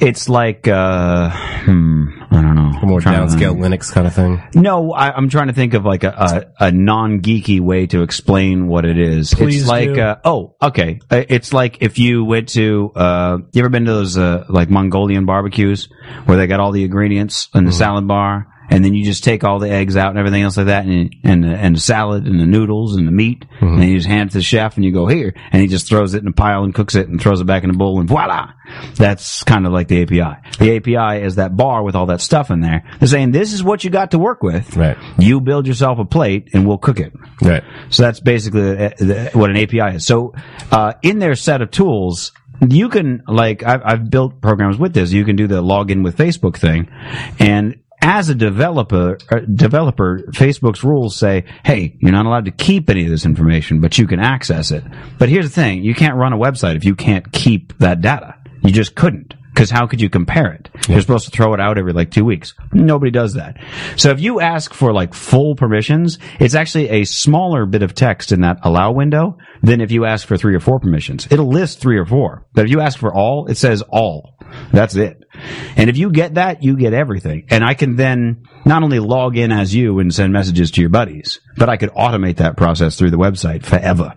Speaker 7: it's like uh, hmm, I don't know.
Speaker 8: more
Speaker 7: I'm trying to-
Speaker 8: downscale Linux kind of thing?
Speaker 7: No, I, I'm trying to think of like a, a, a non geeky way to explain what it is.
Speaker 9: Please
Speaker 7: it's like,
Speaker 9: do.
Speaker 7: Uh, oh, okay. Uh, It's like if you went to, uh, you ever been to those uh, like Mongolian barbecues where they got all the ingredients in the salad bar, and then you just take all the eggs out and everything else like that, and and the, and the salad and the noodles and the meat, and then you just hand it to the chef, and you go here, and he just throws it in a pile and cooks it and throws it back in a bowl, and voila. That's kind of like the API. The API is that bar with all that stuff in there. They're saying this is what you got to work with.
Speaker 8: Right.
Speaker 7: You build yourself a plate, and we'll cook it.
Speaker 8: Right.
Speaker 7: So that's basically uh, the- what an API is. So uh, in their set of tools, you can like I've, I've built programs with this. You can do the login with Facebook thing, and as a developer, uh, developer, Facebook's rules say, "Hey, you're not allowed to keep any of this information, but you can access it." But here's the thing: you can't run a website if you can't keep that data. You just couldn't. Because how could you compare it? You're supposed to throw it out every like two weeks. Nobody does that. So if you ask for like full permissions, it's actually a smaller bit of text in that allow window than if you ask for three or four permissions. It'll list three or four. But if you ask for all, it says all. That's it. And if you get that, you get everything. And I can then not only log in as you and send messages to your buddies, but I could automate that process through the website forever.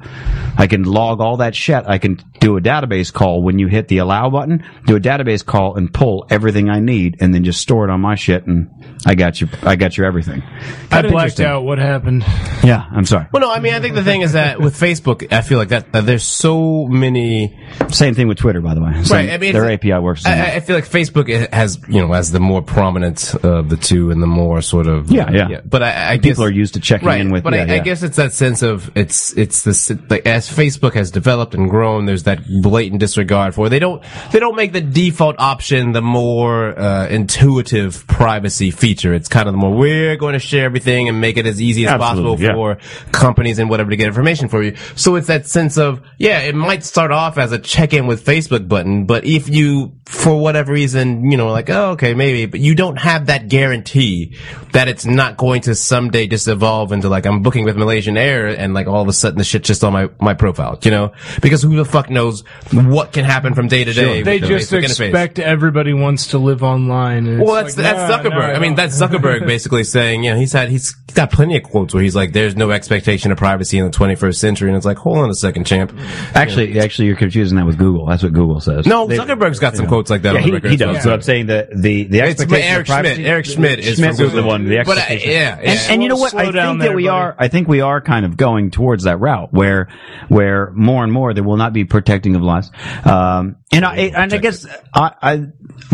Speaker 7: I can log all that shit. I can do a database call when you hit the allow button, do a database call and pull everything I need and then just store it on my shit and I got you I got your everything.
Speaker 9: I
Speaker 7: Kinda
Speaker 9: blacked
Speaker 8: uh,
Speaker 7: interesting.
Speaker 9: out. What happened?
Speaker 7: Yeah, I'm sorry.
Speaker 8: Well, no, I mean, I think the thing is that with Facebook, I feel like that, that there's so many
Speaker 7: Same thing with Twitter by the way. Same-
Speaker 8: I mean,
Speaker 7: their
Speaker 8: it's-
Speaker 7: API works
Speaker 5: worse. Than that.
Speaker 8: I, I feel like Facebook i- has, you know, as the more prominent of the two and the more sort of
Speaker 5: Yeah, yeah.
Speaker 8: But I, I guess
Speaker 7: People are used to checking
Speaker 8: right.
Speaker 7: in with.
Speaker 8: but I,
Speaker 7: yeah,
Speaker 8: I
Speaker 7: yeah.
Speaker 8: guess it's that sense of it's it's the s- like as Facebook has developed and grown, there's that blatant disregard for they don't they don't make the default option the more uh, intuitive privacy feature. It's kind of the more we're going to share everything and make it as easy as
Speaker 7: Absolutely,
Speaker 8: possible
Speaker 7: yeah.
Speaker 8: for companies and whatever to get information for you. So it's that sense of yeah, it might start off as a check in with Facebook button, but if you for whatever reason you know like oh okay maybe, but you don't have that guarantee that it's not going to someday just evolve into like I'm booking with Malaysian Air and like all of a sudden the shit just on my my profile, you know? Because who the fuck knows what can happen from day to day? with
Speaker 9: They
Speaker 8: the
Speaker 9: just
Speaker 8: Facebook interface.
Speaker 9: expect everybody wants to live online. and it's
Speaker 8: Well, that's
Speaker 9: like,
Speaker 8: that's
Speaker 9: nah,
Speaker 8: Zuckerberg.
Speaker 9: nah,
Speaker 8: I mean,
Speaker 9: nah.
Speaker 8: that's Zuckerberg basically saying, you know, he's had he's got plenty of quotes where he's like, "There's no expectation of privacy in the 21st century," and it's like, hold on a second, champ.
Speaker 7: Actually, actually, you're confusing that with Google. That's what Google says.
Speaker 8: No, Zuckerberg's got some quotes like that
Speaker 7: Yeah,
Speaker 8: on the
Speaker 7: he,
Speaker 8: record.
Speaker 7: he
Speaker 8: as well.
Speaker 7: does. So I'm saying that the the
Speaker 8: It's
Speaker 7: expectation of
Speaker 8: Eric
Speaker 7: privacy-
Speaker 8: Schmidt. Eric Schmidt is
Speaker 7: Schmidt
Speaker 8: from
Speaker 7: was the
Speaker 8: Google.
Speaker 7: one. The
Speaker 8: But I-
Speaker 7: expectation.
Speaker 8: yeah, yeah.
Speaker 7: And, and you know
Speaker 9: Slow-
Speaker 7: what?
Speaker 9: slow
Speaker 7: I
Speaker 9: down
Speaker 7: think that we
Speaker 9: there,
Speaker 7: are. I think we are kind of going towards that route where where more and more there will not be protecting of lives. Um, and I and I guess I, I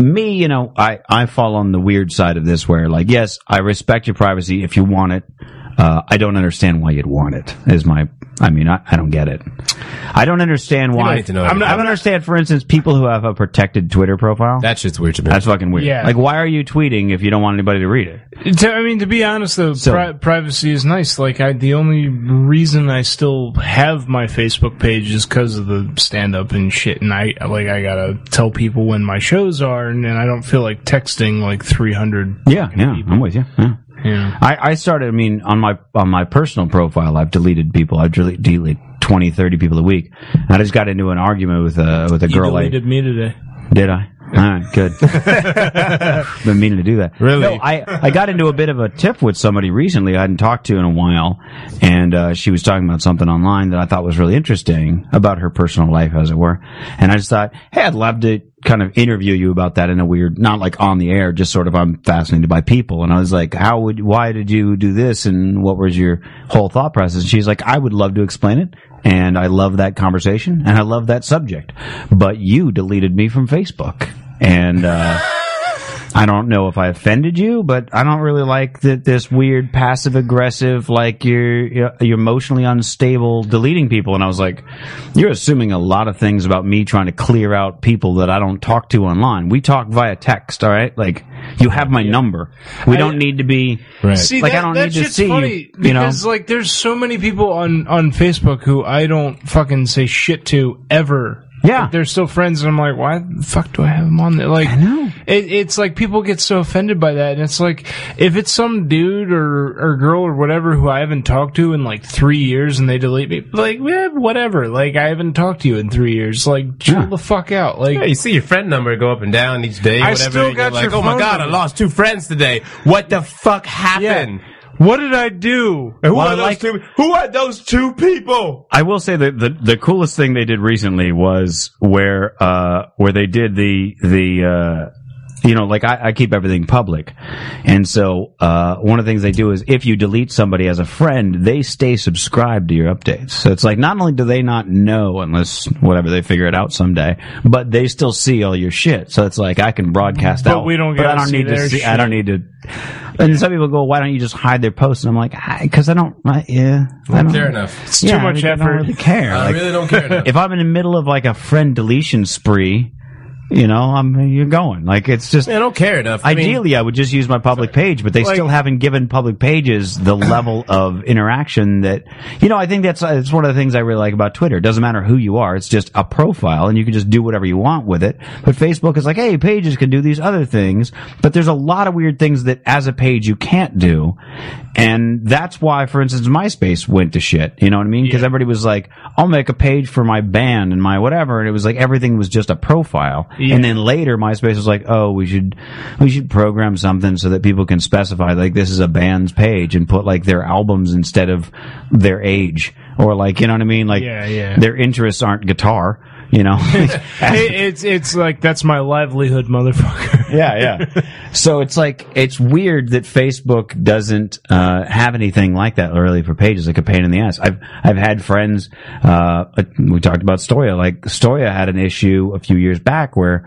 Speaker 7: me you know I I fall on the weird side of this where like yes I respect your privacy if you want it. Uh, I don't understand why you'd want it. Is my, I mean, I, I don't get it. I don't understand why.
Speaker 8: need to know
Speaker 7: I'm not, I don't understand, for instance, people who have a protected Twitter profile.
Speaker 8: that shit's weird to me.
Speaker 7: That's fucking weird.
Speaker 9: Yeah.
Speaker 7: Like, why are you tweeting if you don't want anybody to read it?
Speaker 9: To- I mean, to be honest, though, pri- privacy is nice. Like, I, the only reason I still have my Facebook page is because of the stand up and shit. And I, like, I gotta tell people when my shows are, and, and I don't feel like texting like 300.
Speaker 7: Yeah, yeah, I'm with you. Yeah.
Speaker 9: Yeah.
Speaker 7: I, I started, I mean, on my on my personal profile, I've deleted people. I've dele- deleted 20, 30 people a week. I just got into an argument with a, with a
Speaker 9: You
Speaker 7: girl. I,
Speaker 9: deleted me today.
Speaker 7: did I? All right, good. Been meaning to do that.
Speaker 8: Really?
Speaker 7: No, I, I got into a bit of a tiff with somebody recently I hadn't talked to in a while, and uh, she was talking about something online that I thought was really interesting about her personal life, as it were. And I just thought, hey, I'd love to kind of interview you about that in a weird, not like on the air, just sort of I'm fascinated by people. And I was like, how would, why did you do this, and what was your whole thought process? And she's like, I would love to explain it. And I love that conversation and I love that subject. But you deleted me from Facebook. And, uh, I don't know if I offended you, but I don't really like that this weird passive aggressive, like you're you're emotionally unstable, deleting people. And I was like, you're assuming a lot of things about me trying to clear out people that I don't talk to online. We talk via text, all right? Like you have my number. We don't need to be
Speaker 9: See,
Speaker 7: like
Speaker 9: that,
Speaker 7: I don't
Speaker 9: that
Speaker 7: need to
Speaker 9: shit's
Speaker 7: see
Speaker 9: funny
Speaker 7: you. You know,
Speaker 9: because like there's so many people on on Facebook who I don't fucking say shit to ever.
Speaker 7: Yeah.
Speaker 9: Like, they're still friends, and I'm like, why the fuck do I have them on there? Like, I
Speaker 7: know.
Speaker 9: It, it's like people get so offended by that, and it's like if it's some dude or or girl or whatever who I haven't talked to in like three years, and they delete me, like eh, whatever. Like I haven't talked to you in three years. Like chill
Speaker 7: Yeah.
Speaker 9: the fuck out. Like
Speaker 8: Yeah, you see your friend number go up and down each day.
Speaker 9: I
Speaker 8: whatever,
Speaker 9: still
Speaker 8: and you're
Speaker 9: got
Speaker 8: like,
Speaker 9: your
Speaker 8: Oh my
Speaker 9: phone
Speaker 8: god, I
Speaker 9: number."
Speaker 8: lost two friends today. What the fuck happened?
Speaker 9: what did I do?
Speaker 8: Who
Speaker 7: Well, I
Speaker 8: are those
Speaker 7: like-
Speaker 8: two? Who are those two people?
Speaker 7: I will say that the, the coolest thing they did recently was where uh, where they did the the uh, you know like I, I keep everything public, and so uh, one of the things they do is if you delete somebody as a friend, they stay subscribed to your updates. So it's like not only do they not know unless whatever they figure it out someday, but they still see all your shit. So it's like I can broadcast
Speaker 9: But
Speaker 7: out,
Speaker 9: we don't
Speaker 7: but I
Speaker 9: gotta
Speaker 7: don't
Speaker 9: see
Speaker 7: need to
Speaker 9: their
Speaker 7: see. I
Speaker 9: shit.
Speaker 7: don't need to. And some people go, why don't you just hide their posts? And I'm like, because I don't. I, yeah, I don't.
Speaker 8: Fair enough.
Speaker 9: It's too
Speaker 7: I
Speaker 9: much
Speaker 7: mean, I
Speaker 9: effort.
Speaker 7: don't really care.
Speaker 8: I
Speaker 7: Like,
Speaker 8: really don't care. enough.
Speaker 7: if I'm in the middle of like a friend deletion spree, you know, I'm you're going. Like it's just
Speaker 8: I don't care enough. I mean-
Speaker 7: ideally I would just use my public page, but they still haven't given public pages the level of interaction that you know. I think that's uh, it's one of the things I really like about Twitter. It doesn't matter who you are; it's just a profile, and you can just do whatever you want with it. But Facebook is like, hey, pages can do these other things, but there's a lot of weird things that as a page you can't do, and that's why, for instance, MySpace went to shit. You know what I mean? Because everybody was like, I'll make a page for my band and my whatever, and it was like everything was just a profile, and then later MySpace was like, oh, we should we should program something so that people can specify like this is a band's page and put like their albums instead of their age or like you know what I mean like
Speaker 9: Yeah, yeah.
Speaker 7: their interests aren't guitar you know
Speaker 9: It- it's it's like that's my livelihood, motherfucker.
Speaker 7: yeah yeah So it's like it's weird that Facebook doesn't uh, have anything like that really for pages, like a pain in the ass. I've I've had friends. Uh, we talked about Stoya. Like Stoya had an issue a few years back where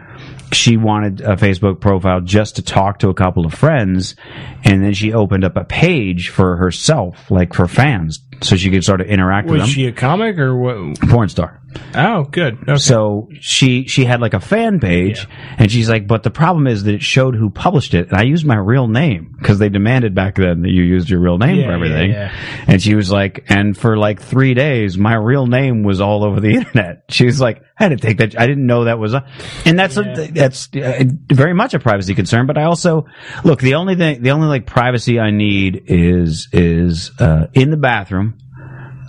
Speaker 7: she wanted a Facebook profile just to talk to a couple of friends, and then she opened up a page for herself, like for fans, so she could sort of interact with
Speaker 9: Was
Speaker 7: them.
Speaker 9: she a comic or what?
Speaker 7: Porn star.
Speaker 9: Oh, good. Okay.
Speaker 7: So she she had like a fan page, and she's like, but the problem is that it showed who published it, and I used my real name because they demanded back then that you used your real name
Speaker 9: Yeah,
Speaker 7: for
Speaker 9: yeah,
Speaker 7: everything.
Speaker 9: yeah.
Speaker 7: And she was like, and for like three days, my real name was all over the internet. She was like, I didn't take that. I didn't know that was a, and that's a, that's uh, very much a privacy concern. But I also look the only thing the only like privacy I need is is uh, in the bathroom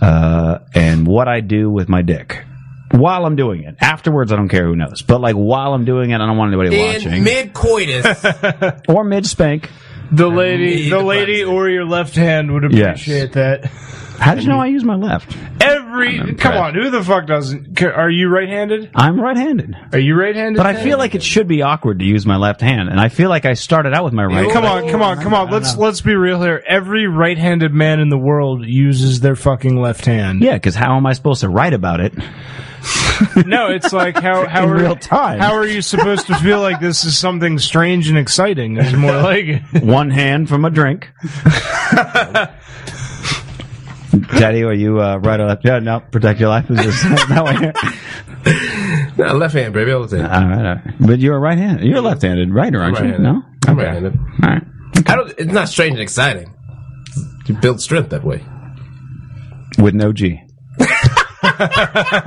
Speaker 7: uh, and what I do with my dick. While I'm doing it, afterwards I don't care who knows. But like while I'm doing it, I don't want anybody watching.
Speaker 8: In mid coitus.
Speaker 7: or mid spank.
Speaker 9: the lady,
Speaker 8: need
Speaker 9: the
Speaker 8: the privacy.
Speaker 9: lady, or your left hand would
Speaker 7: Yes.
Speaker 9: appreciate that.
Speaker 7: How did you know I use my left?
Speaker 9: Every come
Speaker 7: impressed.
Speaker 9: on, who the fuck doesn't? ca- Are you right-handed?
Speaker 7: I'm right-handed,
Speaker 9: Are you right-handed?
Speaker 7: but I feel like it should be awkward to use my left hand, and I feel like I started out with my right.
Speaker 9: Come on, come on, come on. Let's let's be real here. Every right-handed man in the world uses their fucking left hand.
Speaker 7: Yeah, because how am I supposed to write about it?
Speaker 9: No, it's like how how
Speaker 7: In
Speaker 9: are,
Speaker 7: real time.
Speaker 9: How are you supposed to feel like this is something strange and exciting? It's more like it.
Speaker 7: One hand from a drink. Daddy, are you uh, right or left? Yeah, no, protect your life. Is this, that way?
Speaker 8: Nah, left hand, baby. All the time.
Speaker 7: All right, all right. But you're right handed. You're left handed, right? Or aren't you?
Speaker 8: right-handed.
Speaker 7: No?
Speaker 8: I'm right-handed.
Speaker 7: All right.
Speaker 8: I don't. It's not strange and exciting. You build strength that way.
Speaker 7: With no G.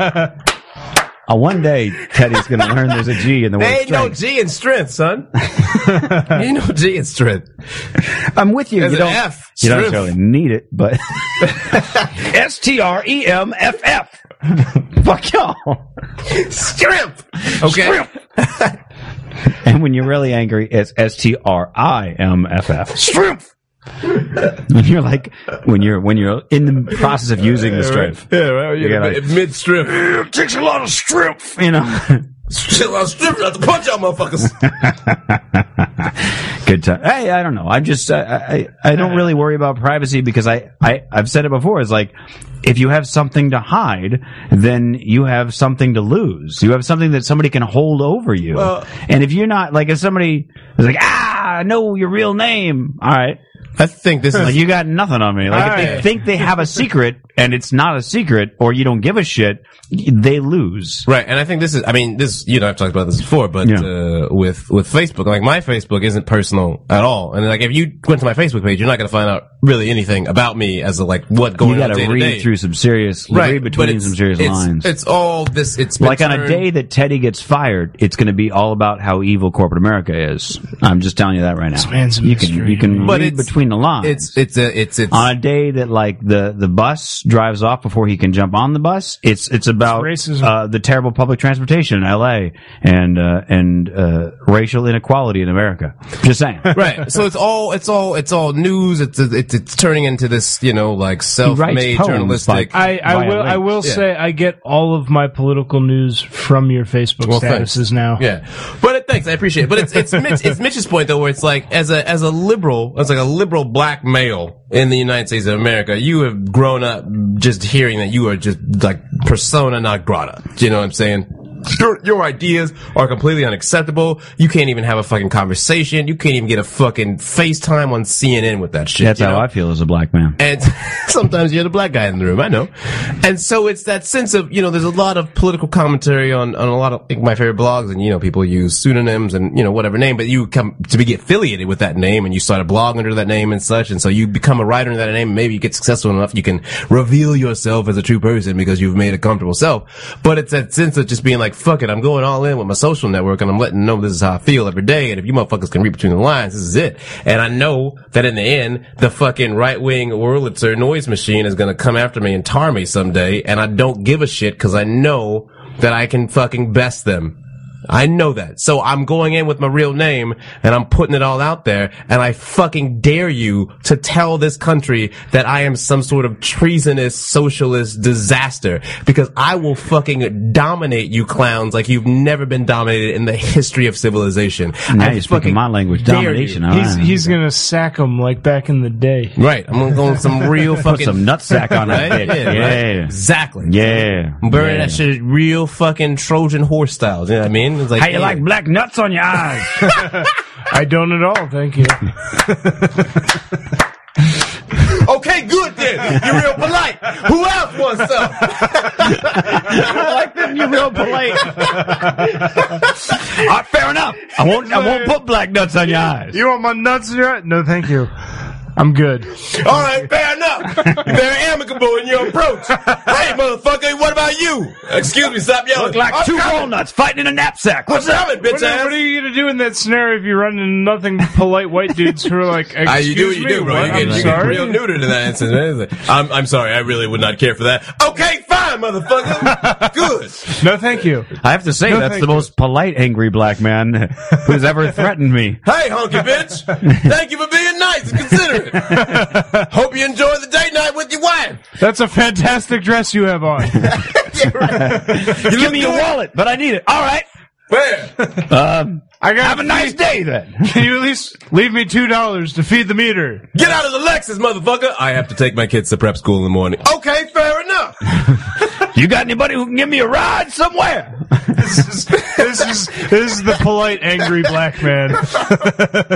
Speaker 7: Uh, one day, Teddy's going to learn there's a G in the
Speaker 8: There
Speaker 7: word
Speaker 8: ain't no
Speaker 7: strength.
Speaker 8: G in strength, son. there ain't no G in strength.
Speaker 7: I'm with you.
Speaker 8: There's
Speaker 7: You
Speaker 8: an
Speaker 7: don't,
Speaker 8: F.
Speaker 7: you don't
Speaker 8: Strength.
Speaker 7: really need it, but. S T R E M F F. Fuck y'all.
Speaker 8: Strength. Okay.
Speaker 7: And when you're really angry, it's S T R I M F F. When you're like, when you're when you're in the process of using the strength,
Speaker 8: Yeah, right.
Speaker 7: You gotta-
Speaker 8: mid- mid strength.
Speaker 7: it takes a lot of strength, you know.
Speaker 8: Chill out, strength. Not to punch y'all motherfuckers.
Speaker 7: Good time. Hey, I don't know. I'm just I, I I
Speaker 8: Uh-huh.
Speaker 7: don't really worry about privacy because I I I've said it before. It's like if you have something to hide, then you have something to lose. You have something that somebody can hold over you. and if you're not like if somebody is like ah I know your real name, all right.
Speaker 8: I think this
Speaker 7: Like you got nothing on me. Like if they
Speaker 8: Aye.
Speaker 7: think they have a secret and it's not a secret, or you don't give a shit, they lose.
Speaker 8: Right, and I think this is. I mean, this you know I've talked about this before, but
Speaker 7: Yeah.
Speaker 8: uh, with with Facebook, like my Facebook isn't personal at all, and like if you went to my Facebook page, you're not going to find out really anything about me as a like what going
Speaker 7: You got
Speaker 8: on day
Speaker 7: to
Speaker 8: to
Speaker 7: read
Speaker 8: day.
Speaker 7: through some serious,
Speaker 8: right,
Speaker 7: read
Speaker 8: but
Speaker 7: between
Speaker 8: it's-
Speaker 7: some serious
Speaker 8: it's,
Speaker 7: lines.
Speaker 8: It's all this. It's been
Speaker 7: like on a
Speaker 8: turned-
Speaker 7: day that Teddy gets fired, it's going to be all about how evil corporate America is. I'm just telling you that right now.
Speaker 9: man's a
Speaker 7: you can
Speaker 9: mystery.
Speaker 7: you can
Speaker 8: But
Speaker 7: read
Speaker 8: it's-
Speaker 7: between the lines.
Speaker 8: It's it's a, it's it's
Speaker 7: on a day that like the, the bus drives off before he can jump on the bus, it's it's about
Speaker 9: It's racism.
Speaker 7: Uh, the terrible public transportation in L.A. and uh, and uh, racial inequality in America. Just saying.
Speaker 8: right. So it's all it's all it's all news. It's it's, it's turning into this you know like self made
Speaker 7: poems,
Speaker 8: journalistic.
Speaker 7: like-
Speaker 9: I, I
Speaker 7: Via
Speaker 9: will I will
Speaker 8: links. Yeah.
Speaker 9: say I get all of my political news from your Facebook
Speaker 8: Well,
Speaker 9: statuses
Speaker 8: thanks.
Speaker 9: now.
Speaker 8: Yeah, but it, thanks, I appreciate it. But it's it's Mitch, it's Mitch's point though, where it's like as a as a liberal, as like a liberal black male in the United States of America, you have grown up just hearing that you are just like persona non grata. Do you know what I'm saying? Your, your ideas are completely unacceptable. You can't even have a fucking conversation. You can't even get a fucking FaceTime on CNN with that shit.
Speaker 7: That's
Speaker 8: you
Speaker 7: how
Speaker 8: know?
Speaker 7: I feel as a black man.
Speaker 8: And sometimes you're the black guy in the room, I know. And so it's that sense of, you know, there's a lot of political commentary on, on a lot of like, my favorite blogs and, you know, people use pseudonyms and, you know, whatever name, but you come to be affiliated with that name and you start a blog under that name and such. And so you become a writer under that name and maybe you get successful enough. You can reveal yourself as a true person because you've made a comfortable self. But it's that sense of just being like, fuck it, I'm going all in with my social network and I'm letting them know this is how I feel every day. And if you motherfuckers can read between the lines, this is it. And I know that in the end, the fucking right wing Wurlitzer noise machine is going to come after me and tar me someday. And I don't give a shit because I know that I can fucking best them. I know that. So I'm going in with my real name and I'm putting it all out there. And I fucking dare you to tell this country that I am some sort of treasonous socialist disaster because I will fucking dominate you clowns like you've never been dominated in the history of civilization.
Speaker 7: Now
Speaker 8: I
Speaker 7: you're speaking
Speaker 8: fucking
Speaker 7: my language.
Speaker 8: dare you.
Speaker 7: Domination. all
Speaker 9: He's
Speaker 7: right.
Speaker 9: he's gonna sack him like back in the day.
Speaker 8: Right. I'm gonna go with some real
Speaker 7: Put
Speaker 8: fucking
Speaker 7: some nutsack on that
Speaker 8: Right?
Speaker 7: bitch.
Speaker 8: Yeah, right.
Speaker 7: Yeah.
Speaker 8: Exactly.
Speaker 7: Yeah.
Speaker 8: Bury
Speaker 7: yeah.
Speaker 8: that shit real fucking Trojan horse style. You know what I mean? It's like,
Speaker 7: How you
Speaker 8: yeah.
Speaker 7: like black nuts on your eyes?
Speaker 9: I don't at all. Thank you.
Speaker 8: Okay, good then. You're real polite. Who else wants some?
Speaker 7: I like them. You're real polite. All right, fair enough. I won't. I won't put black nuts on your eyes.
Speaker 9: You want my nuts? in your eye? No, thank you. I'm good.
Speaker 8: All right, fair enough. You're very amicable in your approach. Hey, motherfucker, what about you? Excuse me, stop yelling.
Speaker 7: Look like
Speaker 8: I'm
Speaker 7: two
Speaker 8: coming.
Speaker 7: walnuts fighting in a knapsack. What's
Speaker 8: I'm
Speaker 7: up?
Speaker 8: coming, bitch
Speaker 9: What are, what are
Speaker 8: ass.
Speaker 9: you gonna do in that scenario if you run into nothing polite white dudes who are like, excuse
Speaker 8: Ah, you do what you
Speaker 9: me,
Speaker 8: do, bro. You
Speaker 9: what?
Speaker 8: get,
Speaker 9: I'm
Speaker 8: you get
Speaker 9: sorry.
Speaker 8: real neutered in that instance. man. It's like, I'm, I'm sorry. I really would not care for that. Okay, fine, motherfucker. Good.
Speaker 9: No, thank you.
Speaker 7: I have to say that's
Speaker 9: thank
Speaker 7: the most polite angry black man who's ever threatened me.
Speaker 8: Hey, honky bitch. Thank you for being nice and considerate. Hope you enjoy the date night with your wife.
Speaker 9: That's a fantastic dress you have on.
Speaker 8: Yeah, right. You
Speaker 7: Give
Speaker 8: look
Speaker 7: me your
Speaker 8: good.
Speaker 7: wallet, but I need it. All right.
Speaker 8: Where?
Speaker 7: Um,
Speaker 9: I got.
Speaker 7: have a nice day then.
Speaker 9: Can you at least leave me two dollars to feed the meter?
Speaker 8: Get out of the Lexus, motherfucker. I have to take my kids to prep school in the morning. Okay, fair enough.
Speaker 7: You got anybody who can give me a ride somewhere?
Speaker 9: This is this is this is the polite angry black man.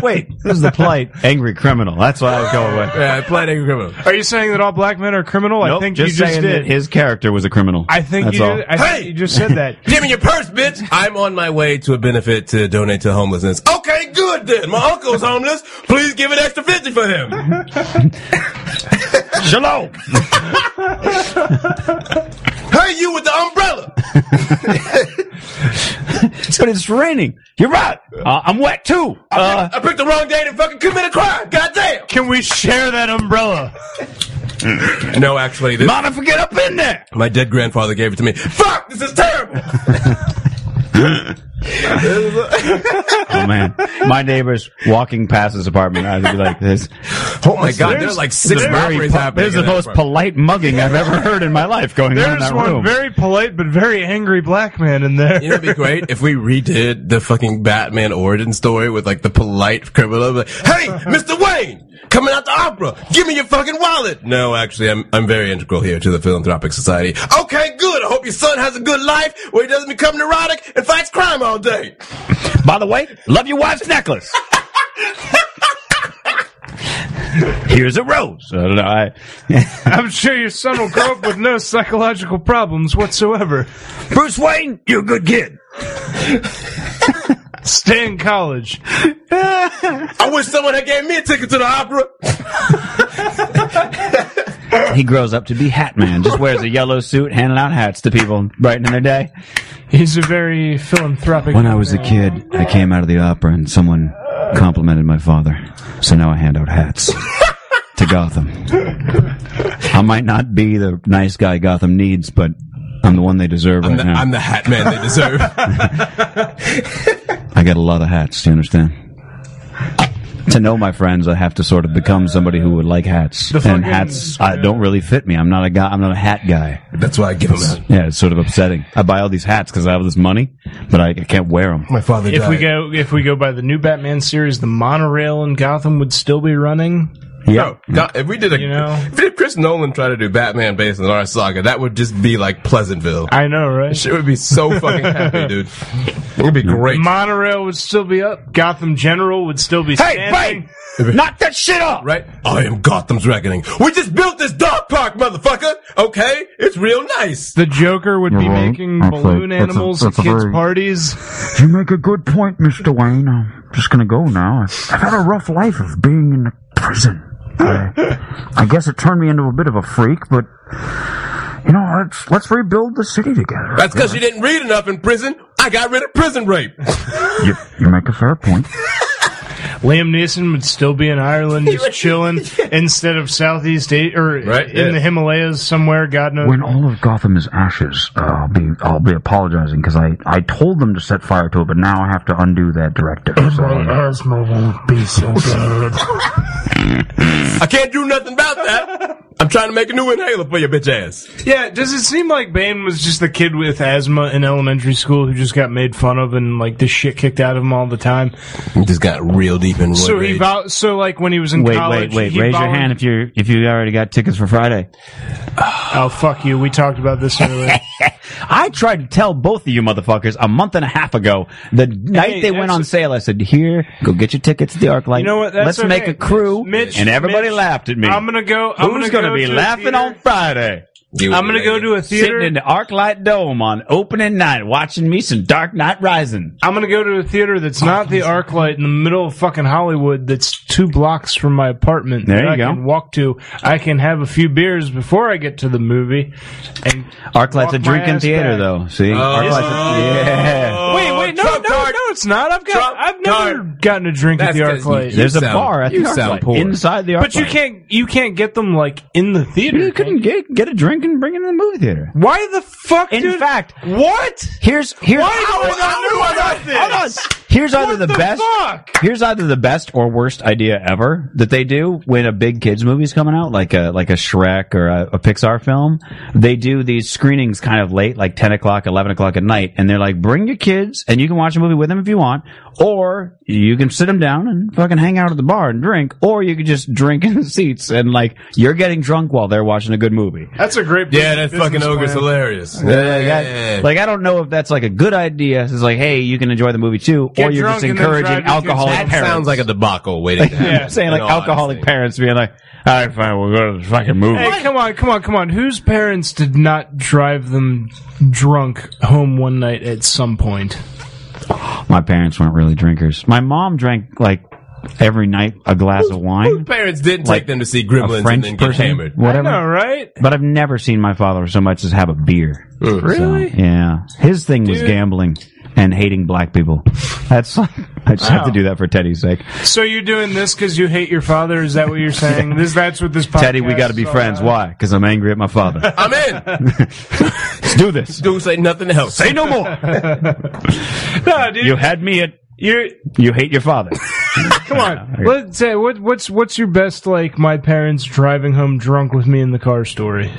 Speaker 7: Wait, this is the polite angry criminal. That's what I was going with.
Speaker 8: Yeah, I played angry criminal.
Speaker 9: Are you saying that all black men are criminal? I
Speaker 7: Nope,
Speaker 9: think
Speaker 7: just
Speaker 9: you just
Speaker 7: saying
Speaker 9: did.
Speaker 7: that his character was a criminal.
Speaker 9: I think
Speaker 7: That's
Speaker 9: you
Speaker 7: all.
Speaker 9: did. I think
Speaker 8: Hey!
Speaker 9: you just said that.
Speaker 8: Give me your purse, bitch. I'm on my way to a benefit to donate to homelessness. Okay, good then. My uncle's homeless. Please give an extra 50 for him.
Speaker 7: Shalom.
Speaker 8: Hey, you with the umbrella.
Speaker 7: but it's raining. You're right. Uh, I'm wet too. Uh,
Speaker 8: I picked the wrong date and fucking commit a crime. Goddamn.
Speaker 9: Can we share that umbrella?
Speaker 8: No, actually, this,
Speaker 7: Monica, get up in there.
Speaker 8: my dead grandfather gave it to me. Fuck, this is terrible.
Speaker 7: Oh man, my neighbor's walking past his apartment. I'd be like this.
Speaker 8: Oh my god, there's like six
Speaker 7: This is very
Speaker 8: robberies
Speaker 7: po-
Speaker 8: happening.
Speaker 7: This is the
Speaker 8: in that
Speaker 7: most
Speaker 8: apartment.
Speaker 7: polite mugging I've ever heard in my life. Going on in
Speaker 9: There's
Speaker 7: that
Speaker 9: one
Speaker 7: room.
Speaker 9: very polite but very angry black man in there.
Speaker 8: You know, it'd be great if we redid the fucking Batman origin story with like the polite criminal. Like, hey, Mr. Wayne, coming out the opera, give me your fucking wallet. No, actually, I'm I'm very integral here to the philanthropic society. Okay, good. I hope your son has a good life where he doesn't become neurotic and fights crime all day.
Speaker 7: By the way, love your wife's necklace. Here's a rose. I don't know. I,
Speaker 9: I'm sure your son will grow up with no psychological problems whatsoever.
Speaker 7: Bruce Wayne, you're a good kid.
Speaker 9: Stay in college.
Speaker 8: I wish someone had gave me a ticket to the opera.
Speaker 7: He grows up to be Hat Man. Just wears a yellow suit, handing out hats to people, brightening their day.
Speaker 9: He's a very philanthropic.
Speaker 7: When I was a kid, I came out of the opera and someone complimented my father. So now I hand out hats to Gotham. I might not be the nice guy Gotham needs, but I'm the one they deserve
Speaker 8: I'm
Speaker 7: right
Speaker 8: the,
Speaker 7: now.
Speaker 8: I'm the hat man they deserve.
Speaker 7: I got a lot of hats, do you understand? To know my friends, I have to sort of become somebody who would like hats.
Speaker 9: fucking-
Speaker 7: and hats uh, don't really fit me. I'm not a guy. I'm not a hat guy.
Speaker 8: That's why I give him out.
Speaker 7: Yeah, it's sort of upsetting. I buy all these hats because I have this money, but I, I can't wear them.
Speaker 8: My father
Speaker 9: If
Speaker 8: died.
Speaker 9: we go, if we go by the new Batman series, the monorail in Gotham would still be running.
Speaker 8: No, no, if we did a,
Speaker 9: You know?
Speaker 8: if we did Chris Nolan try to do Batman based on our saga, that would just be like Pleasantville.
Speaker 9: I know, right?
Speaker 8: Shit would be so fucking happy, dude. It would be great.
Speaker 9: Monorail would still be up. Gotham General would still be standing.
Speaker 7: Knock that shit off!
Speaker 8: Right? I am Gotham's Reckoning. We just built this dog park, motherfucker! Okay? It's real nice.
Speaker 9: The Joker would be making balloon animals at kids' parties.
Speaker 11: You make a good point, Mr. Wayne. I'm just gonna go now. I've I've had a rough life of being in a prison. I, I guess it turned me into a bit of a freak, but you know, let's let's rebuild the city together.
Speaker 8: That's because you didn't read enough in prison. I got rid of prison rape.
Speaker 11: You, you make a fair point.
Speaker 9: Liam Neeson would still be in Ireland, just chilling instead of Southeast A- or
Speaker 11: Right,
Speaker 9: in
Speaker 11: yeah.
Speaker 9: the Himalayas somewhere. God knows.
Speaker 11: When all of Gotham is ashes, uh, I'll be I'll be apologizing because I, I told them to set fire to it, but now I have to undo that directive. So.
Speaker 10: asthma won't be so bad.
Speaker 8: I can't do nothing about that. I'm trying to make a new inhaler for your bitch ass.
Speaker 9: Yeah, does it seem like Bane was just the kid with asthma in elementary school who just got made fun of and like the shit kicked out of him all the time?
Speaker 8: Just got real deep in
Speaker 9: So he vol- so like when he was in
Speaker 7: wait,
Speaker 9: college,
Speaker 7: wait, wait.
Speaker 9: he
Speaker 7: Raise your
Speaker 9: volun-
Speaker 7: hand if you are if you already got tickets for Friday.
Speaker 9: Oh fuck you! We talked about this earlier.
Speaker 7: I tried to tell both of you motherfuckers a month and a half ago. The night they went on sale, I said, "Here, go get your tickets to the ArcLight.
Speaker 9: You know what? That's
Speaker 7: Let's make
Speaker 9: okay.
Speaker 7: a crew."
Speaker 9: Mitch
Speaker 7: and everybody
Speaker 9: Mitch,
Speaker 7: laughed at me.
Speaker 9: I'm gonna go. I'm
Speaker 7: Who's gonna
Speaker 9: gonna, go
Speaker 7: be
Speaker 9: to a
Speaker 7: laughing
Speaker 9: theater.
Speaker 7: on Friday?
Speaker 9: I'm gonna go to a theater.
Speaker 7: sitting in the ArcLight Dome on opening night, watching me some Dark Knight Rising.
Speaker 9: I'm gonna go to a theater that's not the ArcLight in the middle of fucking Hollywood. That's two blocks from my apartment.
Speaker 7: There
Speaker 9: that
Speaker 7: you
Speaker 9: I
Speaker 7: go.
Speaker 9: Can walk to. I can have a few beers before I get to the movie. And
Speaker 7: ArcLight's a
Speaker 9: walk my
Speaker 7: drinking
Speaker 9: ass
Speaker 7: theater,
Speaker 9: back.
Speaker 7: though. See,
Speaker 9: Oh.
Speaker 7: ArcLight's a, yeah.
Speaker 9: Wait, wait, no, no, no, it's not. I've got, I've never gotten a drink
Speaker 7: That's
Speaker 9: at the
Speaker 7: 'cause you-
Speaker 9: ArcLight.
Speaker 7: you There's a sound- bar at the you ArcLight, sound poor. inside the
Speaker 9: But you
Speaker 7: ArcLight.
Speaker 9: can't, you can't get them like in the theater.
Speaker 7: You couldn't get get a drink and bring it in the movie theater.
Speaker 9: Why the fuck?
Speaker 7: In
Speaker 9: dude?
Speaker 7: fact,
Speaker 9: what?
Speaker 7: Here's here's
Speaker 9: Why do I not know about this?
Speaker 7: Here's either the,
Speaker 9: the
Speaker 7: best.
Speaker 9: fuck?
Speaker 7: Here's either the best or worst idea ever that they do when a big kids movie's coming out, like a like a Shrek or a, a Pixar film. They do these screenings kind of late, like ten o'clock, eleven o'clock at night, and they're like, "Bring your kids, and you can watch a movie with them if you want, or you can sit them down and fucking hang out at the bar and drink, or you can just drink in the seats and like you're getting drunk while they're watching a good movie."
Speaker 9: That's a great.
Speaker 8: Yeah, that
Speaker 9: business
Speaker 8: fucking ogre's
Speaker 9: plan.
Speaker 8: hilarious.
Speaker 7: Yeah, like, I, like I don't know if that's like a good idea. It's like, hey, you can enjoy the movie too,
Speaker 9: Get
Speaker 7: or you're
Speaker 9: drunk
Speaker 7: just
Speaker 9: and then drive
Speaker 7: encouraging
Speaker 9: your kids
Speaker 7: alcoholic
Speaker 9: home. That
Speaker 7: parents.
Speaker 8: sounds like a debacle waiting to happen.
Speaker 7: I'm saying like
Speaker 8: in all
Speaker 7: alcoholic parents being like, all right, fine, we'll go to the fucking movie.
Speaker 9: Hey, come on, come on, come on. Whose parents did not drive them drunk home one night at some point?
Speaker 7: My parents weren't really drinkers. My mom drank like every night a glass of wine.
Speaker 8: Parents didn't
Speaker 7: Like
Speaker 8: take them to see
Speaker 7: a
Speaker 8: Gremlins and
Speaker 7: French
Speaker 8: then get
Speaker 7: person,
Speaker 8: hammered.
Speaker 7: whatever.
Speaker 9: All right.
Speaker 7: But I've never seen my father so much as have a beer.
Speaker 9: Really?
Speaker 7: So, yeah. His thing was
Speaker 9: Dude.
Speaker 7: gambling and hating black people. That's I just have to do that for Teddy's sake.
Speaker 9: So you're doing this because you hate your father? Is that what you're saying? This that's what this podcast.
Speaker 7: Teddy, we got to be
Speaker 9: is all
Speaker 7: friends.
Speaker 9: about.
Speaker 7: Why? Because I'm angry at my father.
Speaker 8: I'm in.
Speaker 7: Let's do this.
Speaker 8: Dude, say nothing else.
Speaker 7: Say no more.
Speaker 9: No, dude.
Speaker 7: You had me at
Speaker 9: you're
Speaker 7: you hate your father.
Speaker 9: come on. Let's say what what's what's your best like my parents driving home drunk with me in the car story?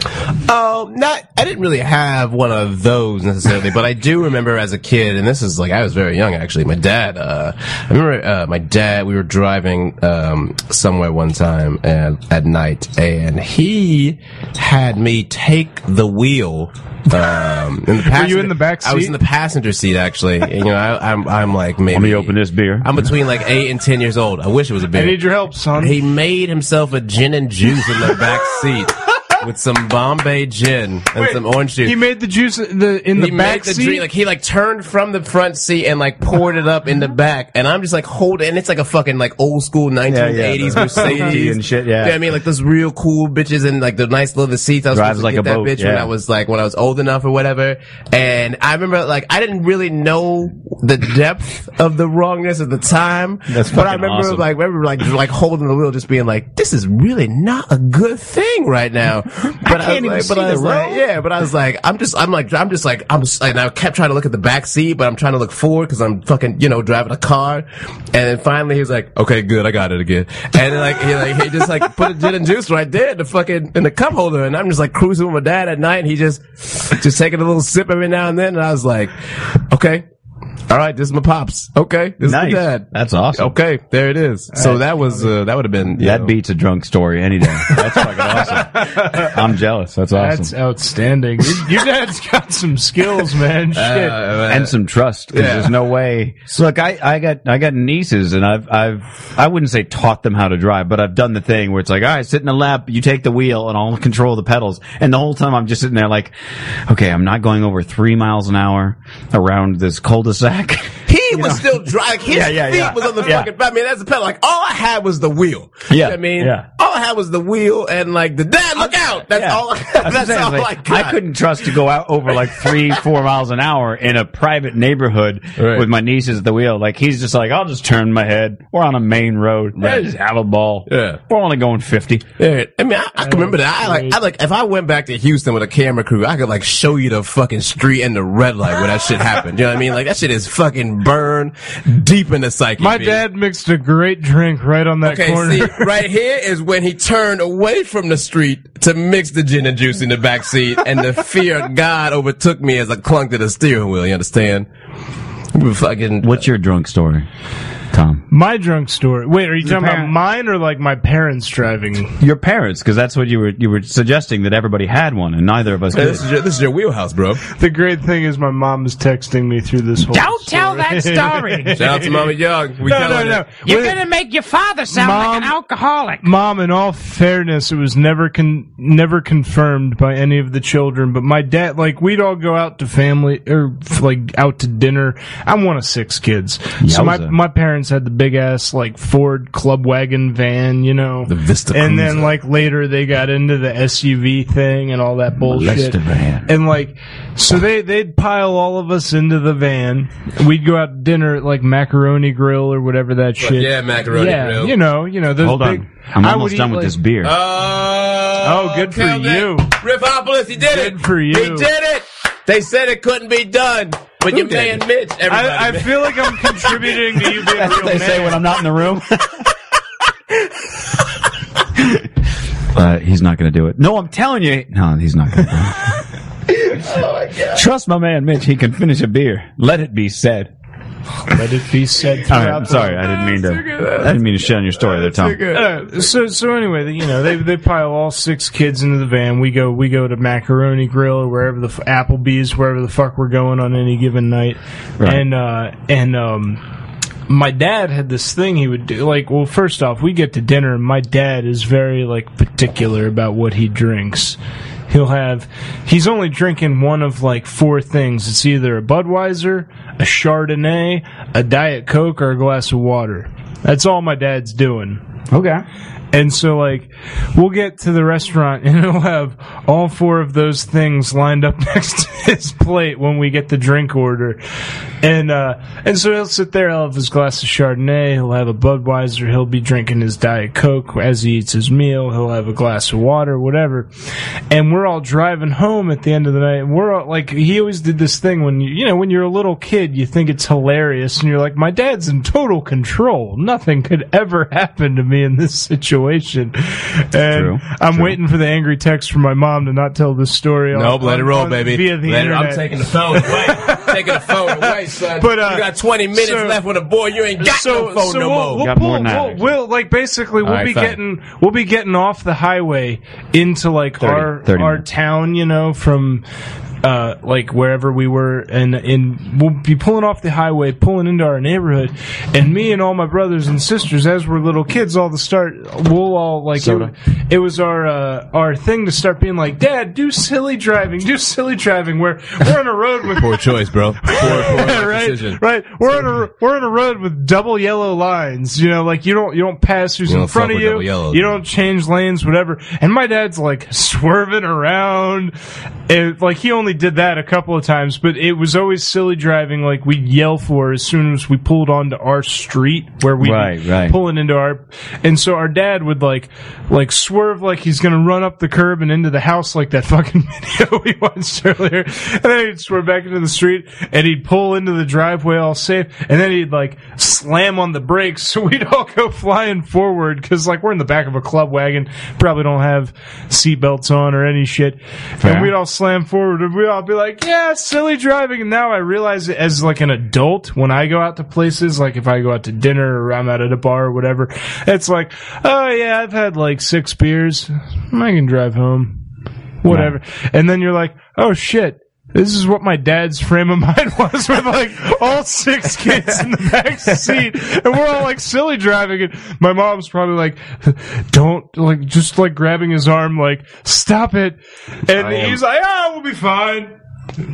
Speaker 8: Oh, not. I didn't really have one of those necessarily, but I do remember as a kid, and this is like I was very young actually. My dad. Uh, I remember uh, my dad. We were driving um, somewhere one time and, at night, and he had me take the wheel. Um, in the
Speaker 9: Were you
Speaker 8: passenger-
Speaker 9: in the back
Speaker 8: I was
Speaker 9: seat?
Speaker 8: in the passenger seat actually. And, you know, I, I'm I'm like maybe.
Speaker 7: Let me open this beer.
Speaker 8: I'm between like eight and ten years old. I wish it was a beer.
Speaker 9: I need your help, son.
Speaker 8: He made himself a gin and juice in the back seat with some Bombay gin and
Speaker 9: Wait,
Speaker 8: some orange juice.
Speaker 9: He made the juice in the in the
Speaker 8: He
Speaker 9: back
Speaker 8: made the
Speaker 9: seat.
Speaker 8: drink- like he like turned from the front seat and like poured it up in the back, and I'm just like holding. And it's like a fucking like old school 1980s
Speaker 7: the
Speaker 8: Mercedes
Speaker 7: and shit, yeah.
Speaker 8: You know what I mean, like those real cool bitches and like the nice leather seats. I was
Speaker 7: Drives
Speaker 8: supposed to
Speaker 7: like
Speaker 8: get
Speaker 7: a
Speaker 8: that
Speaker 7: boat,
Speaker 8: bitch when
Speaker 7: yeah.
Speaker 8: I was like when I was old enough or whatever. And I remember like I didn't really know the depth of the wrongness at the time.
Speaker 7: That's
Speaker 8: but I
Speaker 7: fucking
Speaker 8: remember
Speaker 7: awesome.
Speaker 8: like remember like like holding the wheel, just being like, this is really not a good thing right now. But I, was
Speaker 7: can't even
Speaker 8: like,
Speaker 7: see
Speaker 8: but I
Speaker 7: the
Speaker 8: was like,
Speaker 7: road.
Speaker 8: yeah. Yeah, but I was like, I'm just, I'm like, I'm just like, I'm, s- and I kept trying to look at the back seat, but I'm trying to look forward because I'm fucking, you know, driving a car. And then finally he was like, okay, good, I got it again. And then like, he like, he just like put a gin and juice right there in the fucking, in the cup holder. And I'm just like cruising with my dad at night and he just, just taking a little sip every now and then. And I was like, okay. All right, this is my pops. Okay, this
Speaker 7: Nice.
Speaker 8: is my dad.
Speaker 7: That's awesome.
Speaker 8: Okay, there it is. So that was uh, that would have been you
Speaker 7: That
Speaker 8: know,
Speaker 7: beats a drunk story any day. That's fucking awesome. I'm jealous. That's awesome.
Speaker 9: That's outstanding. Your- Your dad's got some skills, man. Shit.
Speaker 8: Uh,
Speaker 7: and some trust 'cause
Speaker 8: Yeah.
Speaker 7: there's no way. So, look, I, I got I got nieces and I've I've I wouldn't say taught them how to drive, but I've done the thing where it's like, all right, sit in the lap, you take the wheel, and I'll control the pedals. And the whole time I'm just sitting there like, okay, I'm not going over three miles an hour around this cul-de-sac.
Speaker 8: He was still dry. Like, his
Speaker 7: Yeah, yeah,
Speaker 8: feet
Speaker 7: yeah.
Speaker 8: was on the
Speaker 7: Yeah.
Speaker 8: fucking. I mean, that's a pedal. Like all I had was the wheel.
Speaker 7: Yeah,
Speaker 8: You know what I mean,
Speaker 7: yeah.
Speaker 8: all I had was the wheel and like the dad. Look out! That's all. That's
Speaker 7: saying,
Speaker 8: all I
Speaker 7: like,
Speaker 8: got.
Speaker 7: I couldn't trust to go out over like three, four miles an hour in a private neighborhood with my nieces at the wheel. Like he's just like, I'll just turn my head. We're on a main road. I just have a ball. Yeah, we're only going fifty.
Speaker 8: Yeah, I mean, I, I can remember that. I like, I like, if I went back to Houston with a camera crew, I could like show you the fucking street and the red light where that shit happened. You know what I mean? Like that shit is fucking burned deep in the psyche.
Speaker 9: My
Speaker 8: B.
Speaker 9: dad mixed a great drink right on that
Speaker 8: Okay,
Speaker 9: corner.
Speaker 8: see, right here is when he turned away from the street to mix the gin and juice in the back seat, and the fear of God overtook me as I clung to the steering wheel. You understand? We were fucking.
Speaker 7: What's your drunk story, Tom?
Speaker 9: My drunk story. Wait, are you
Speaker 7: Your
Speaker 9: talking about
Speaker 7: parent-
Speaker 9: mine or like my parents driving?
Speaker 7: Your parents, because that's what you were you were suggesting that everybody had one, and neither of us
Speaker 8: Hey,
Speaker 7: did.
Speaker 8: this is your, this is your wheelhouse, bro.
Speaker 9: The great thing is my mom is texting me through this whole.
Speaker 12: Don't tell that story.
Speaker 8: Shout out to Mama Young. We
Speaker 9: no, no,
Speaker 8: telling
Speaker 9: no.
Speaker 8: it.
Speaker 12: You're
Speaker 9: Wait,
Speaker 12: gonna make your father sound like
Speaker 9: Mom-
Speaker 12: an alcoholic.
Speaker 9: Mom, in all fairness, it was never con- never confirmed by any of the children. But my dad, like, we'd all go out to family or f- like out to dinner. I'm one of six kids, so my
Speaker 7: Yowza.
Speaker 9: my parents had the big ass like Ford club wagon van, you know, the
Speaker 8: Vista,
Speaker 9: and then like later they got into the SUV thing and all that bullshit.
Speaker 7: Molester van.
Speaker 9: And like, so they they'd pile all of us into the van. We'd go out to dinner at like Macaroni Grill or whatever that shit.
Speaker 8: yeah, Macaroni
Speaker 9: yeah,
Speaker 8: Grill.
Speaker 9: You know, you know those
Speaker 7: Hold
Speaker 9: big.
Speaker 7: on, I'm
Speaker 9: I
Speaker 7: almost
Speaker 9: would
Speaker 7: done
Speaker 9: eat,
Speaker 7: with
Speaker 9: like-
Speaker 7: this beer.
Speaker 8: Oh,
Speaker 9: good for
Speaker 8: count that.
Speaker 9: you.
Speaker 8: Riffopolis, he did it.
Speaker 9: Good for you.
Speaker 8: He did it. They said it couldn't be done, but
Speaker 9: Who
Speaker 8: your
Speaker 9: did
Speaker 8: man
Speaker 9: it?
Speaker 8: Mitch. Everybody.
Speaker 9: I, I
Speaker 8: Mitch.
Speaker 9: feel like I'm contributing to you being a
Speaker 7: That's
Speaker 9: real
Speaker 7: what they
Speaker 9: man.
Speaker 7: say when I'm not in the room. uh, he's not going to do it. No, I'm telling you. No, he's not going to do it.
Speaker 8: Oh,
Speaker 7: Trust my man Mitch. He can finish a beer. Let it be said.
Speaker 9: Let it be said.
Speaker 7: All right, I'm sorry. I didn't mean to. I didn't mean to shit on your story there, Tom.
Speaker 9: Uh, so so anyway, you know they they pile all six kids into the van. We go we go to Macaroni Grill or wherever the f- Applebee's, wherever the fuck we're going on any given night,
Speaker 7: Right.
Speaker 9: and uh, and um, my dad had this thing he would do. Like, well, first off, we get to dinner, and my dad is very like particular about what he drinks. He'll have he's only drinking one of like four things. It's either a Budweiser, a Chardonnay, a Diet Coke, or a glass of water. That's all my dad's doing.
Speaker 7: Okay.
Speaker 9: And so, like, we'll get to the restaurant and it'll have all four of those things lined up next to his plate when we get the drink order. And, uh, and so he'll sit there, he'll have his glass of Chardonnay, he'll have a Budweiser, he'll be drinking his Diet Coke as he eats his meal, he'll have a glass of water, whatever. And we're all driving home at the end of the night. and We're all, like, he always did this thing when you, you know, when you're a little kid, you think it's hilarious and you're like, my dad's in total control. Nothing could ever happen to me in this situation. And
Speaker 7: True,
Speaker 9: I'm waiting for the angry text from my mom to not tell this story. on-
Speaker 8: Nope, let it
Speaker 9: on-
Speaker 8: roll,
Speaker 9: on-
Speaker 8: baby.
Speaker 9: Via the
Speaker 8: Let it- I'm
Speaker 9: internet.
Speaker 8: taking the phone away. taking the phone away, son.
Speaker 9: But, uh,
Speaker 8: you got 20 minutes
Speaker 9: so-
Speaker 8: left with a boy. You ain't got
Speaker 9: so,
Speaker 8: no phone
Speaker 9: so
Speaker 8: no
Speaker 9: we'll,
Speaker 8: more.
Speaker 9: We'll,
Speaker 7: Got more
Speaker 9: pull-
Speaker 7: than that,
Speaker 9: we'll-
Speaker 7: actually.
Speaker 9: we'll- like basically we'll
Speaker 8: All right,
Speaker 9: be
Speaker 8: fine.
Speaker 9: getting we'll be getting off the highway into like
Speaker 7: 30,
Speaker 9: our
Speaker 7: 30
Speaker 9: our
Speaker 7: minutes.
Speaker 9: town, you know, from uh, like wherever we were, and and we'll be pulling off the highway, pulling into our neighborhood, and me and all my brothers and sisters, as we're little kids, all the start, we'll all like it, it was our uh, our thing to start being like, Dad, do silly driving, do silly driving, where we're on a road with
Speaker 8: Poor choice, bro. Poor, poor
Speaker 9: right,
Speaker 8: decision.
Speaker 9: right. We're on a we're on a road with double yellow lines. You know, like you don't you don't pass who's
Speaker 8: We
Speaker 9: in
Speaker 8: don't
Speaker 9: front
Speaker 8: fuck
Speaker 9: of
Speaker 8: with
Speaker 9: you.
Speaker 8: double yellow,
Speaker 9: you
Speaker 8: dude.
Speaker 9: don't change lanes, whatever. And my dad's like swerving around, and like he only did that a couple of times, but it was always silly driving. Like we'd yell for as soon as we pulled onto our street where we
Speaker 7: Right, right.
Speaker 9: pulling into our, and so our dad would like like swerve like he's gonna run up the curb and into the house like that fucking video we watched earlier, and then he'd swerve back into the street and he'd pull into the driveway all safe, and then he'd like slam on the brakes so we'd all go flying forward because like we're in the back of a club wagon, probably don't have seatbelts on or any shit,
Speaker 7: Fair.
Speaker 9: and we'd all slam forward and we'd all be like, yeah, silly driving. And now I realize it as like an adult when I go out to places, like if I go out to dinner or I'm out at a bar or whatever, it's like, oh yeah, I've had like six beers. I can drive home. Whatever. And then you're like, oh shit. This is what my dad's frame of mind was with like all six kids in the back seat and we're all like silly driving and my mom's probably like don't like just like grabbing his arm like stop it and
Speaker 8: I am-
Speaker 9: he's like ah we'll be fine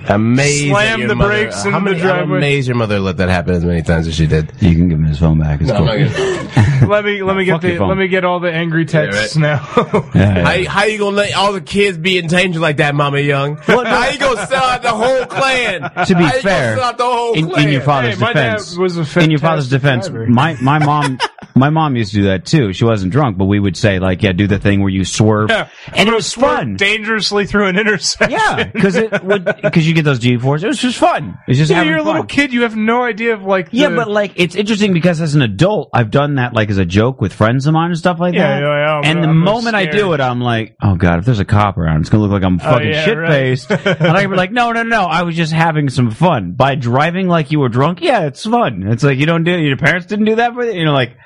Speaker 8: Amazed.
Speaker 9: Slam the brakes
Speaker 8: in
Speaker 9: into the driveway.
Speaker 8: I'm amazed your mother let that happen as many times as she did. You
Speaker 7: can give him his phone back.
Speaker 8: no,
Speaker 9: cool.
Speaker 8: I'm not gonna-
Speaker 9: let me let me
Speaker 8: fuck
Speaker 9: get
Speaker 8: your
Speaker 9: the
Speaker 8: phone.
Speaker 9: let me get all the angry texts now.
Speaker 8: How, how you gonna let all the kids be endangered like that, Mama Young? how you gonna sell out the whole clan?
Speaker 7: to be
Speaker 8: how you
Speaker 7: fair,
Speaker 8: gonna sell out the whole
Speaker 7: in,
Speaker 8: clan?
Speaker 7: in your father's defense, in your father's defense, my my mom. My mom used to do that too. She wasn't drunk, but we would say like, "Yeah, do the thing where you swerve,"
Speaker 9: Yeah.
Speaker 7: and it was fun
Speaker 9: dangerously through an intersection.
Speaker 7: Yeah, because it would because you get those G forces. It was just fun. It's just
Speaker 9: yeah,
Speaker 7: having
Speaker 9: you're a
Speaker 7: fun.
Speaker 9: little kid. You have no idea of like.
Speaker 7: Yeah,
Speaker 9: the-
Speaker 7: but like it's interesting because as an adult, I've done that like as a joke with friends of mine and stuff like
Speaker 9: Yeah,
Speaker 7: that.
Speaker 9: yeah, yeah, I'm-
Speaker 7: and the
Speaker 9: I'm
Speaker 7: moment I do
Speaker 9: scared. Oh,
Speaker 7: it, I'm like, oh god, if there's a cop around, it's gonna look like I'm fucking
Speaker 9: yeah,
Speaker 7: shit faced. and I'd be like, no, no, no, I was just having some fun by driving like you were drunk. Yeah, it's fun. It's like you don't do your parents didn't do that for you, you know, like.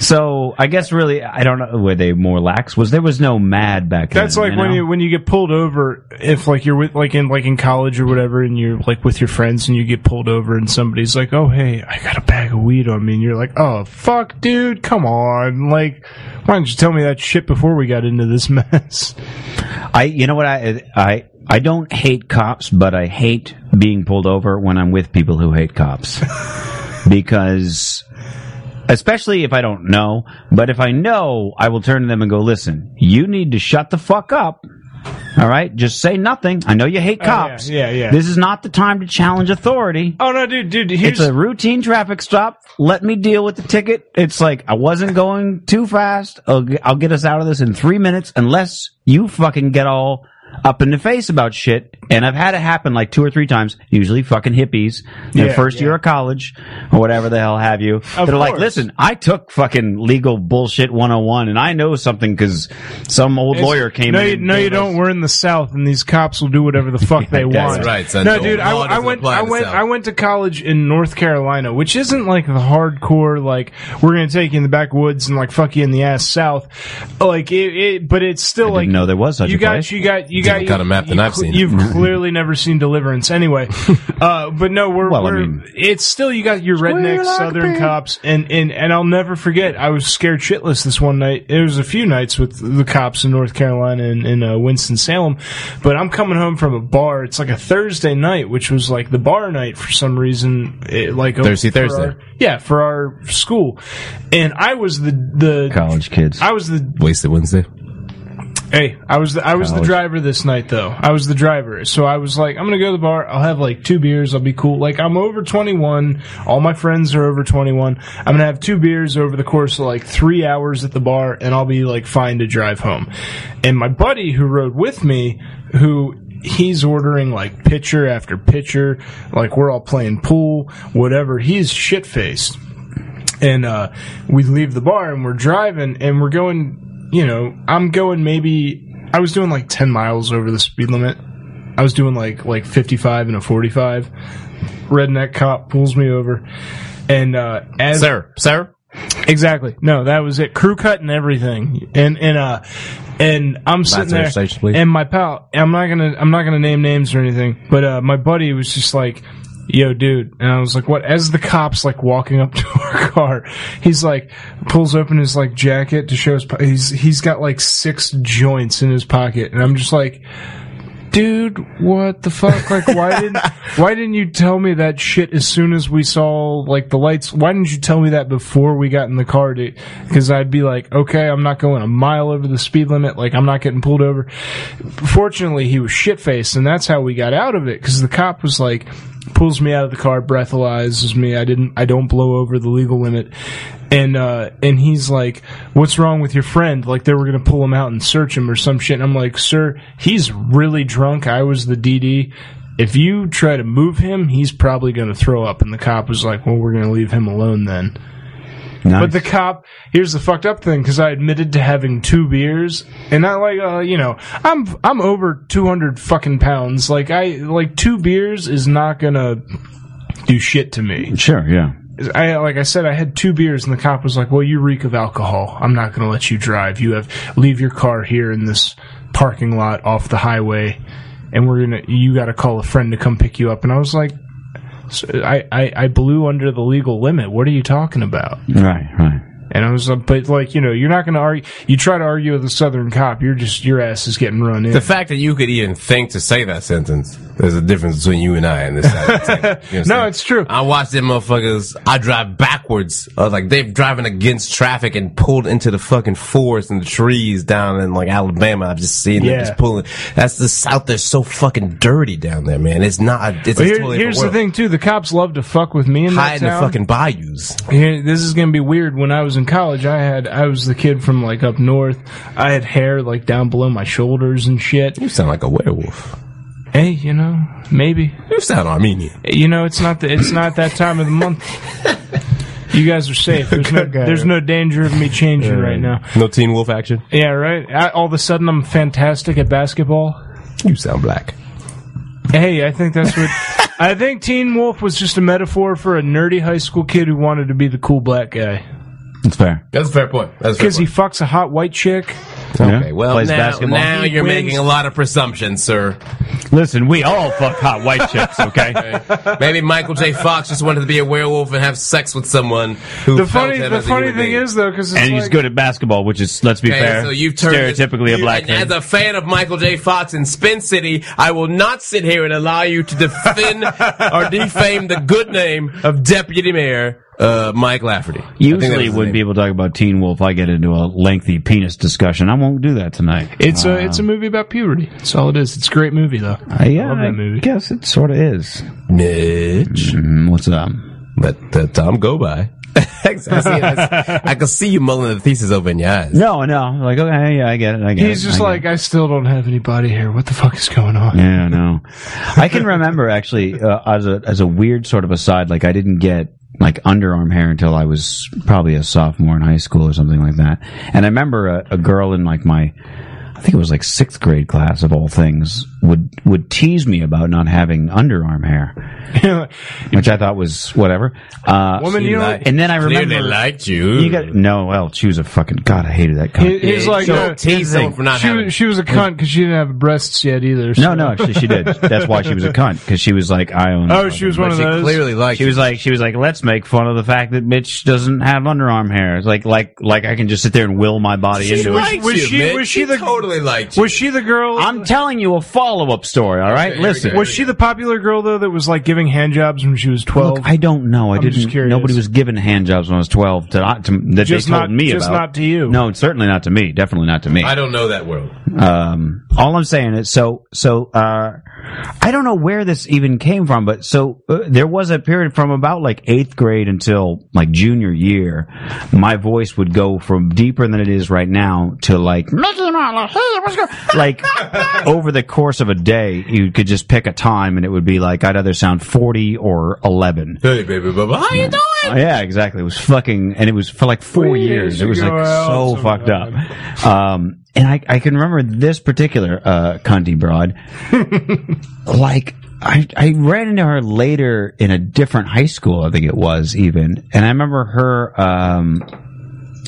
Speaker 7: So I guess really I don't know were they more lax was there was no mad back then.
Speaker 9: That's like
Speaker 7: you
Speaker 9: when
Speaker 7: know?
Speaker 9: you when you get pulled over if like you're with like in like in college or whatever and you're like with your friends and you get pulled over and somebody's like, "Oh hey, I got a bag of weed on me." And you're like, "Oh fuck, dude, come on. Like, why didn't you tell me that shit before we got into this mess?"
Speaker 7: I you know what I I I don't hate cops, but I hate being pulled over when I'm with people who hate cops. because especially if I don't know, but if I know, I will turn to them and go, "Listen, you need to shut the fuck up." All right, just say nothing. I know you hate
Speaker 9: Oh, yeah,
Speaker 7: cops.
Speaker 9: yeah, yeah.
Speaker 7: This is not the time to challenge authority.
Speaker 9: Oh no, dude, dude,
Speaker 7: It's a routine traffic stop. Let me deal with the ticket. It's like I wasn't going too fast. I'll, g- I'll get us out of this in three minutes, unless you fucking get all up in the face about shit. And I've had it happen like two or three times. Usually, fucking hippies, their
Speaker 9: Yeah,
Speaker 7: first year of college or whatever the hell have you. They're like,
Speaker 9: course.
Speaker 7: listen, I took fucking legal bullshit 101, and I know something because some old lawyer came
Speaker 9: no,
Speaker 7: in.
Speaker 9: You,
Speaker 7: and
Speaker 9: no,
Speaker 7: gave
Speaker 9: you
Speaker 7: us-
Speaker 9: don't. We're in the South, and these cops will do whatever the fuck they
Speaker 7: that's
Speaker 9: want.
Speaker 7: right, so
Speaker 9: no,
Speaker 7: the
Speaker 9: dude, I,
Speaker 7: law
Speaker 9: I
Speaker 7: doesn't
Speaker 9: went.
Speaker 7: apply
Speaker 9: I
Speaker 7: in the
Speaker 9: went.
Speaker 7: South.
Speaker 9: I went to college in North Carolina, which isn't like the hardcore, like we're gonna take you in the backwoods and like fuck you in the ass South. Like it, it but it's still like
Speaker 7: No, there was such
Speaker 9: you
Speaker 7: a
Speaker 9: got,
Speaker 7: place.
Speaker 9: You got, you got,
Speaker 8: Different kind of map than I've seen.
Speaker 9: You've clearly never seen Deliverance, anyway. Uh, but no, we're,
Speaker 7: Well, I
Speaker 9: we're
Speaker 7: mean-
Speaker 9: it's still you got your redneck Southern cops, and, and and I'll never forget. I was scared shitless this one night. It was a few nights with the cops in North Carolina and in uh, Winston Salem, but I'm coming home from a bar. It's like a Thursday night, which was like the bar night for some reason. It, like
Speaker 8: Thirsty
Speaker 9: for
Speaker 8: Thursday.
Speaker 9: our- yeah, for our school, and I was the the
Speaker 7: college kids.
Speaker 9: I was the
Speaker 8: Wasted Wednesday.
Speaker 9: Hey, I was the, I was the
Speaker 8: College.
Speaker 9: driver this night though. I was the driver, so I was like, I'm gonna go to the bar. I'll have like two beers. I'll be cool. Like I'm over 21. All my friends are over 21. I'm gonna have two beers over the course of like three hours at the bar, and I'll be like fine to drive home. And my buddy who rode with me, who he's ordering like pitcher after pitcher, like we're all playing pool, whatever. He's shit faced and uh, we leave the bar and we're driving and we're going you know i'm going maybe i was doing like 10 miles over the speed limit i was doing like like 55 and a 45 redneck cop pulls me over and uh as
Speaker 8: Sir, sir.
Speaker 9: exactly no that was it crew cut and everything and and uh and i'm sitting there
Speaker 8: intersection, please.
Speaker 9: and my pal i'm not gonna i'm not gonna name names or anything but uh my buddy was just like yo dude and i was like what as the cops like walking up to our car he's like pulls open his like jacket to show his po- he's he's got like six joints in his pocket and i'm just like dude what the fuck like why didn't why didn't you tell me that shit as soon as we saw like the lights why didn't you tell me that before we got in the car dude because i'd be like okay i'm not going a mile over the speed limit like i'm not getting pulled over fortunately he was shit faced and that's how we got out of it because the cop was like pulls me out of the car breathalyzes me i didn't i don't blow over the legal limit and uh and he's like what's wrong with your friend like they were gonna pull him out and search him or some shit and i'm like sir he's really drunk i was the dd if you try to move him he's probably gonna throw up and the cop was like well we're gonna leave him alone then but the cop, here's the fucked up thing, because I admitted to having two beers, and not like, uh, you know, I'm I'm over 200 fucking pounds. Like I, like two beers is not gonna do shit to me.
Speaker 7: Sure, yeah.
Speaker 9: I like I said, I had two beers, and the cop was like, "Well, you reek of alcohol. I'm not gonna let you drive. You have leave your car here in this parking lot off the highway, and we're gonna. You got to call a friend to come pick you up." And I was like. So I, I, I blew under the legal limit. What are you talking about?
Speaker 7: Right, right.
Speaker 9: And I was like, but like, you know, you're not going to argue. You try to argue with a Southern cop, you're just, your ass is getting run in.
Speaker 8: The fact that you could even think to say that sentence, there's a difference between you and I and this side of the table. You know what I'm
Speaker 9: No,
Speaker 8: saying?
Speaker 9: it's true.
Speaker 8: I watched them motherfuckers, I drive backwards. I was like, they're driving against traffic and pulled into the fucking forest and the trees down in like Alabama. I've just seen
Speaker 9: Yeah.
Speaker 8: them just pulling. That's the South. They're so fucking dirty down there, man. It's not, it's,
Speaker 9: Well,
Speaker 8: a
Speaker 9: here-
Speaker 8: totally
Speaker 9: here's the
Speaker 8: different world.
Speaker 9: thing too: the cops love to fuck with me in
Speaker 8: Hide
Speaker 9: that
Speaker 8: in the
Speaker 9: town.
Speaker 8: fucking bayous.
Speaker 9: Here- this is gonna be weird. When I was in college, I had I was the kid from like up north. I had hair like down below my shoulders and shit.
Speaker 8: You sound like a werewolf.
Speaker 9: Hey, you know, maybe
Speaker 8: you sound Armenian.
Speaker 9: You know, it's not the, it's not that time of the month. You guys are safe. There's no,
Speaker 8: Okay.
Speaker 9: there's no danger of me changing right now.
Speaker 8: No teen wolf action.
Speaker 9: Yeah, right. I, all of a sudden, I'm fantastic at basketball.
Speaker 8: You sound black.
Speaker 9: Hey, I think that's what. I think Teen Wolf was just a metaphor for a nerdy high school kid who wanted to be the cool black guy.
Speaker 7: That's fair.
Speaker 8: That's a fair point. That's a fair
Speaker 9: Because he fucks a hot white chick.
Speaker 8: Okay, well,
Speaker 9: Plays
Speaker 8: now,
Speaker 9: basketball.
Speaker 8: now
Speaker 9: He
Speaker 8: you're
Speaker 9: wins.
Speaker 8: making a lot of presumptions, sir.
Speaker 7: Listen, we all fuck hot white chicks, okay?
Speaker 8: Maybe Michael J. Fox just wanted to be a werewolf and have sex with someone who
Speaker 9: The
Speaker 8: felt
Speaker 9: funny,
Speaker 8: him
Speaker 9: the
Speaker 8: as a
Speaker 9: funny
Speaker 8: human
Speaker 9: thing
Speaker 8: being.
Speaker 9: is though, because
Speaker 7: and he's good at basketball, which is, let's be
Speaker 8: Okay,
Speaker 7: fair,
Speaker 8: so you've turned
Speaker 7: stereotypically
Speaker 8: this-
Speaker 7: a black
Speaker 8: you-
Speaker 7: kid.
Speaker 8: As a fan of Michael J. Fox in Spin City, I will not sit here and allow you to defend or defame the good name of Deputy Mayor uh, Mike Lafferty. I think that
Speaker 7: Usually,
Speaker 8: was his
Speaker 7: when
Speaker 8: name.
Speaker 7: people talk about Teen Wolf, I get into a lengthy penis discussion. I won't do that tonight.
Speaker 9: It's
Speaker 7: Uh,
Speaker 9: a it's a movie about puberty. That's all it is. It's a great movie though.
Speaker 7: I, yeah,
Speaker 9: love that
Speaker 7: I
Speaker 9: movie.
Speaker 7: guess it sort of is.
Speaker 8: Mitch,
Speaker 7: Mm, what's up?
Speaker 8: let the time go by. I, see, I, see- I can see you mulling the thesis over in your eyes.
Speaker 7: No, no. Like, okay, yeah, I get it. I get
Speaker 9: He's
Speaker 7: it,
Speaker 9: just
Speaker 7: I get
Speaker 9: like, I still don't have any body hair. What the fuck is going on?
Speaker 7: it. yeah, no. I can remember actually uh, as a as a weird sort of aside. Like, I didn't get like underarm hair until I was probably a sophomore in high school or something like that. And I remember a, a girl in like my. I think it was like sixth grade class of all things would would tease me about not having underarm hair. which I thought was whatever. Uh,
Speaker 9: Woman, you don't-
Speaker 7: and then I remember
Speaker 8: Clearly liked you.
Speaker 7: You got no. Well, she was a fucking god. I hated that. Cunt.
Speaker 9: He- he's
Speaker 8: Yeah,
Speaker 9: like,
Speaker 8: don't
Speaker 9: uh,
Speaker 8: tease
Speaker 9: she-
Speaker 8: him for not
Speaker 9: she,
Speaker 8: having-
Speaker 9: was- she was a cunt because she didn't have breasts yet either.
Speaker 7: no,
Speaker 9: so-
Speaker 7: no, actually, she did. That's why she was a cunt because she was like, I own.
Speaker 9: Oh, she was one of those.
Speaker 8: liked.
Speaker 7: She was like, she was like, let's make fun of the fact that Mitch doesn't have underarm hair. It's like, like, like I can just sit there and will my body
Speaker 8: She
Speaker 7: into it.
Speaker 8: liked
Speaker 9: Was
Speaker 8: you,
Speaker 9: she-
Speaker 8: Mitch.
Speaker 9: was she the-
Speaker 8: totally liked you?
Speaker 9: Was she the girl?
Speaker 7: I'm telling you a follow up story. All right,
Speaker 8: Okay, here we
Speaker 7: listen.
Speaker 8: go.
Speaker 9: was she the popular girl though that was like giving handjobs when she was twelve?
Speaker 7: Look, I don't know. I
Speaker 9: I'm
Speaker 7: didn't.
Speaker 9: just curious.
Speaker 7: Nobody was given handjobs when I was twelve. To, to, that
Speaker 9: just
Speaker 7: they told
Speaker 9: not
Speaker 7: me
Speaker 9: just
Speaker 7: about.
Speaker 9: not to you.
Speaker 7: no, certainly not to me. Definitely not to me.
Speaker 8: I don't know that world.
Speaker 7: Um, all I'm saying is, so, so, uh, I don't know where this even came from, but so uh, there was a period from about like eighth grade until like junior year, my voice would go from deeper than it is right now to like,
Speaker 13: Mickey Mouse, hey, what's going
Speaker 7: like over the course of a day, you could just pick a time and it would be like, I'd either sound 40 or 11.
Speaker 8: Hey, baby, bubba, how you doing?
Speaker 7: Oh, yeah, exactly. It was fucking, and it was for like four
Speaker 9: We
Speaker 7: years. It
Speaker 9: should
Speaker 7: was
Speaker 9: go
Speaker 7: like
Speaker 9: out
Speaker 7: so
Speaker 9: sometime.
Speaker 7: fucked up. Um, and I, I can remember this particular uh, cunty broad. like, I, I ran into her later in a different high school, I think it was even, and I remember her. Um,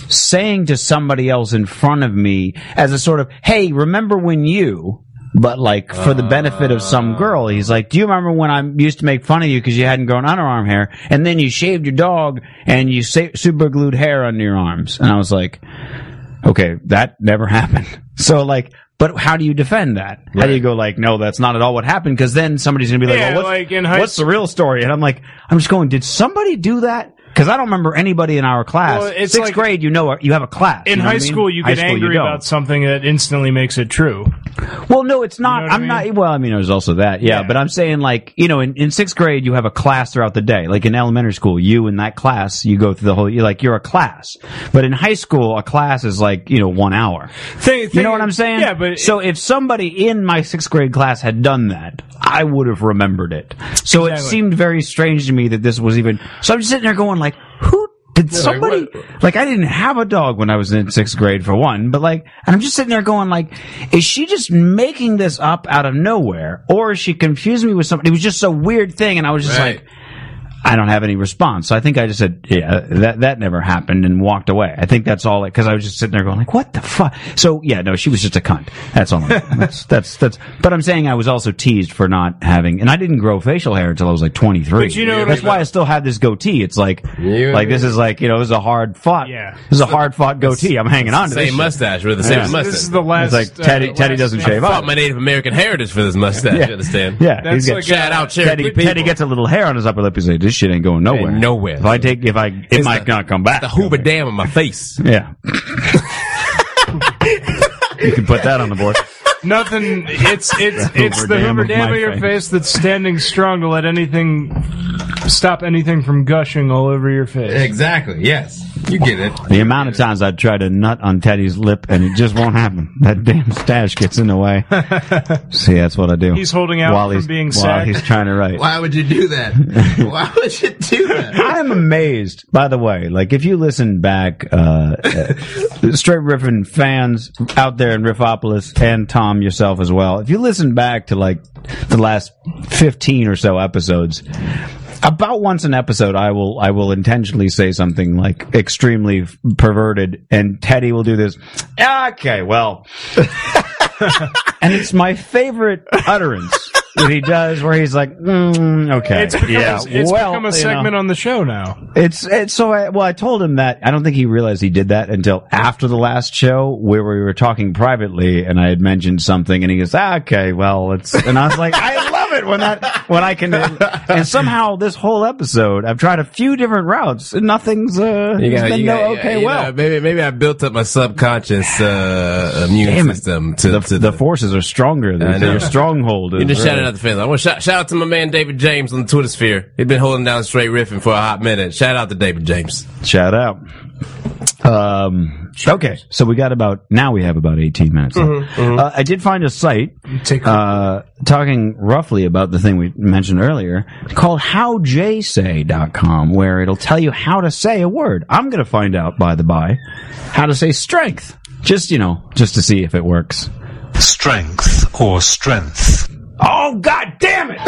Speaker 7: Saying to somebody else in front of me as a sort of, hey, remember when you, but like for the benefit of some girl, he's like, "Do you remember when I used to make fun of you because you hadn't grown underarm hair, and then you shaved your dog and you sa- super glued hair under your arms?" And I was like, "Okay, that never happened." So like, but how do you defend that? How do you go like, "No, that's not at all what happened"? Because then somebody's gonna be like,
Speaker 9: Yeah,
Speaker 7: "Well, what's,
Speaker 9: like in high
Speaker 7: what's the real story?" And I'm like, I'm just going, "Did somebody do that?" Because I don't remember anybody in our class.
Speaker 9: Well, it's
Speaker 7: Sixth
Speaker 9: like-
Speaker 7: grade, you know, you have a class.
Speaker 9: In
Speaker 7: you know what
Speaker 9: high
Speaker 7: I mean?
Speaker 9: school, you
Speaker 7: High
Speaker 9: get angry
Speaker 7: don't.
Speaker 9: about something that instantly makes it true.
Speaker 7: Well, no, it's not.
Speaker 9: know what I
Speaker 7: I'm not. Well, I mean, there's also that. Yeah,
Speaker 9: Yeah.
Speaker 7: but I'm saying like you know, in, in sixth grade, you have a class throughout the day. Like in elementary school, you in that class, you go through the whole. You're like you're a class. But in high school, a class is like you know one hour.
Speaker 9: Think,
Speaker 7: You know what I'm saying?
Speaker 9: Yeah, but
Speaker 7: so if somebody in my sixth grade class had done that, I would have remembered it. So it
Speaker 9: Exactly.
Speaker 7: seemed very strange to me that this was even. So I'm just sitting there going like, who? Did somebody like, I didn't have a dog when I was in sixth grade for one, but like, and I'm just sitting there going like, is she just making this up out of nowhere, or is she confusing me with somebody? It was just a weird thing, and I was just
Speaker 8: Right.
Speaker 7: like, I don't have any response. So I think I just said, yeah, that, that never happened and walked away. I think that's all it, cause I was just sitting there going like, what the fuck? So yeah, no, she was just a cunt. That's all. I'm, that's, that's, that's, but I'm saying I was also teased for not having, and I didn't grow facial hair until I was like 23.
Speaker 9: But you know what
Speaker 7: that's
Speaker 9: I-
Speaker 7: why I still have this goatee. It's like,
Speaker 8: You-
Speaker 7: like this is like, you know, this is a hard fought,
Speaker 9: Yeah.
Speaker 7: this is a hard fought goatee. I'm hanging on to this.
Speaker 8: Same
Speaker 7: shit.
Speaker 8: mustache with the same
Speaker 7: Yeah.
Speaker 8: mustache.
Speaker 9: This is the last.
Speaker 7: It's like Teddy,
Speaker 9: uh,
Speaker 7: Teddy
Speaker 9: last
Speaker 7: doesn't
Speaker 9: thing.
Speaker 7: shave
Speaker 8: I fought
Speaker 7: up.
Speaker 8: my Native American heritage for this mustache.
Speaker 7: Yeah.
Speaker 8: You understand?
Speaker 7: Yeah.
Speaker 9: That's
Speaker 7: he's got-
Speaker 9: like
Speaker 8: Shout out Cherokee
Speaker 7: Teddy,
Speaker 8: people.
Speaker 7: Teddy gets a little hair on his upper lip. He's like, "This shit ain't going nowhere.
Speaker 8: Ain't nowhere.
Speaker 7: If I take, if I, it
Speaker 8: It's
Speaker 7: might
Speaker 8: the-
Speaker 7: not come back.
Speaker 8: the Hoover Dam on my face.
Speaker 7: Yeah. you can put that on the board.
Speaker 9: Nothing. It's it's
Speaker 7: The
Speaker 9: it's the
Speaker 7: Hoover
Speaker 9: Hoover
Speaker 7: Dam
Speaker 9: Dam
Speaker 7: of
Speaker 9: of your
Speaker 7: my
Speaker 9: face that's standing strong to let anything stop anything from gushing all over your face.
Speaker 8: Exactly. Yes, you get it.
Speaker 7: The amount of times I try to nut on Teddy's lip and it just won't happen. That damn stash gets in the way. See, that's what I do.
Speaker 9: He's holding out
Speaker 7: while
Speaker 9: from
Speaker 7: he's,
Speaker 9: being
Speaker 7: while
Speaker 9: sacked.
Speaker 7: he's trying to write.
Speaker 8: Why would you do that? Why would you do that?
Speaker 7: I'm amazed, by the way. Like, if you listen back, uh, uh, straight riffing fans out there in Riffopolis and Tom yourself as well, if you listen back to like the last 15 or so episodes, about once an episode, I will I will intentionally say something like extremely perverted, and Teddy will do this. "Ah, Okay, well, and it's my favorite utterance that he does, where he's like, mm, okay,
Speaker 9: It's become,
Speaker 7: yeah,
Speaker 9: a, it's
Speaker 7: well,
Speaker 9: become a
Speaker 7: you know.
Speaker 9: segment on the show now.
Speaker 7: It's, it's so I, well. I told him that I don't think he realized he did that until after the last show where we were talking privately, and I had mentioned something, and he goes, ah, "Okay, well, it's." And I was like, "I love it when that when I can." And somehow this whole episode, I've tried a few different routes, and nothing's. Uh,
Speaker 8: You
Speaker 7: it's
Speaker 8: gotta-
Speaker 7: been
Speaker 8: you
Speaker 7: no,
Speaker 8: gotta-
Speaker 7: okay,
Speaker 8: you
Speaker 7: well,
Speaker 8: know, maybe maybe I built up my subconscious uh, immune
Speaker 7: Damn it.
Speaker 8: system to
Speaker 7: the,
Speaker 8: to
Speaker 7: the forces are stronger.
Speaker 8: I
Speaker 7: Than
Speaker 8: know.
Speaker 7: your stronghold.
Speaker 8: You
Speaker 7: is
Speaker 8: just shouted
Speaker 7: really-
Speaker 8: out the fans. I want to shout, shout out to my man David James on the Twitter sphere. He's been holding down straight riffing for a hot minute. Shout out to David James.
Speaker 7: Shout out. Um, okay, so we got about now we have about eighteen minutes. left. Uh, I did find a site uh, talking roughly about the thing we mentioned earlier called howjsay.com, where it'll tell you how to say a word. I'm going to find out by the by how to say strength, just you know, just to see if it works.
Speaker 14: Strength or strength.
Speaker 7: Oh God damn it!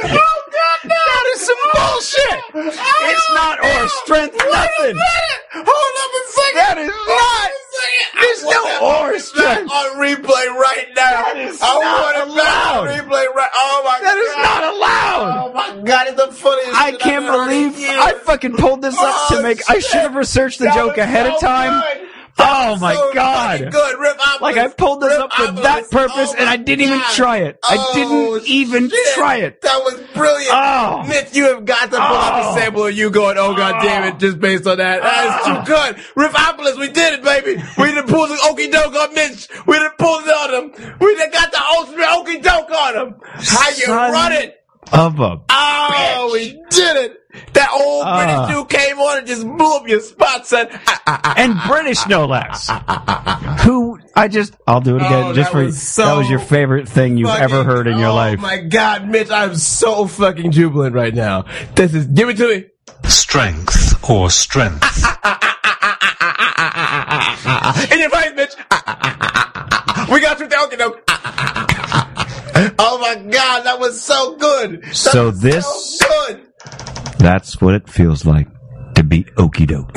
Speaker 8: That is some bullshit.
Speaker 7: It's not or strength nothing.
Speaker 8: Hold
Speaker 7: That is not. There's no or strength.
Speaker 8: on replay right now. That
Speaker 7: is I want not it back on allowed.
Speaker 8: replay right. Oh my
Speaker 7: That is not allowed.
Speaker 8: my god, it's the funniest.
Speaker 7: I can't believe I fucking pulled this up
Speaker 8: Oh,
Speaker 7: to make. I
Speaker 8: shit.
Speaker 7: should have researched the
Speaker 8: That
Speaker 7: joke
Speaker 8: was
Speaker 7: ahead of
Speaker 8: so
Speaker 7: time.
Speaker 8: good.
Speaker 7: Oh my
Speaker 8: so fucking
Speaker 7: god!
Speaker 8: Good. Rip Opulence.
Speaker 7: Like I pulled this
Speaker 8: Rip
Speaker 7: up for
Speaker 8: Opulence.
Speaker 7: that purpose,
Speaker 8: Oh
Speaker 7: and
Speaker 8: my
Speaker 7: I didn't even
Speaker 8: God.
Speaker 7: try it. I
Speaker 8: Oh,
Speaker 7: didn't even
Speaker 8: shit.
Speaker 7: try it.
Speaker 8: That was brilliant.
Speaker 7: Oh.
Speaker 8: Nick, you have got to pull out
Speaker 7: Oh.
Speaker 8: the sample of you going, oh, god damn it, just based on that.
Speaker 7: Oh.
Speaker 8: That is too good. Riffopolis, we did it, baby. We done pulled the okey doke on Mitch. We done pulled it on him. We done got the ultimate okey doke on him. How you
Speaker 7: Son
Speaker 8: run it?
Speaker 7: Of a
Speaker 8: Oh, we did it. That old
Speaker 7: Ah.
Speaker 8: British dude came on and just blew up your spot, son. Ah, ah, ah.
Speaker 7: and British no less. Who I just I'll do it again
Speaker 8: Oh,
Speaker 7: just
Speaker 8: that
Speaker 7: for
Speaker 8: was so
Speaker 7: that was your favorite thing you've
Speaker 8: fucking-
Speaker 7: ever heard in your life.
Speaker 8: Oh my god, Mitch, I'm so fucking jubilant right now. This is give it to me. Ah,
Speaker 14: Strength or strength.
Speaker 8: In your face, Mitch. Ah, We got you down, doke. ah, Oh my god, that was so good. That
Speaker 7: So
Speaker 8: was
Speaker 7: this-
Speaker 8: so good.
Speaker 7: That's what it feels like to be okie doke.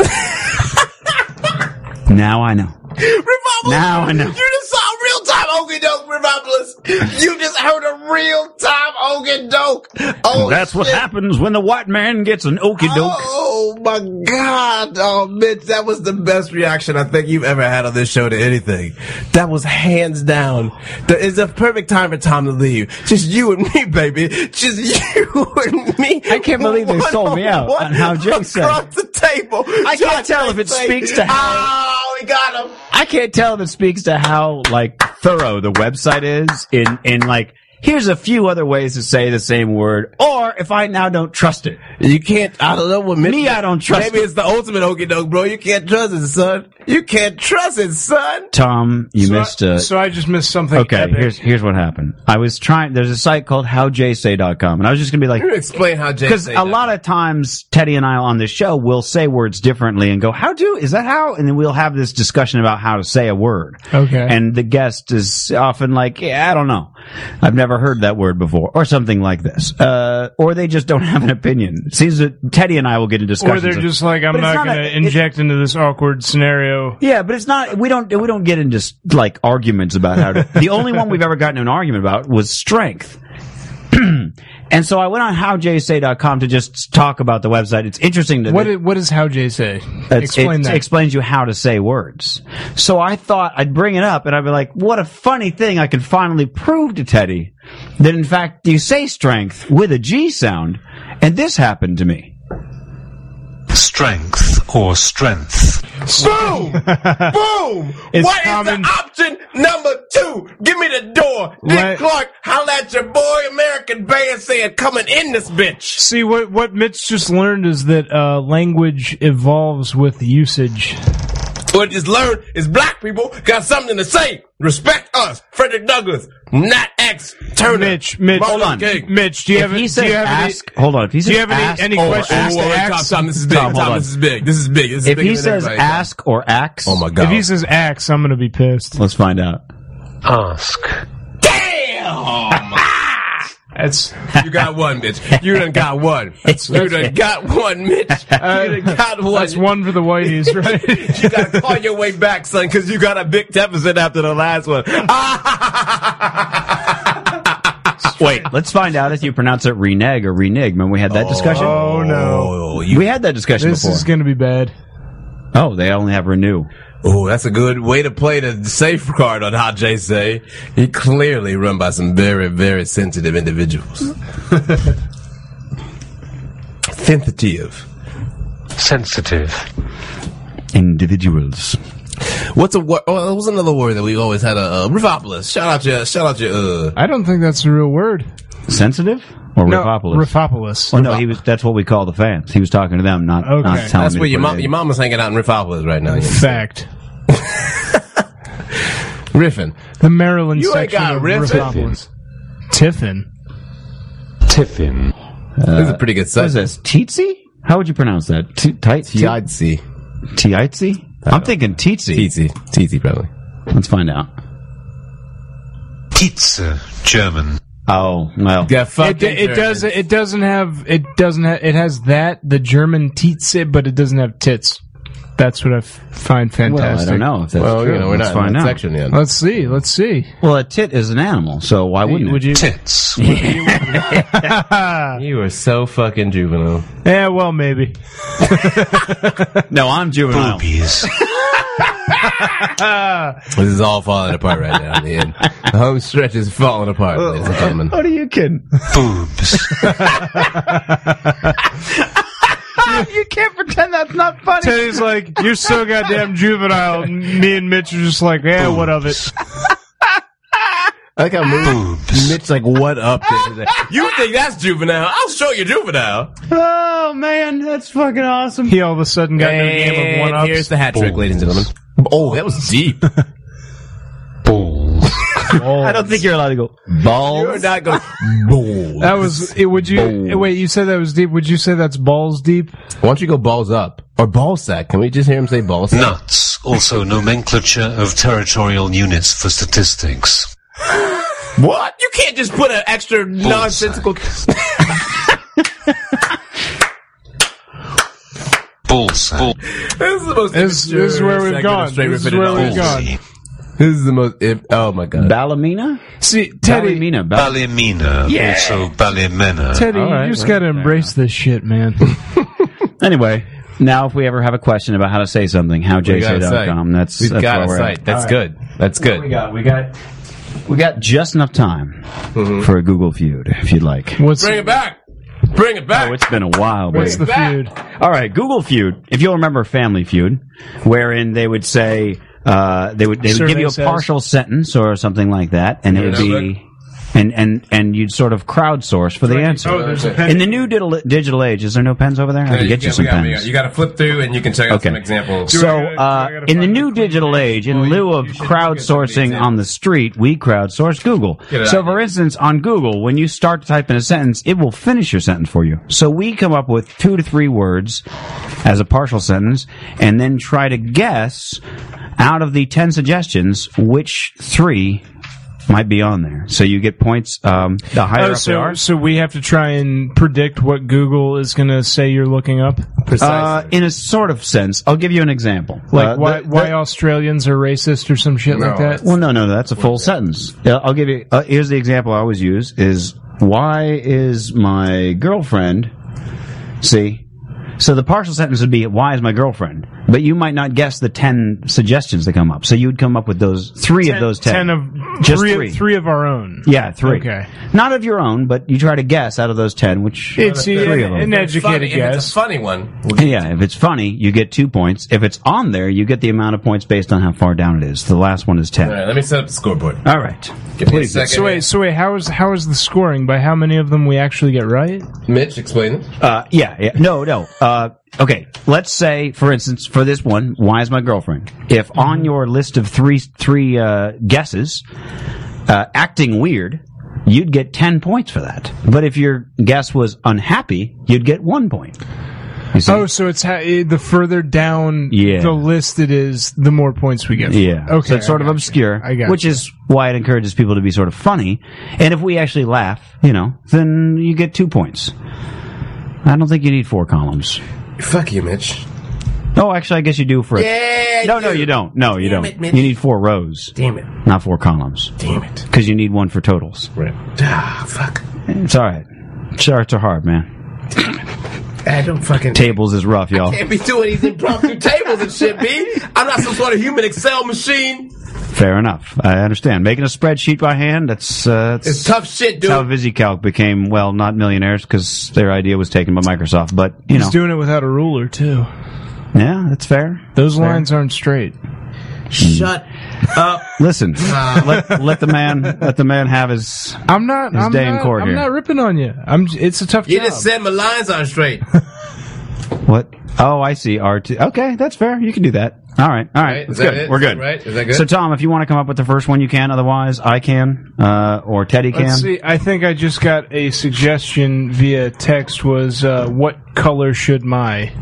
Speaker 7: now I know.
Speaker 8: Revivalist.
Speaker 7: Now I know.
Speaker 8: You just saw real time Okie Doke Revivalist. You just heard a real time Okie Doke. Oh,
Speaker 7: That's what
Speaker 8: shit.
Speaker 7: happens when the white man gets an okie doke.
Speaker 8: Oh my god. Oh Mitch, that was the best reaction I think you've ever had on this show to anything. That was hands down. That is the perfect time for Tom to leave. Just you and me, baby. Just you and me.
Speaker 7: I can't believe they sold me out on how Jake said it.
Speaker 8: Across the table.
Speaker 7: I can't tell if it speaks to how-
Speaker 8: Oh, we got him.
Speaker 7: I can't tell if it speaks to how like thorough the website is in in like here's a few other ways to say the same word, or if I now don't trust it.
Speaker 8: You can't. I don't know what
Speaker 7: me. I don't trust.
Speaker 8: Maybe
Speaker 7: it.
Speaker 8: it's the ultimate okey doke, bro. You can't trust it, son. You can't trust it, son.
Speaker 7: Tom, you
Speaker 9: so
Speaker 7: missed
Speaker 9: I,
Speaker 7: a.
Speaker 9: So I just missed something.
Speaker 7: okay,
Speaker 9: epic.
Speaker 7: here's here's what happened. I was trying. There's a site called howjsay.com, and I was just gonna be like,
Speaker 8: You explain how Jay.
Speaker 7: because
Speaker 8: say
Speaker 7: a
Speaker 8: that.
Speaker 7: lot of times Teddy and I on this show will say words differently and go, "How do is that how?" And then we'll have this discussion about how to say a word.
Speaker 9: Okay.
Speaker 7: And the guest is often like, yeah, "I don't know, I've never heard that word before," or something like this, uh, or they just don't have an opinion. It seems that Teddy and I will get into
Speaker 9: or
Speaker 7: discussions.
Speaker 9: they're
Speaker 7: of-
Speaker 9: just like, I'm
Speaker 7: But it's not
Speaker 9: not,
Speaker 7: a-
Speaker 9: going to
Speaker 7: it-
Speaker 9: inject into this awkward scenario.
Speaker 7: yeah, but it's not. We don't. We don't get into like arguments about how to. the only one we've ever gotten into an argument about was strength. and so I went on howjsay.com to just talk about the website. It's interesting that
Speaker 9: What is, what does how Jay say?
Speaker 7: It's-
Speaker 9: Explain
Speaker 7: it
Speaker 9: that.
Speaker 7: explains you how to say words. So I thought I'd bring it up and I'd be like, what a funny thing I could finally prove to Teddy that in fact you say strength with a G sound. And this happened to me.
Speaker 1: Strength or strength.
Speaker 8: Boom! Boom! What is
Speaker 9: It's common-
Speaker 8: the option number two? Give me the door. Dick
Speaker 9: Right.
Speaker 8: Clark, holla at your boy American band saying coming in this bitch.
Speaker 9: See what what Mitch just learned is that uh, language evolves with usage.
Speaker 8: What is learned is black people got something to say. Respect us. Frederick Douglass, not X. Turner.
Speaker 9: Mitch, Mitch,
Speaker 8: Martin
Speaker 7: hold on.
Speaker 8: Luther King.
Speaker 9: Mitch, do you
Speaker 7: If
Speaker 9: have
Speaker 7: he
Speaker 9: any,
Speaker 7: says
Speaker 9: do you have
Speaker 7: ask, hold on, if he says
Speaker 9: any, do you have
Speaker 7: ask
Speaker 9: any,
Speaker 7: or
Speaker 9: any questions
Speaker 8: Oh,
Speaker 9: to
Speaker 8: wait, Tom,
Speaker 9: ask?
Speaker 8: Tom, this is big.
Speaker 7: Tom,
Speaker 8: Tom,
Speaker 7: hold on.
Speaker 8: this is big. This is big. This is
Speaker 7: if
Speaker 8: bigger
Speaker 7: he
Speaker 8: than
Speaker 7: says
Speaker 8: everybody.
Speaker 7: ask or ax,
Speaker 8: Oh my
Speaker 9: If
Speaker 8: God.
Speaker 9: he says axe, I'm gonna be pissed.
Speaker 7: let's find out.
Speaker 1: Ask.
Speaker 8: Damn!
Speaker 9: That's
Speaker 8: you got one, bitch. You done got one. You done got one, Mitch. You done got one.
Speaker 9: that's one for the whiteys, right?
Speaker 8: you gotta claw your way back, son, because you got a big deficit after the last one. Ah!
Speaker 7: Wait, let's find out if you pronounce it reneg or reneg. Remember we had that discussion?
Speaker 9: Oh
Speaker 8: Oh,
Speaker 9: no,
Speaker 7: we had that discussion
Speaker 9: this
Speaker 7: before.
Speaker 9: is gonna be bad.
Speaker 7: oh, they only have renew.
Speaker 8: oh, that's a good way to play the safeguard on how Jay say. He clearly run by some very, very sensitive individuals. sensitive.
Speaker 1: Sensitive.
Speaker 7: Individuals.
Speaker 8: What's a word? Oh, what's another word that we always had? A uh, Rivopolis. Shout out your, shout out your. Uh,
Speaker 9: I don't think that's a real word.
Speaker 7: Sensitive? Or
Speaker 9: No,
Speaker 7: Ripopolis?
Speaker 9: Rifopolis.
Speaker 7: Well, no, he was. That's what we call the fans. He was talking to them, not
Speaker 9: Okay.
Speaker 7: not telling
Speaker 8: that's
Speaker 7: me
Speaker 8: where your
Speaker 7: what
Speaker 8: mom,
Speaker 7: it is.
Speaker 8: your mama's hanging out in Rivopolis right
Speaker 7: Oh,
Speaker 8: now.
Speaker 9: Fact.
Speaker 8: Riffing.
Speaker 9: The Maryland
Speaker 8: You ain't
Speaker 9: section
Speaker 8: got
Speaker 9: of
Speaker 8: riffs.
Speaker 9: Rifopolis. Tiffin.
Speaker 1: Tiffin.
Speaker 8: this is a pretty good
Speaker 7: What is
Speaker 8: sentence.
Speaker 7: this? Teetsy? How would you pronounce that? T- tight? T-
Speaker 8: Yahtzee.
Speaker 7: Teetsy? I'm thinking Teetsy.
Speaker 8: Teensy. Teensy, probably.
Speaker 7: Let's find out.
Speaker 8: uh,
Speaker 1: Pizza. German.
Speaker 7: Oh well.
Speaker 8: Yeah,
Speaker 9: It, d- it doesn't. It doesn't have. It doesn't. Ha- it has that the German tietze, but it doesn't have tits. That's what I f- find
Speaker 7: Well, I
Speaker 9: fantastic.
Speaker 7: don't know if that's
Speaker 8: Well,
Speaker 7: true.
Speaker 8: you know, we're
Speaker 7: Let's
Speaker 8: not in
Speaker 7: find
Speaker 8: that
Speaker 7: out.
Speaker 8: section yet.
Speaker 9: Let's see. Let's see.
Speaker 7: Well, a tit is an animal, so why wouldn't
Speaker 9: Would
Speaker 7: it?
Speaker 9: you?
Speaker 1: Tits.
Speaker 8: You are so fucking juvenile.
Speaker 9: Yeah. Well, maybe.
Speaker 7: No, I'm juvenile.
Speaker 1: Boobies.
Speaker 8: This is all falling apart right now. The end. The home stretch is falling apart, ladies and gentlemen.
Speaker 7: What are you kidding?
Speaker 1: Boobs.
Speaker 7: you can't pretend that's not funny.
Speaker 9: Teddy's like, you're so goddamn juvenile. And Me and Mitch are just like, yeah, what of it?
Speaker 8: I like how Mitch,
Speaker 1: Boobs.
Speaker 8: Mitch like, what up? you think that's juvenile? I'll show you juvenile.
Speaker 7: Oh man, that's fucking awesome.
Speaker 9: He all of a sudden got into a game of one
Speaker 8: And here's
Speaker 9: ups.
Speaker 8: the hat trick, ladies and gentlemen. Oh, that was deep.
Speaker 1: Balls.
Speaker 7: I don't think you're allowed to go.
Speaker 8: You're not going balls.
Speaker 9: That was. It, would you eh, wait? You said that was deep. Would you say that's balls deep?
Speaker 8: Why don't you go balls up or ball sack? Can we just hear him say ball sack?
Speaker 1: Nuts. Also nomenclature of territorial units for statistics.
Speaker 8: What? You can't just put an extra nonsensical.
Speaker 1: Balls.
Speaker 8: This is the most.
Speaker 9: This,
Speaker 8: immature
Speaker 9: this is where we've
Speaker 8: segment of
Speaker 9: gone.
Speaker 8: Straight
Speaker 9: This is
Speaker 8: Riffin'
Speaker 9: where
Speaker 8: and
Speaker 9: we've
Speaker 8: All.
Speaker 9: gone.
Speaker 8: This is the most. If, oh my god.
Speaker 7: Balamina?
Speaker 9: See, Teddy.
Speaker 7: Balamina. Bal-
Speaker 1: Balimina. Also Balimena.
Speaker 9: Teddy,
Speaker 7: All right,
Speaker 9: you just
Speaker 7: well,
Speaker 9: gotta embrace this shit, man.
Speaker 7: Anyway, now if we ever have a question about how to say something, howjsay.com. That's
Speaker 8: We've
Speaker 7: that's
Speaker 8: got
Speaker 7: where
Speaker 8: a
Speaker 7: we're at.
Speaker 8: site. That's good. That's good.
Speaker 7: We got we got just enough time for a Google feud, if you'd like.
Speaker 9: What's
Speaker 8: Bring it back. Bring it back.
Speaker 7: Oh, it's been a while.
Speaker 9: what's
Speaker 7: But
Speaker 9: the
Speaker 8: back.
Speaker 9: feud?
Speaker 7: all right, Google feud. If you'll remember Family Feud, wherein they would say uh, they would they would
Speaker 9: Survey
Speaker 7: give you a
Speaker 9: says.
Speaker 7: partial sentence or something like that, and it would
Speaker 8: Yeah,
Speaker 7: be and and and you'd sort of crowdsource for the answer.
Speaker 9: Oh, there's a pen.
Speaker 7: In the new digital, digital age, is there no pens over there? I can
Speaker 8: you
Speaker 7: get you
Speaker 8: got-
Speaker 7: some
Speaker 8: we got- we
Speaker 7: pens.
Speaker 8: got- You got to flip through and you can check out
Speaker 7: Okay.
Speaker 8: some examples.
Speaker 7: So, uh, in the new digital age, in lieu of crowdsourcing on the street, we crowdsource Google.
Speaker 8: Get it
Speaker 7: So,
Speaker 8: out.
Speaker 7: for instance, on Google, when you start to type in a sentence, it will finish your sentence for you. So, we come up with two to three words as a partial sentence and then try to guess out of the 10 suggestions which three might be on there. So, you get points um, the higher
Speaker 9: Oh,
Speaker 7: up they
Speaker 9: so,
Speaker 7: are.
Speaker 9: so we have to try and predict what Google is going to say you're looking up?
Speaker 7: Uh, in a sort of sense, I'll give you an example.
Speaker 9: Like
Speaker 7: Uh, the-
Speaker 9: why, why Australians are racist or some shit like that?
Speaker 7: Well, no, no, that's a full sentence. Yeah, I'll give you. Uh, here's the example I always use: is why is my girlfriend? See, so the partial sentence would be why is my girlfriend? But you might not guess the ten suggestions that come up. So you'd come up with those three of those ten.
Speaker 9: Ten of
Speaker 7: Just
Speaker 9: three,
Speaker 7: three.
Speaker 9: three of our own.
Speaker 7: yeah, three.
Speaker 9: Okay.
Speaker 7: Not of your own, but you try to guess out of those ten, which
Speaker 9: It's
Speaker 7: three of
Speaker 9: an,
Speaker 7: them.
Speaker 9: an educated
Speaker 8: Funny, if it's a
Speaker 9: guess.
Speaker 8: funny one.
Speaker 7: Yeah, if it's funny, you get two points. If it's on there, you get the amount of points based on how far down it is. The last one is ten.
Speaker 8: All right, let me set up the scoreboard.
Speaker 7: All right.
Speaker 8: Give me a
Speaker 7: Please.
Speaker 8: second.
Speaker 9: So wait, so wait, how is how is the scoring? By how many of them we actually get right?
Speaker 8: Mitch, explain it.
Speaker 7: Uh, yeah, yeah. No, no. Uh, okay. Let's say, for instance, for this one, why is my girlfriend? If on
Speaker 9: Mm-hmm.
Speaker 7: your list of three three uh, guesses, uh, acting weird, you'd get ten points for that. But if your guess was unhappy, you'd get one point. You see?
Speaker 9: Oh, so it's ha- eh, the further down
Speaker 7: Yeah.
Speaker 9: the list it is, the more points we get.
Speaker 7: Yeah.
Speaker 9: Okay.
Speaker 7: So it's sort
Speaker 9: I
Speaker 7: of
Speaker 9: got
Speaker 7: obscure,
Speaker 9: you. I got
Speaker 7: which is why it encourages people to be sort of funny. And if we actually laugh, you know, then you get two points. I don't think you need four columns.
Speaker 8: Fuck you, Mitch.
Speaker 7: Oh, actually, I guess you do for a
Speaker 8: Yeah.
Speaker 7: No, no, you don't. No, you
Speaker 8: Damn
Speaker 7: don't.
Speaker 8: it, Mitch.
Speaker 7: you need four rows,
Speaker 8: Damn it.
Speaker 7: not four columns,
Speaker 8: Damn it.
Speaker 7: because you need one for totals.
Speaker 8: Right. Ah, fuck.
Speaker 7: It's all right. Charts are hard, man.
Speaker 8: I don't fucking.
Speaker 7: Tables is rough, y'all.
Speaker 8: can't be doing these impromptu tables and shit, B. I'm not some sort of human Excel machine.
Speaker 7: Fair enough. I understand. Making a spreadsheet by hand—that's uh, that's-
Speaker 8: It's tough shit,
Speaker 7: that's how
Speaker 8: dude.
Speaker 7: VisiCalc became well, not millionaires, because their idea was taken by Microsoft. But you know,
Speaker 9: He's doing it without a ruler too.
Speaker 7: yeah, that's fair.
Speaker 9: Those lines aren't straight.
Speaker 8: Shut up.
Speaker 7: Listen, let, let the man let the man have his.
Speaker 9: I'm not.
Speaker 7: It's
Speaker 9: I'm
Speaker 7: day in
Speaker 9: not,
Speaker 7: court
Speaker 9: I'm
Speaker 7: here.
Speaker 9: not ripping on you. I'm. j- It's a tough
Speaker 8: You
Speaker 9: job.
Speaker 8: just said my lines aren't straight.
Speaker 7: What? Oh, I see. R two. Okay, that's fair. You can do that. All right. All right.
Speaker 8: Right,
Speaker 7: That's
Speaker 8: is that
Speaker 7: good.
Speaker 8: it?
Speaker 7: We're
Speaker 8: Is that
Speaker 7: good.
Speaker 8: right? Is that good?
Speaker 7: So, Tom, if you want to come up with the first one, you can. Otherwise, I can, uh, or Teddy can.
Speaker 9: Let's see. I think I just got a suggestion via text. Was uh, what color should my?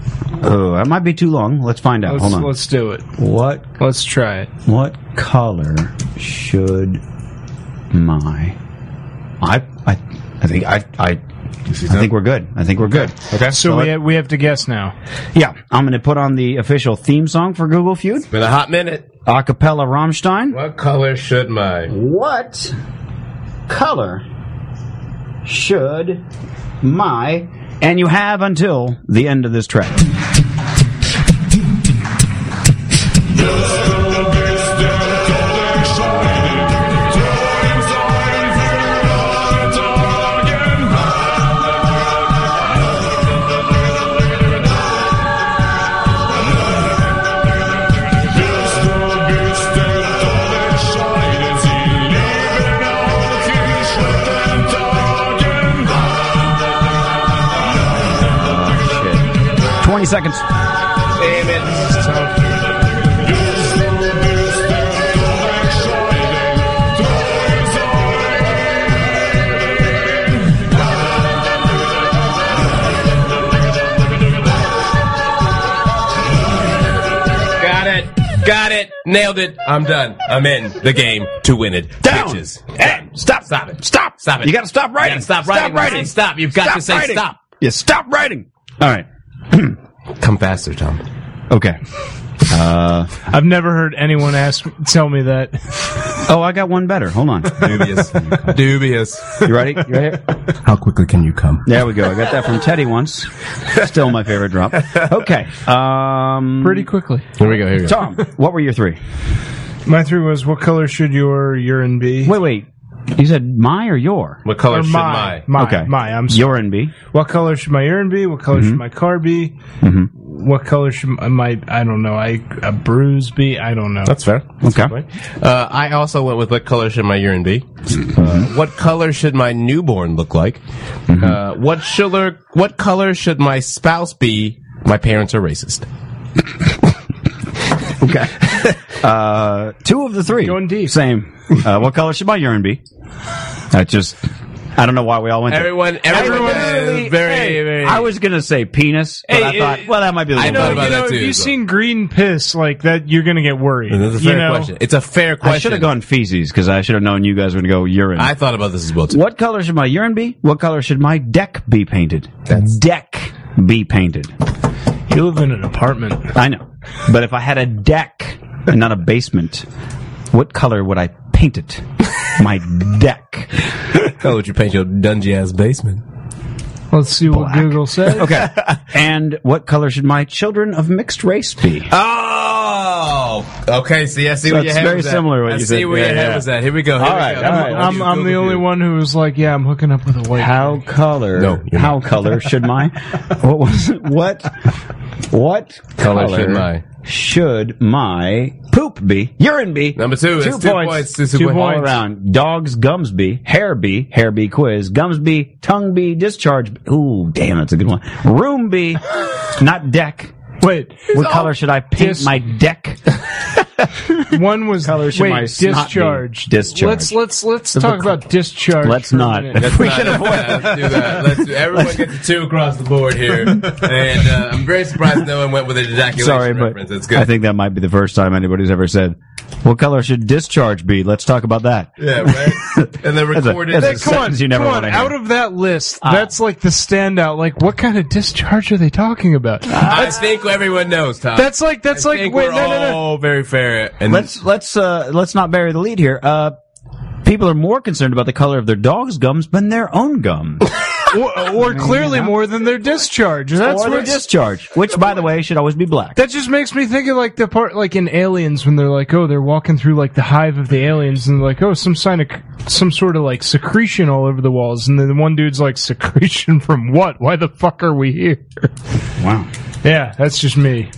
Speaker 7: Oh, that might be too long. Let's find out.
Speaker 9: Let's,
Speaker 7: Hold on.
Speaker 9: let's do it.
Speaker 7: What
Speaker 9: Let's try it.
Speaker 7: what color should my? I I I think I I. I think we're good. I think we're good. Okay.
Speaker 9: So we
Speaker 7: let-
Speaker 9: have, we have to guess now.
Speaker 7: yeah, I'm going to put on the official theme song for Google Feud,
Speaker 8: Been a hot minute.
Speaker 7: acapella Rammstein.
Speaker 8: What color should my?
Speaker 7: What color should my and you have until the end of this track. Twenty seconds.
Speaker 8: Damn it. Got it. Got it. Nailed it. I'm done. I'm in the game to win it.
Speaker 7: Down.
Speaker 8: Bitches.
Speaker 7: Hey, stop.
Speaker 8: Stop it.
Speaker 7: Stop.
Speaker 8: Stop it.
Speaker 7: You gotta stop writing.
Speaker 8: You gotta stop writing.
Speaker 7: Stop writing.
Speaker 8: Stop. You've got to say
Speaker 7: writing.
Speaker 8: stop.
Speaker 7: Yeah, stop writing. All right.
Speaker 8: Come faster, Tom.
Speaker 7: Okay.
Speaker 9: I've never heard anyone ask tell me that.
Speaker 7: Oh, I got one better. Hold on.
Speaker 8: Dubious. Dubious.
Speaker 7: You ready? You ready?
Speaker 8: How quickly can you come?
Speaker 7: There we go. I got that from Teddy once. Still my favorite drop. Okay. Um,
Speaker 9: Pretty quickly.
Speaker 8: Here we go. Here we go.
Speaker 7: Tom, what were your three?
Speaker 9: My three was what color should your urine be?
Speaker 7: Wait, wait. You said my or your?
Speaker 8: What color
Speaker 9: Or
Speaker 8: should
Speaker 9: my,
Speaker 8: my?
Speaker 9: my,
Speaker 7: Okay.
Speaker 9: my. I'm sorry.
Speaker 7: Your and B.
Speaker 8: Mm-hmm.
Speaker 9: What color should my urine be? What color should my car be? what color should my I don't know I a bruise be? I don't know.
Speaker 8: That's fair.
Speaker 9: okay.
Speaker 8: Uh, I also went with what color should my urine be? Uh,
Speaker 7: Mm-hmm.
Speaker 8: what color should my newborn look like? Uh, what should what color should my spouse be? My parents are racist.
Speaker 7: Okay. Uh, two of the three. Going deep. Same. Uh, what color should my urine be? That just. I don't know why we all went. there.
Speaker 8: Everyone, everyone, is very, very.
Speaker 7: I was gonna say penis, but
Speaker 9: Hey,
Speaker 7: I thought,
Speaker 9: it-
Speaker 7: well, that might be. A
Speaker 8: I
Speaker 7: little
Speaker 8: know,
Speaker 7: bit.
Speaker 8: about
Speaker 9: you know,
Speaker 8: that too,
Speaker 9: if you've
Speaker 8: so-
Speaker 9: seen green piss like that, you're gonna get worried.
Speaker 8: That's a
Speaker 9: you
Speaker 8: fair
Speaker 9: know?
Speaker 8: question. It's a fair question.
Speaker 7: I should have gone feces because I should have known you guys were gonna go urine.
Speaker 8: I thought about this as well. Too.
Speaker 7: what color should my urine be? What color should my deck be painted? That's deck be painted.
Speaker 9: You live in an apartment.
Speaker 7: I know, but if I had a deck and not a basement, what color would I paint it? My deck.
Speaker 8: color would you paint your dungy ass basement?
Speaker 9: Let's see what Google says.
Speaker 7: Okay. and what color should my children of mixed race be?
Speaker 8: Ah. Oh, okay. See, I see
Speaker 7: So
Speaker 8: what your
Speaker 7: it's
Speaker 8: head
Speaker 7: very
Speaker 8: was at.
Speaker 7: similar what
Speaker 8: I
Speaker 7: you
Speaker 8: see
Speaker 7: said.
Speaker 8: where your
Speaker 7: Yeah,
Speaker 8: head
Speaker 7: yeah.
Speaker 8: was at. Here we go. Here
Speaker 7: All
Speaker 8: we
Speaker 7: right,
Speaker 8: go.
Speaker 7: all right.
Speaker 8: What
Speaker 9: I'm,
Speaker 8: you
Speaker 9: I'm the
Speaker 8: Googled
Speaker 9: only
Speaker 8: here?
Speaker 9: one who was like, yeah, I'm hooking up with a white.
Speaker 7: How color?
Speaker 8: No, you're
Speaker 7: how color should my? What was what? What
Speaker 8: Color
Speaker 7: color,
Speaker 8: should my-
Speaker 7: should my poop be? Urine be
Speaker 8: Number two. That's two points. Two points.
Speaker 7: all around. Dogs gums be hair be hair be quiz gums be tongue be discharge. Be. Ooh, damn, that's a good one. Room be not deck.
Speaker 9: Wait,
Speaker 7: What color should I paint
Speaker 9: dis-
Speaker 7: my deck?
Speaker 9: one was
Speaker 7: Color should
Speaker 9: wait,
Speaker 7: my snot be?
Speaker 9: discharge.
Speaker 7: Discharge.
Speaker 9: Let's let's let's talk about discharge.
Speaker 7: Let's
Speaker 9: for a
Speaker 7: not.
Speaker 9: minute.
Speaker 8: Let's not- Let's do that. Let's do, everyone get the two across the board here. And uh, I'm very surprised no one went with an ejaculation
Speaker 7: Sorry,
Speaker 8: reference.
Speaker 7: but
Speaker 8: That's good.
Speaker 7: I think that might be the first time anybody's ever said, "What color should discharge be?" Let's talk about that.
Speaker 8: yeah, right? And the
Speaker 7: That's a-
Speaker 8: recorded.
Speaker 7: that's a
Speaker 9: Come on,
Speaker 7: sentence you never
Speaker 9: come on.
Speaker 7: wanna hear. Ah.
Speaker 9: Out of that list, that's like the standout. Like, what kind of discharge are they talking about?
Speaker 7: Ah.
Speaker 8: I think everyone knows, Tom.
Speaker 9: that's like that's
Speaker 8: I
Speaker 9: like
Speaker 8: think
Speaker 9: wait,
Speaker 8: we're
Speaker 9: no, no, no.
Speaker 8: all very fair. And
Speaker 7: Let's let's uh, let's not bury the lead here. Uh, people are more concerned about the color of their dog's gums than their own gum
Speaker 9: or, or clearly more than their discharge. That's
Speaker 7: or their
Speaker 9: what
Speaker 7: discharge, which, by the way, should always be black.
Speaker 9: that just makes me think of like the part like in Aliens when they're like, oh, they're walking through like the hive of the aliens and they're like, oh, some sign of some sort of like secretion all over the walls, and then the one dude's like, secretion from what? Why the fuck are we here?
Speaker 7: Wow,
Speaker 9: Yeah, that's just me.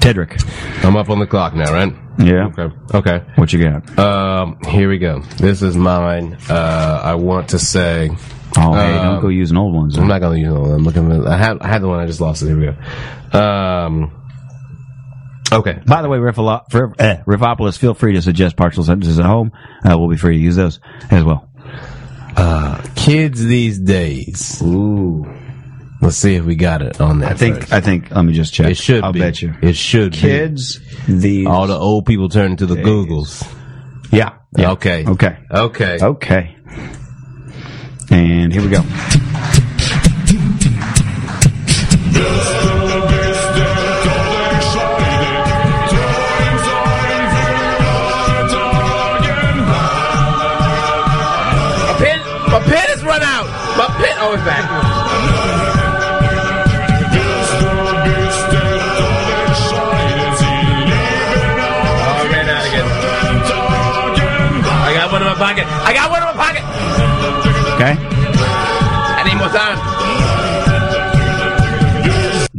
Speaker 7: Tedrick.
Speaker 8: I'm up on the clock now, right?
Speaker 7: Yeah,
Speaker 8: Okay. Okay.
Speaker 7: what you got?
Speaker 8: Um, here we go. This is mine. Uh, I want to say.
Speaker 7: Oh, hey, don't
Speaker 8: Um,
Speaker 7: go using old ones.
Speaker 8: I'm not gonna use all of them. I'm looking. For, I had I had the one I just lost. It. Here we go. Um. Okay.
Speaker 7: By the way, Riffalo- Riff- eh, Riffopolis, feel free to suggest partial sentences at home. Uh, we'll be free to use those as well.
Speaker 8: Kids these days.
Speaker 7: Ooh,
Speaker 8: Let's see if we got it on that.
Speaker 7: I think
Speaker 8: first.
Speaker 7: I think. Let me just check.
Speaker 8: it should
Speaker 7: I'll
Speaker 8: be.
Speaker 7: bet you.
Speaker 8: It should
Speaker 7: Kids, the
Speaker 8: be. All the old people turn into the Googles.
Speaker 7: yeah, yeah.
Speaker 8: Okay.
Speaker 7: okay, Oh,
Speaker 8: Okay.
Speaker 7: okay. And here we go.
Speaker 8: My pen. My pen has run out. My pen. Oh, it's back. Oh, I ran out again. I got one in my pocket. I got one in my pocket.
Speaker 7: Okay.
Speaker 8: I need more time.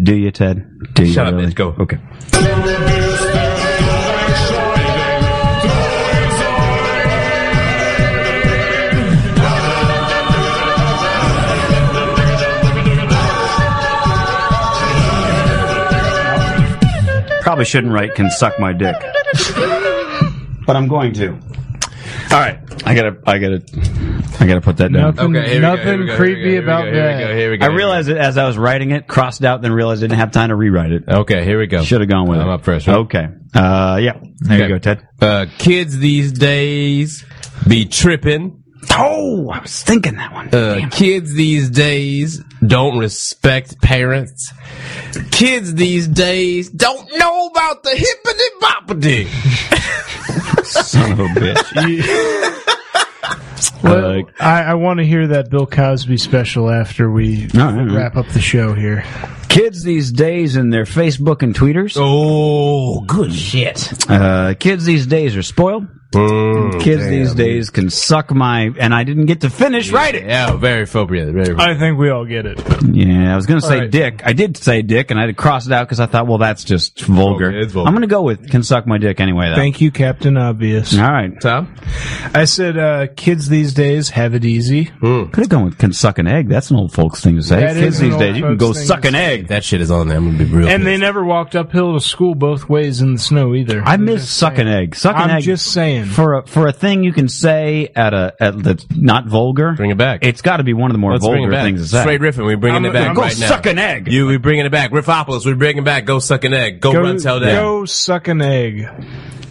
Speaker 7: Do you, Ted? Do you
Speaker 8: Shut up,
Speaker 7: really?
Speaker 8: bitch. Go.
Speaker 7: Okay. Probably shouldn't write "can suck my dick," but I'm going to. All right, I gotta, I gotta, I gotta put that down.
Speaker 9: Nothing, nothing creepy about that.
Speaker 8: Here we
Speaker 7: I realized it as I was writing it, crossed out, then realized I didn't have time to rewrite it.
Speaker 8: Okay, here we go.
Speaker 7: Should have gone with it.
Speaker 8: I'm up first. Right?
Speaker 7: Okay. Uh, yeah. There you
Speaker 8: Okay.
Speaker 7: go, Ted.
Speaker 8: Uh, kids these days be tripping.
Speaker 7: Oh, I was thinking that one.
Speaker 8: Uh, kids these days don't respect parents. Kids these days don't know about the hippity boppity.
Speaker 7: Son of a bitch.
Speaker 9: Well,
Speaker 7: Like-
Speaker 9: I, I want to hear that Bill Cosby special after we
Speaker 7: All right, all right.
Speaker 9: wrap up the show here.
Speaker 7: Kids these days and their Facebook and tweeters.
Speaker 8: Oh, good shit. Oh,
Speaker 7: Uh, kids these days are spoiled. Kids these days can suck my, and I didn't get to finish writing.
Speaker 8: Yeah, very appropriate. Very
Speaker 9: I think we all get it.
Speaker 7: Yeah, I was going to say
Speaker 9: right.
Speaker 7: dick. I did say dick, and I had to cross it out because I thought, well, that's just vulgar.
Speaker 8: Vulgar, it's vulgar.
Speaker 7: I'm going to go with can suck my dick anyway, though.
Speaker 9: Thank you, Captain Obvious.
Speaker 7: All right.
Speaker 8: Tom?
Speaker 9: I said, uh, kids these days have it easy.
Speaker 7: Could have gone with can suck an egg. That's an old folks thing to say.
Speaker 9: That
Speaker 7: Kids
Speaker 9: is an
Speaker 7: these
Speaker 9: old
Speaker 7: days, you can
Speaker 9: folks
Speaker 7: go
Speaker 9: thing
Speaker 7: suck
Speaker 9: to
Speaker 7: an egg.
Speaker 8: That shit is on there. I'm gonna be real.
Speaker 9: And they
Speaker 8: pissed.
Speaker 9: never walked uphill to school both ways in the snow either.
Speaker 7: I miss suck an egg. Suck an
Speaker 9: I'm
Speaker 7: egg.
Speaker 9: just saying.
Speaker 7: for a for a thing you can say at a at that's not vulgar.
Speaker 8: Bring it back.
Speaker 7: It's got to be one of the more
Speaker 8: Let's bring it
Speaker 7: vulgar
Speaker 8: back.
Speaker 7: things to say.
Speaker 8: Straight riffing. We're bringing
Speaker 9: I'm-
Speaker 8: it back
Speaker 9: I'm- Go
Speaker 8: right now.
Speaker 7: suck an egg.
Speaker 8: You, we're bringing it back. Riffopolis, we're bringing back. Go suck an egg. Go,
Speaker 9: go,
Speaker 8: run tell down.
Speaker 9: go suck an egg.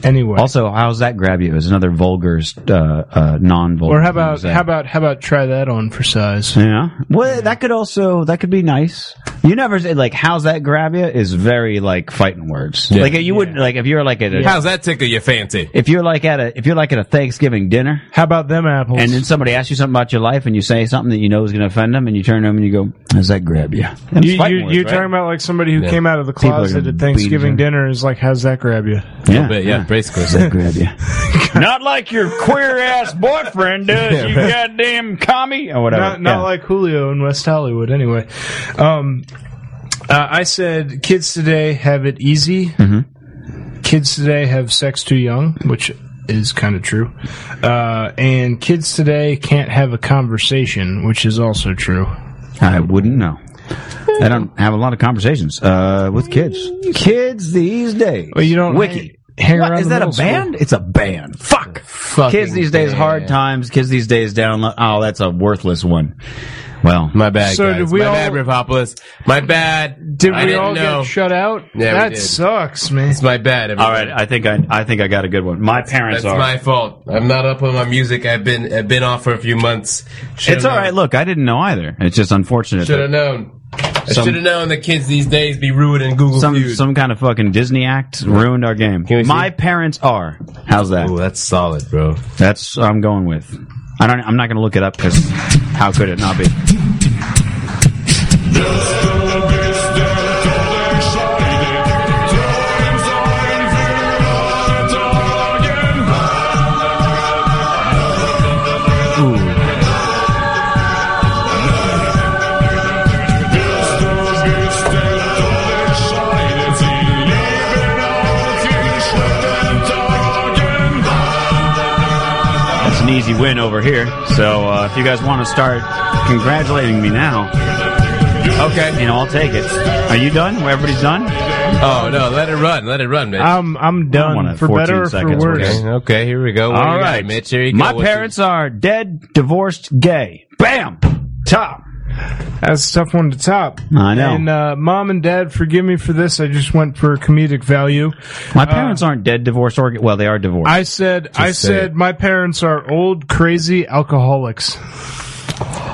Speaker 9: Anyway.
Speaker 7: Also, how's that grab you? Is another vulgar, uh, uh, non-vulgar.
Speaker 9: or how
Speaker 7: thing to
Speaker 9: about
Speaker 7: say.
Speaker 9: how about how about try that on for size?
Speaker 7: Yeah. Well, that could also that could be nice. You never say like how's that grab you is very like fighting words. Like you wouldn't like if you're like at a,
Speaker 8: How's that tickle your fancy?
Speaker 7: if you're like at a if you're like at a Thanksgiving dinner
Speaker 9: How about them apples?
Speaker 7: and then somebody asks you something about your life and you say something that you know is going to offend them and you turn to them and you go how's that grab you? That's
Speaker 9: you,
Speaker 7: fighting
Speaker 9: you,
Speaker 7: words,
Speaker 9: you're
Speaker 7: right?
Speaker 9: talking about like somebody who
Speaker 8: Yeah.
Speaker 9: came out of the
Speaker 7: People are gonna
Speaker 9: closet
Speaker 7: beat
Speaker 9: at
Speaker 7: each
Speaker 9: Thanksgiving
Speaker 7: other.
Speaker 9: dinner is like, how's that grab you?
Speaker 7: yeah,
Speaker 8: But yeah, basically.
Speaker 7: How's that grab you?
Speaker 15: Not like your queer ass boyfriend does, you goddamn commie or whatever.
Speaker 9: Not, not like Julio in West Hollywood, anyway. Um, uh, I said, kids today have it easy.
Speaker 7: Mm-hmm.
Speaker 9: Kids today have sex too young, which is kind of true. Uh, and kids today can't have a conversation, which is also true.
Speaker 7: I wouldn't know. I don't have a lot of conversations uh, with kids. Kids these days.
Speaker 9: Well, you don't
Speaker 7: wiki.
Speaker 9: hang- hang
Speaker 7: What,
Speaker 9: around
Speaker 7: Is
Speaker 9: the
Speaker 7: that a
Speaker 9: middle school.
Speaker 7: band? It's a band. Fuck.
Speaker 8: Fucking
Speaker 7: kids these days,
Speaker 8: band.
Speaker 7: hard times. Kids these days, down. lo- Oh, that's a worthless one. Well,
Speaker 8: My bad,
Speaker 9: So
Speaker 8: guys.
Speaker 9: did we
Speaker 8: My
Speaker 9: all-
Speaker 8: bad, Riffopolis. My bad.
Speaker 9: Did
Speaker 8: I
Speaker 9: we
Speaker 8: didn't
Speaker 9: all
Speaker 8: know.
Speaker 9: get shut out?
Speaker 8: Yeah, we
Speaker 9: that
Speaker 8: did.
Speaker 9: sucks, man.
Speaker 8: It's my bad. everybody.
Speaker 7: all right. I think I, I think I got a good one. My parents
Speaker 8: That's
Speaker 7: are.
Speaker 8: my fault. I'm not up on my music. I've been I've been off for a few months. Should've
Speaker 7: it's all right.
Speaker 8: known.
Speaker 7: Look, I didn't know either. It's just unfortunate.
Speaker 8: Should
Speaker 7: that
Speaker 8: have known. I
Speaker 7: Some-
Speaker 8: should have known the kids these days be ruining Google
Speaker 7: Some
Speaker 8: Feud.
Speaker 7: some kind of fucking Disney act ruined our game.
Speaker 8: we see?
Speaker 7: My parents are. How's that?
Speaker 8: Ooh, that's solid, bro.
Speaker 7: That's what I'm going with. I don't. I'm not going to look it up because how could it not be? That's an easy win over here. So uh, if you guys want to start congratulating me now,
Speaker 8: Okay.
Speaker 7: you know I'll take it. Are you done? Everybody's done.
Speaker 8: Oh no, let it run. Let it run,
Speaker 7: Ah.
Speaker 8: man.
Speaker 9: I'm I'm done
Speaker 7: wanna-
Speaker 9: for
Speaker 7: 14
Speaker 9: better or for
Speaker 7: seconds,
Speaker 9: worse.
Speaker 8: Okay, okay, here we go. What do
Speaker 7: All
Speaker 8: you got,
Speaker 7: right,
Speaker 8: Mitch. Here you go.
Speaker 7: My
Speaker 8: What you-
Speaker 7: parents are dead, divorced, gay. Bam. Top.
Speaker 9: That's a tough one to top.
Speaker 7: I know.
Speaker 9: And uh, mom and dad, forgive me for this. I just went for comedic value.
Speaker 8: uh,
Speaker 7: My parents aren't dead, divorced, or well, they are divorced.
Speaker 9: I said, I
Speaker 8: say
Speaker 9: said,
Speaker 8: it.
Speaker 9: my parents are old, crazy alcoholics.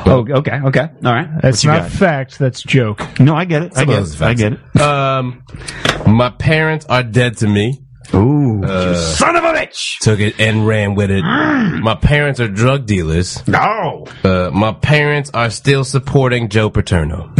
Speaker 7: oh, okay, okay, all right. What
Speaker 9: That's
Speaker 7: you
Speaker 9: not fact. That's joke.
Speaker 7: got? No, I get it. I
Speaker 8: Some of
Speaker 7: get
Speaker 8: those
Speaker 7: it. I get it.
Speaker 8: Um, my parents are dead to me.
Speaker 7: Ooh, you son of a bitch!
Speaker 8: Took it and ran with it. my parents are drug dealers.
Speaker 7: No.
Speaker 8: Uh, my parents are still supporting Joe Paterno.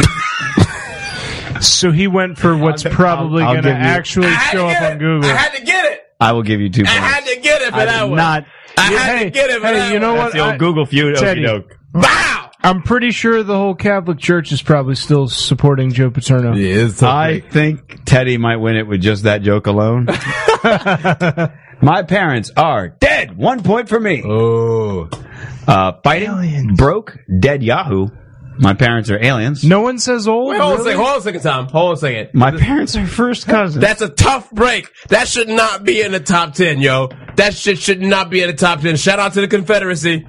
Speaker 9: So he went for what's probably
Speaker 7: I'll
Speaker 9: going to
Speaker 7: give you-
Speaker 9: actually
Speaker 8: I had to
Speaker 9: show up
Speaker 8: get
Speaker 9: on
Speaker 8: it.
Speaker 9: Google.
Speaker 8: I had to get it.
Speaker 7: I will give you two points.
Speaker 8: I had to get it for
Speaker 7: I
Speaker 8: that
Speaker 7: did
Speaker 8: one.
Speaker 7: not.
Speaker 8: I had
Speaker 9: hey,
Speaker 8: to get it for
Speaker 9: hey,
Speaker 8: that
Speaker 9: you know
Speaker 8: one.
Speaker 9: what?
Speaker 7: That's the old
Speaker 9: I-
Speaker 7: Google feud.
Speaker 9: Teddy.
Speaker 7: Okey doke.
Speaker 8: Wow.
Speaker 9: I'm pretty sure the whole Catholic Church is probably still supporting Joe Paterno.
Speaker 8: Yeah, it's tough,
Speaker 7: I
Speaker 8: man.
Speaker 7: think Teddy might win it with just that joke alone. My parents are dead. One point for me.
Speaker 8: Oh.
Speaker 7: Uh, fighting, broke, dead Yahoo. My parents are aliens.
Speaker 9: No one says old.
Speaker 8: Wait, hold on a
Speaker 9: really?
Speaker 8: second. Hold on a second, Tom. Hold on a second.
Speaker 7: My parents are first cousins.
Speaker 8: That's a tough break. That should not be in the top 10, yo. That shit should not be in the top 10. Shout out to the Confederacy.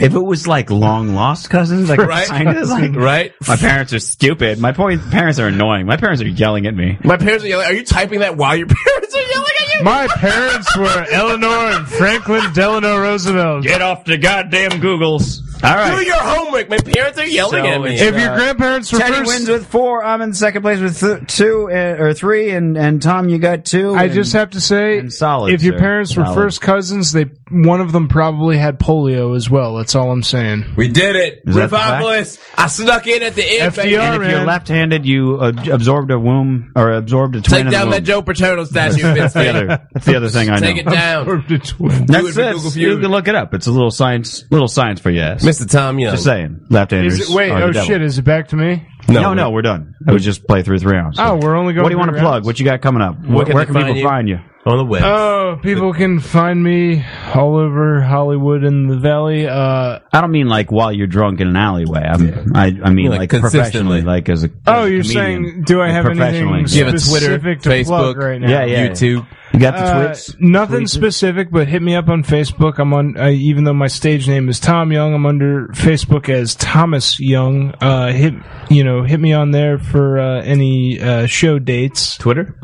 Speaker 7: if it was like long lost cousins, like
Speaker 8: Right.
Speaker 7: kinda like-
Speaker 8: Right?
Speaker 7: My parents are stupid. My po- parents are annoying. My parents are yelling at me.
Speaker 8: My parents are yelling. Are you typing that while your parents are yelling at you?
Speaker 9: My parents were Eleanor and Franklin Delano Roosevelt.
Speaker 7: Get off the goddamn Googles. All right.
Speaker 8: Do your homework. My parents are yelling
Speaker 7: So
Speaker 8: at me.
Speaker 7: it's,
Speaker 9: If your
Speaker 7: uh,
Speaker 9: grandparents were
Speaker 7: Teddy
Speaker 9: first,
Speaker 7: wins with four. I'm in second place with th- two uh, or three, and and Tom, you got two.
Speaker 9: I
Speaker 7: and-
Speaker 9: just have to say,
Speaker 7: and solid,
Speaker 9: if your
Speaker 7: sir.
Speaker 9: parents were
Speaker 7: Solid.
Speaker 9: first cousins, they one of them probably had polio as well. That's all I'm saying.
Speaker 8: we did it.
Speaker 7: Is that the
Speaker 8: Revivalist. I snuck in at the end. baby.
Speaker 9: FDR,
Speaker 7: And if you're
Speaker 9: man.
Speaker 7: left-handed, you ab- absorbed a womb or absorbed a twin.
Speaker 8: Take
Speaker 7: in
Speaker 8: down
Speaker 7: the
Speaker 8: that
Speaker 7: womb.
Speaker 8: Joe Paterno statue,
Speaker 7: That's
Speaker 8: Vince.
Speaker 7: the other. That's the other thing I know.
Speaker 8: Take it down. Do it
Speaker 7: That's
Speaker 8: for
Speaker 7: it.
Speaker 8: Google
Speaker 7: You
Speaker 8: Feud.
Speaker 7: can look it up. It's a little science, little science for you. ass.
Speaker 8: Mr. Tom Young.
Speaker 7: Just saying, left-handers.
Speaker 9: Is it, wait,
Speaker 7: are the
Speaker 9: oh
Speaker 7: devil.
Speaker 9: shit, is it back to me?
Speaker 7: No, no, we're done. It was just play through three rounds.
Speaker 9: Oh, we're only going
Speaker 7: What do you want to
Speaker 9: three
Speaker 7: plug?
Speaker 9: rounds.
Speaker 7: What you got coming up? Where,
Speaker 8: can
Speaker 7: where
Speaker 8: they
Speaker 7: can people
Speaker 8: find
Speaker 7: find you?
Speaker 8: On the web.
Speaker 9: Oh, people can find me all over Hollywood and the Valley. Uh,
Speaker 7: I don't mean like while you're drunk in an alleyway. I'm, I, I mean
Speaker 8: Like,
Speaker 7: like,
Speaker 8: consistently.
Speaker 7: professionally, like as a. as
Speaker 9: oh,
Speaker 7: a
Speaker 9: you're
Speaker 7: comedian.
Speaker 9: saying, do I
Speaker 7: Like,
Speaker 9: have
Speaker 7: professionally.
Speaker 9: anything
Speaker 8: Give it Twitter,
Speaker 9: specific to
Speaker 8: Facebook.
Speaker 9: plug right now?
Speaker 7: Yeah, yeah.
Speaker 8: YouTube.
Speaker 7: You got the
Speaker 9: Uh,
Speaker 7: twits.
Speaker 9: nothing
Speaker 7: Tweets?
Speaker 9: specific, but hit me up on Facebook. I'm on, uh, even though my stage name is Tom Young, I'm under Facebook as Thomas Young. Uh, hit, you know, hit me on there for uh, any uh, show dates.
Speaker 8: Twitter?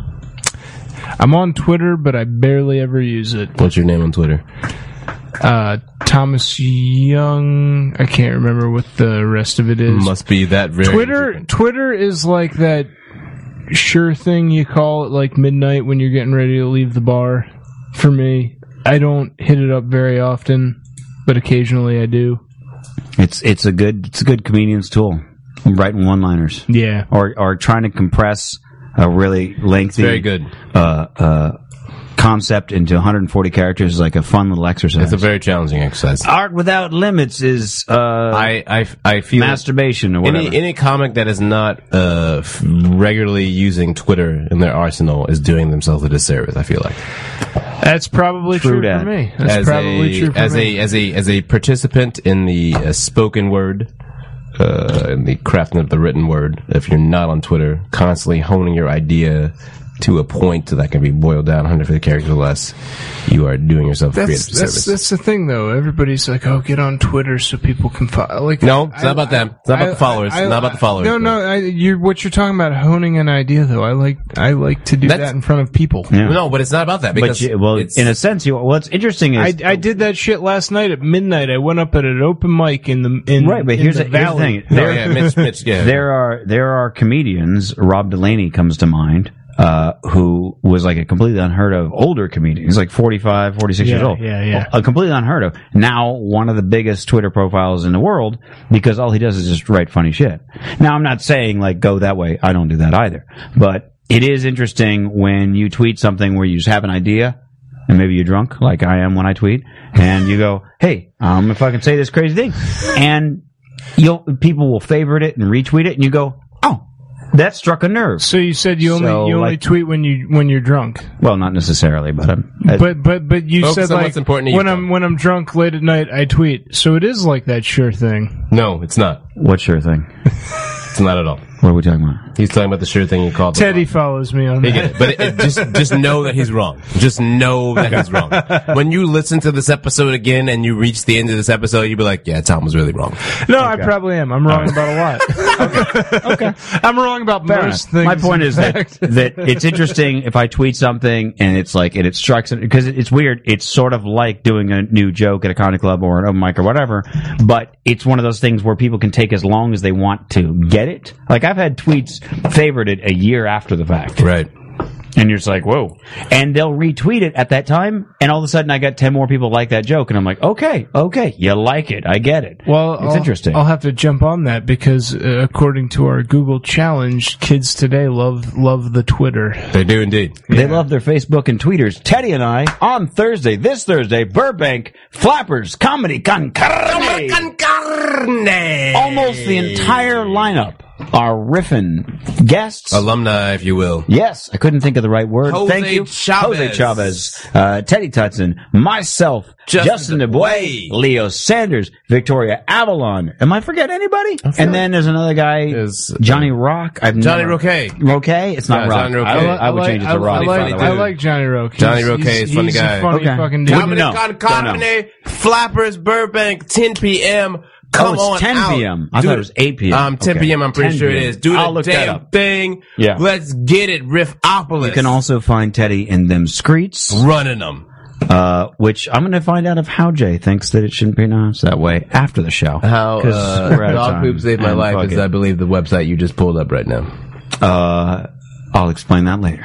Speaker 9: I'm on Twitter, but I barely ever use it.
Speaker 8: What's your name on Twitter?
Speaker 9: Uh, Thomas Young, I can't remember what the rest of it is.
Speaker 8: Must be that very
Speaker 9: Twitter,
Speaker 8: different.
Speaker 9: Twitter is like that sure thing you call at like midnight when you're getting ready to leave the bar. For me, I don't hit it up very often, but occasionally I do.
Speaker 7: It's it's a good it's a good comedian's tool. Writing one liners
Speaker 9: Yeah,
Speaker 7: or or trying to compress a really lengthy
Speaker 8: Very good.
Speaker 7: uh, uh, concept into 140 characters is like a fun little exercise.
Speaker 8: It's a very challenging exercise.
Speaker 7: Art without limits is uh,
Speaker 8: I, I, I feel
Speaker 7: masturbation or whatever.
Speaker 8: any any comic that is not uh, f- regularly using Twitter in their arsenal is doing themselves a disservice. I feel like
Speaker 9: that's probably
Speaker 7: True
Speaker 9: true,
Speaker 7: dat.
Speaker 9: for me. That's probably
Speaker 8: a,
Speaker 9: true for
Speaker 8: as
Speaker 9: me.
Speaker 8: a as a as a participant in the uh, spoken word. Uh, in the crafting of the written word, if you're not on Twitter, constantly honing your idea to a point that can be boiled down 150 characters or less, you are doing yourself a
Speaker 9: that's,
Speaker 8: creative
Speaker 9: that's
Speaker 8: service.
Speaker 9: that's the thing though. Everybody's like, "Oh, get on Twitter so people can follow." Like,
Speaker 8: No, it's not about them. It's not about the followers. It's not about the followers,
Speaker 9: No,
Speaker 8: but-
Speaker 9: no. I, you're what you're talking about honing an idea though. I like I like to do
Speaker 8: That's-
Speaker 9: that in front of people.
Speaker 7: Yeah.
Speaker 8: No, but it's not about that
Speaker 7: but
Speaker 8: because
Speaker 7: you, well,
Speaker 8: it's-
Speaker 7: in a sense, you, what's interesting is
Speaker 9: I, I did that shit last night at midnight. I went up at an open mic in the in
Speaker 7: right. But
Speaker 9: in
Speaker 7: here's,
Speaker 9: the
Speaker 7: the, here's the
Speaker 9: valley.
Speaker 7: thing:
Speaker 8: No,
Speaker 7: there,
Speaker 8: yeah, Mitch, Mitch, yeah.
Speaker 7: there are there are comedians. Rob Delaney comes to mind. Uh, who was like a completely unheard of older comedian. He's like 45, 46 years
Speaker 9: Yeah,
Speaker 7: old.
Speaker 9: yeah, yeah.
Speaker 7: A completely unheard of. Now one of the biggest Twitter profiles in the world because all he does is just write funny shit. Now I'm not saying like go that way. I don't do that either. But it is interesting when you tweet something where you just have an idea and maybe you're drunk like I am when I tweet and you go, Hey, I'm gonna fucking say this crazy thing. And you'll, people will favorite it and retweet it and you go, Oh, that struck a nerve.
Speaker 9: So you said you only
Speaker 7: So,
Speaker 9: you only
Speaker 7: like-
Speaker 9: tweet when you when you're drunk.
Speaker 7: Well, not necessarily, but um, I-
Speaker 9: But but but you
Speaker 8: Focus
Speaker 9: said
Speaker 8: on
Speaker 9: like
Speaker 8: what's important to you,
Speaker 9: when
Speaker 8: though.
Speaker 9: I'm when I'm drunk late at night I tweet. So it is like that sure thing.
Speaker 8: no, it's not.
Speaker 7: what's your thing?
Speaker 8: It's not at all.
Speaker 7: What are we talking about?
Speaker 8: He's talking about the sure thing you called. the
Speaker 9: Teddy follows me on
Speaker 8: He
Speaker 9: that.
Speaker 8: get it. But it, it- just just know that he's wrong. Just know that he's wrong. When you listen to this episode again and you reach the end of this episode, you'll be like, "Yeah, Tom was really wrong."
Speaker 9: No, I probably am. I'm wrong about a lot. okay. I'm wrong about
Speaker 7: Oh. Fair enough.
Speaker 9: most things.
Speaker 7: My point
Speaker 9: in
Speaker 7: is that,
Speaker 9: fact.
Speaker 7: that it's interesting if I tweet something and it's like and it strikes because it's weird. It's sort of like doing a new joke at a comedy club or an open mic or whatever. But it's one of those things where people can take as long as they want to get it. Like I've had tweets favorited a year after the fact,
Speaker 8: Right.
Speaker 7: and you're just like, whoa. And they'll retweet it at that time, and all of a sudden I got ten more people like that joke, and I'm like, okay, okay, you like it, I get it.
Speaker 9: Well,
Speaker 7: it's
Speaker 9: I'll-
Speaker 7: interesting.
Speaker 9: I'll have to jump on that because uh, according to our Google challenge, kids today love love the Twitter.
Speaker 8: They do indeed.
Speaker 7: They love their Facebook and tweeters. Teddy and I on Thursday, this Thursday, Burbank Flappers Comedy Con Carne. Almost the entire lineup are riffing guests.
Speaker 8: Alumni, if you will.
Speaker 7: Yes, I couldn't think of the right word.
Speaker 8: Jose
Speaker 7: Thank you,
Speaker 8: Chavez.
Speaker 7: Jose Chavez, uh, Teddy Tutson, myself,
Speaker 8: Justin
Speaker 7: Justin DeBoy,
Speaker 8: DeBoy,
Speaker 7: Leo Sanders, Victoria Avalon. Am I forgetting anybody? And then there's another guy,
Speaker 8: Is-
Speaker 7: Johnny Rock. I've
Speaker 8: Johnny
Speaker 7: never-
Speaker 8: Roquet.
Speaker 7: Roquet. It's not
Speaker 8: Yeah,
Speaker 7: Rock.
Speaker 8: Johnny Roquet.
Speaker 7: I, would- I would
Speaker 9: like-
Speaker 7: change it to Rock. by
Speaker 9: I like,
Speaker 7: the
Speaker 8: Rock.
Speaker 7: way.
Speaker 9: I like Johnny Roque. He's-
Speaker 8: Johnny Roque
Speaker 9: he's-
Speaker 8: is a funny
Speaker 9: he's
Speaker 8: guy.
Speaker 9: A funny
Speaker 7: Okay.
Speaker 9: fucking dude.
Speaker 7: Wouldn't
Speaker 8: Dominic
Speaker 7: know. Don't
Speaker 8: Con
Speaker 7: know.
Speaker 8: Company, Flappers, Burbank, 10 p.m. Come
Speaker 7: Oh, it's
Speaker 8: on
Speaker 7: 10
Speaker 8: out.
Speaker 7: p.m.. I
Speaker 8: Do
Speaker 7: thought it was 8 p.m..
Speaker 8: Um, 10
Speaker 7: Okay.
Speaker 8: p.m. I'm pretty
Speaker 7: 10
Speaker 8: sure it
Speaker 7: p.m..
Speaker 8: is. Do
Speaker 7: I'll
Speaker 8: the
Speaker 7: look that
Speaker 8: damn
Speaker 7: up.
Speaker 8: thing.
Speaker 7: Yeah.
Speaker 8: Let's get it, Riffopolis.
Speaker 9: Oh.
Speaker 7: You can also find Teddy in them screets.
Speaker 8: running them.
Speaker 5: uh, which I'm going to find out if How Jay thinks that it shouldn't be pronounced that way after the show.
Speaker 8: How
Speaker 5: 'Cause
Speaker 8: uh,
Speaker 5: we're out of
Speaker 8: dog
Speaker 5: time.
Speaker 8: poop saved my
Speaker 5: And fuck
Speaker 8: life is,
Speaker 5: it.
Speaker 8: I believe, the website you just pulled up right now.
Speaker 5: Uh, I'll explain that later.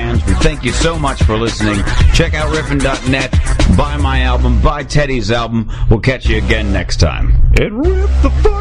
Speaker 16: We thank you so much for listening. Check out riffin.net, buy my album, buy Teddy's album. We'll catch you again next time. It ripped the fuck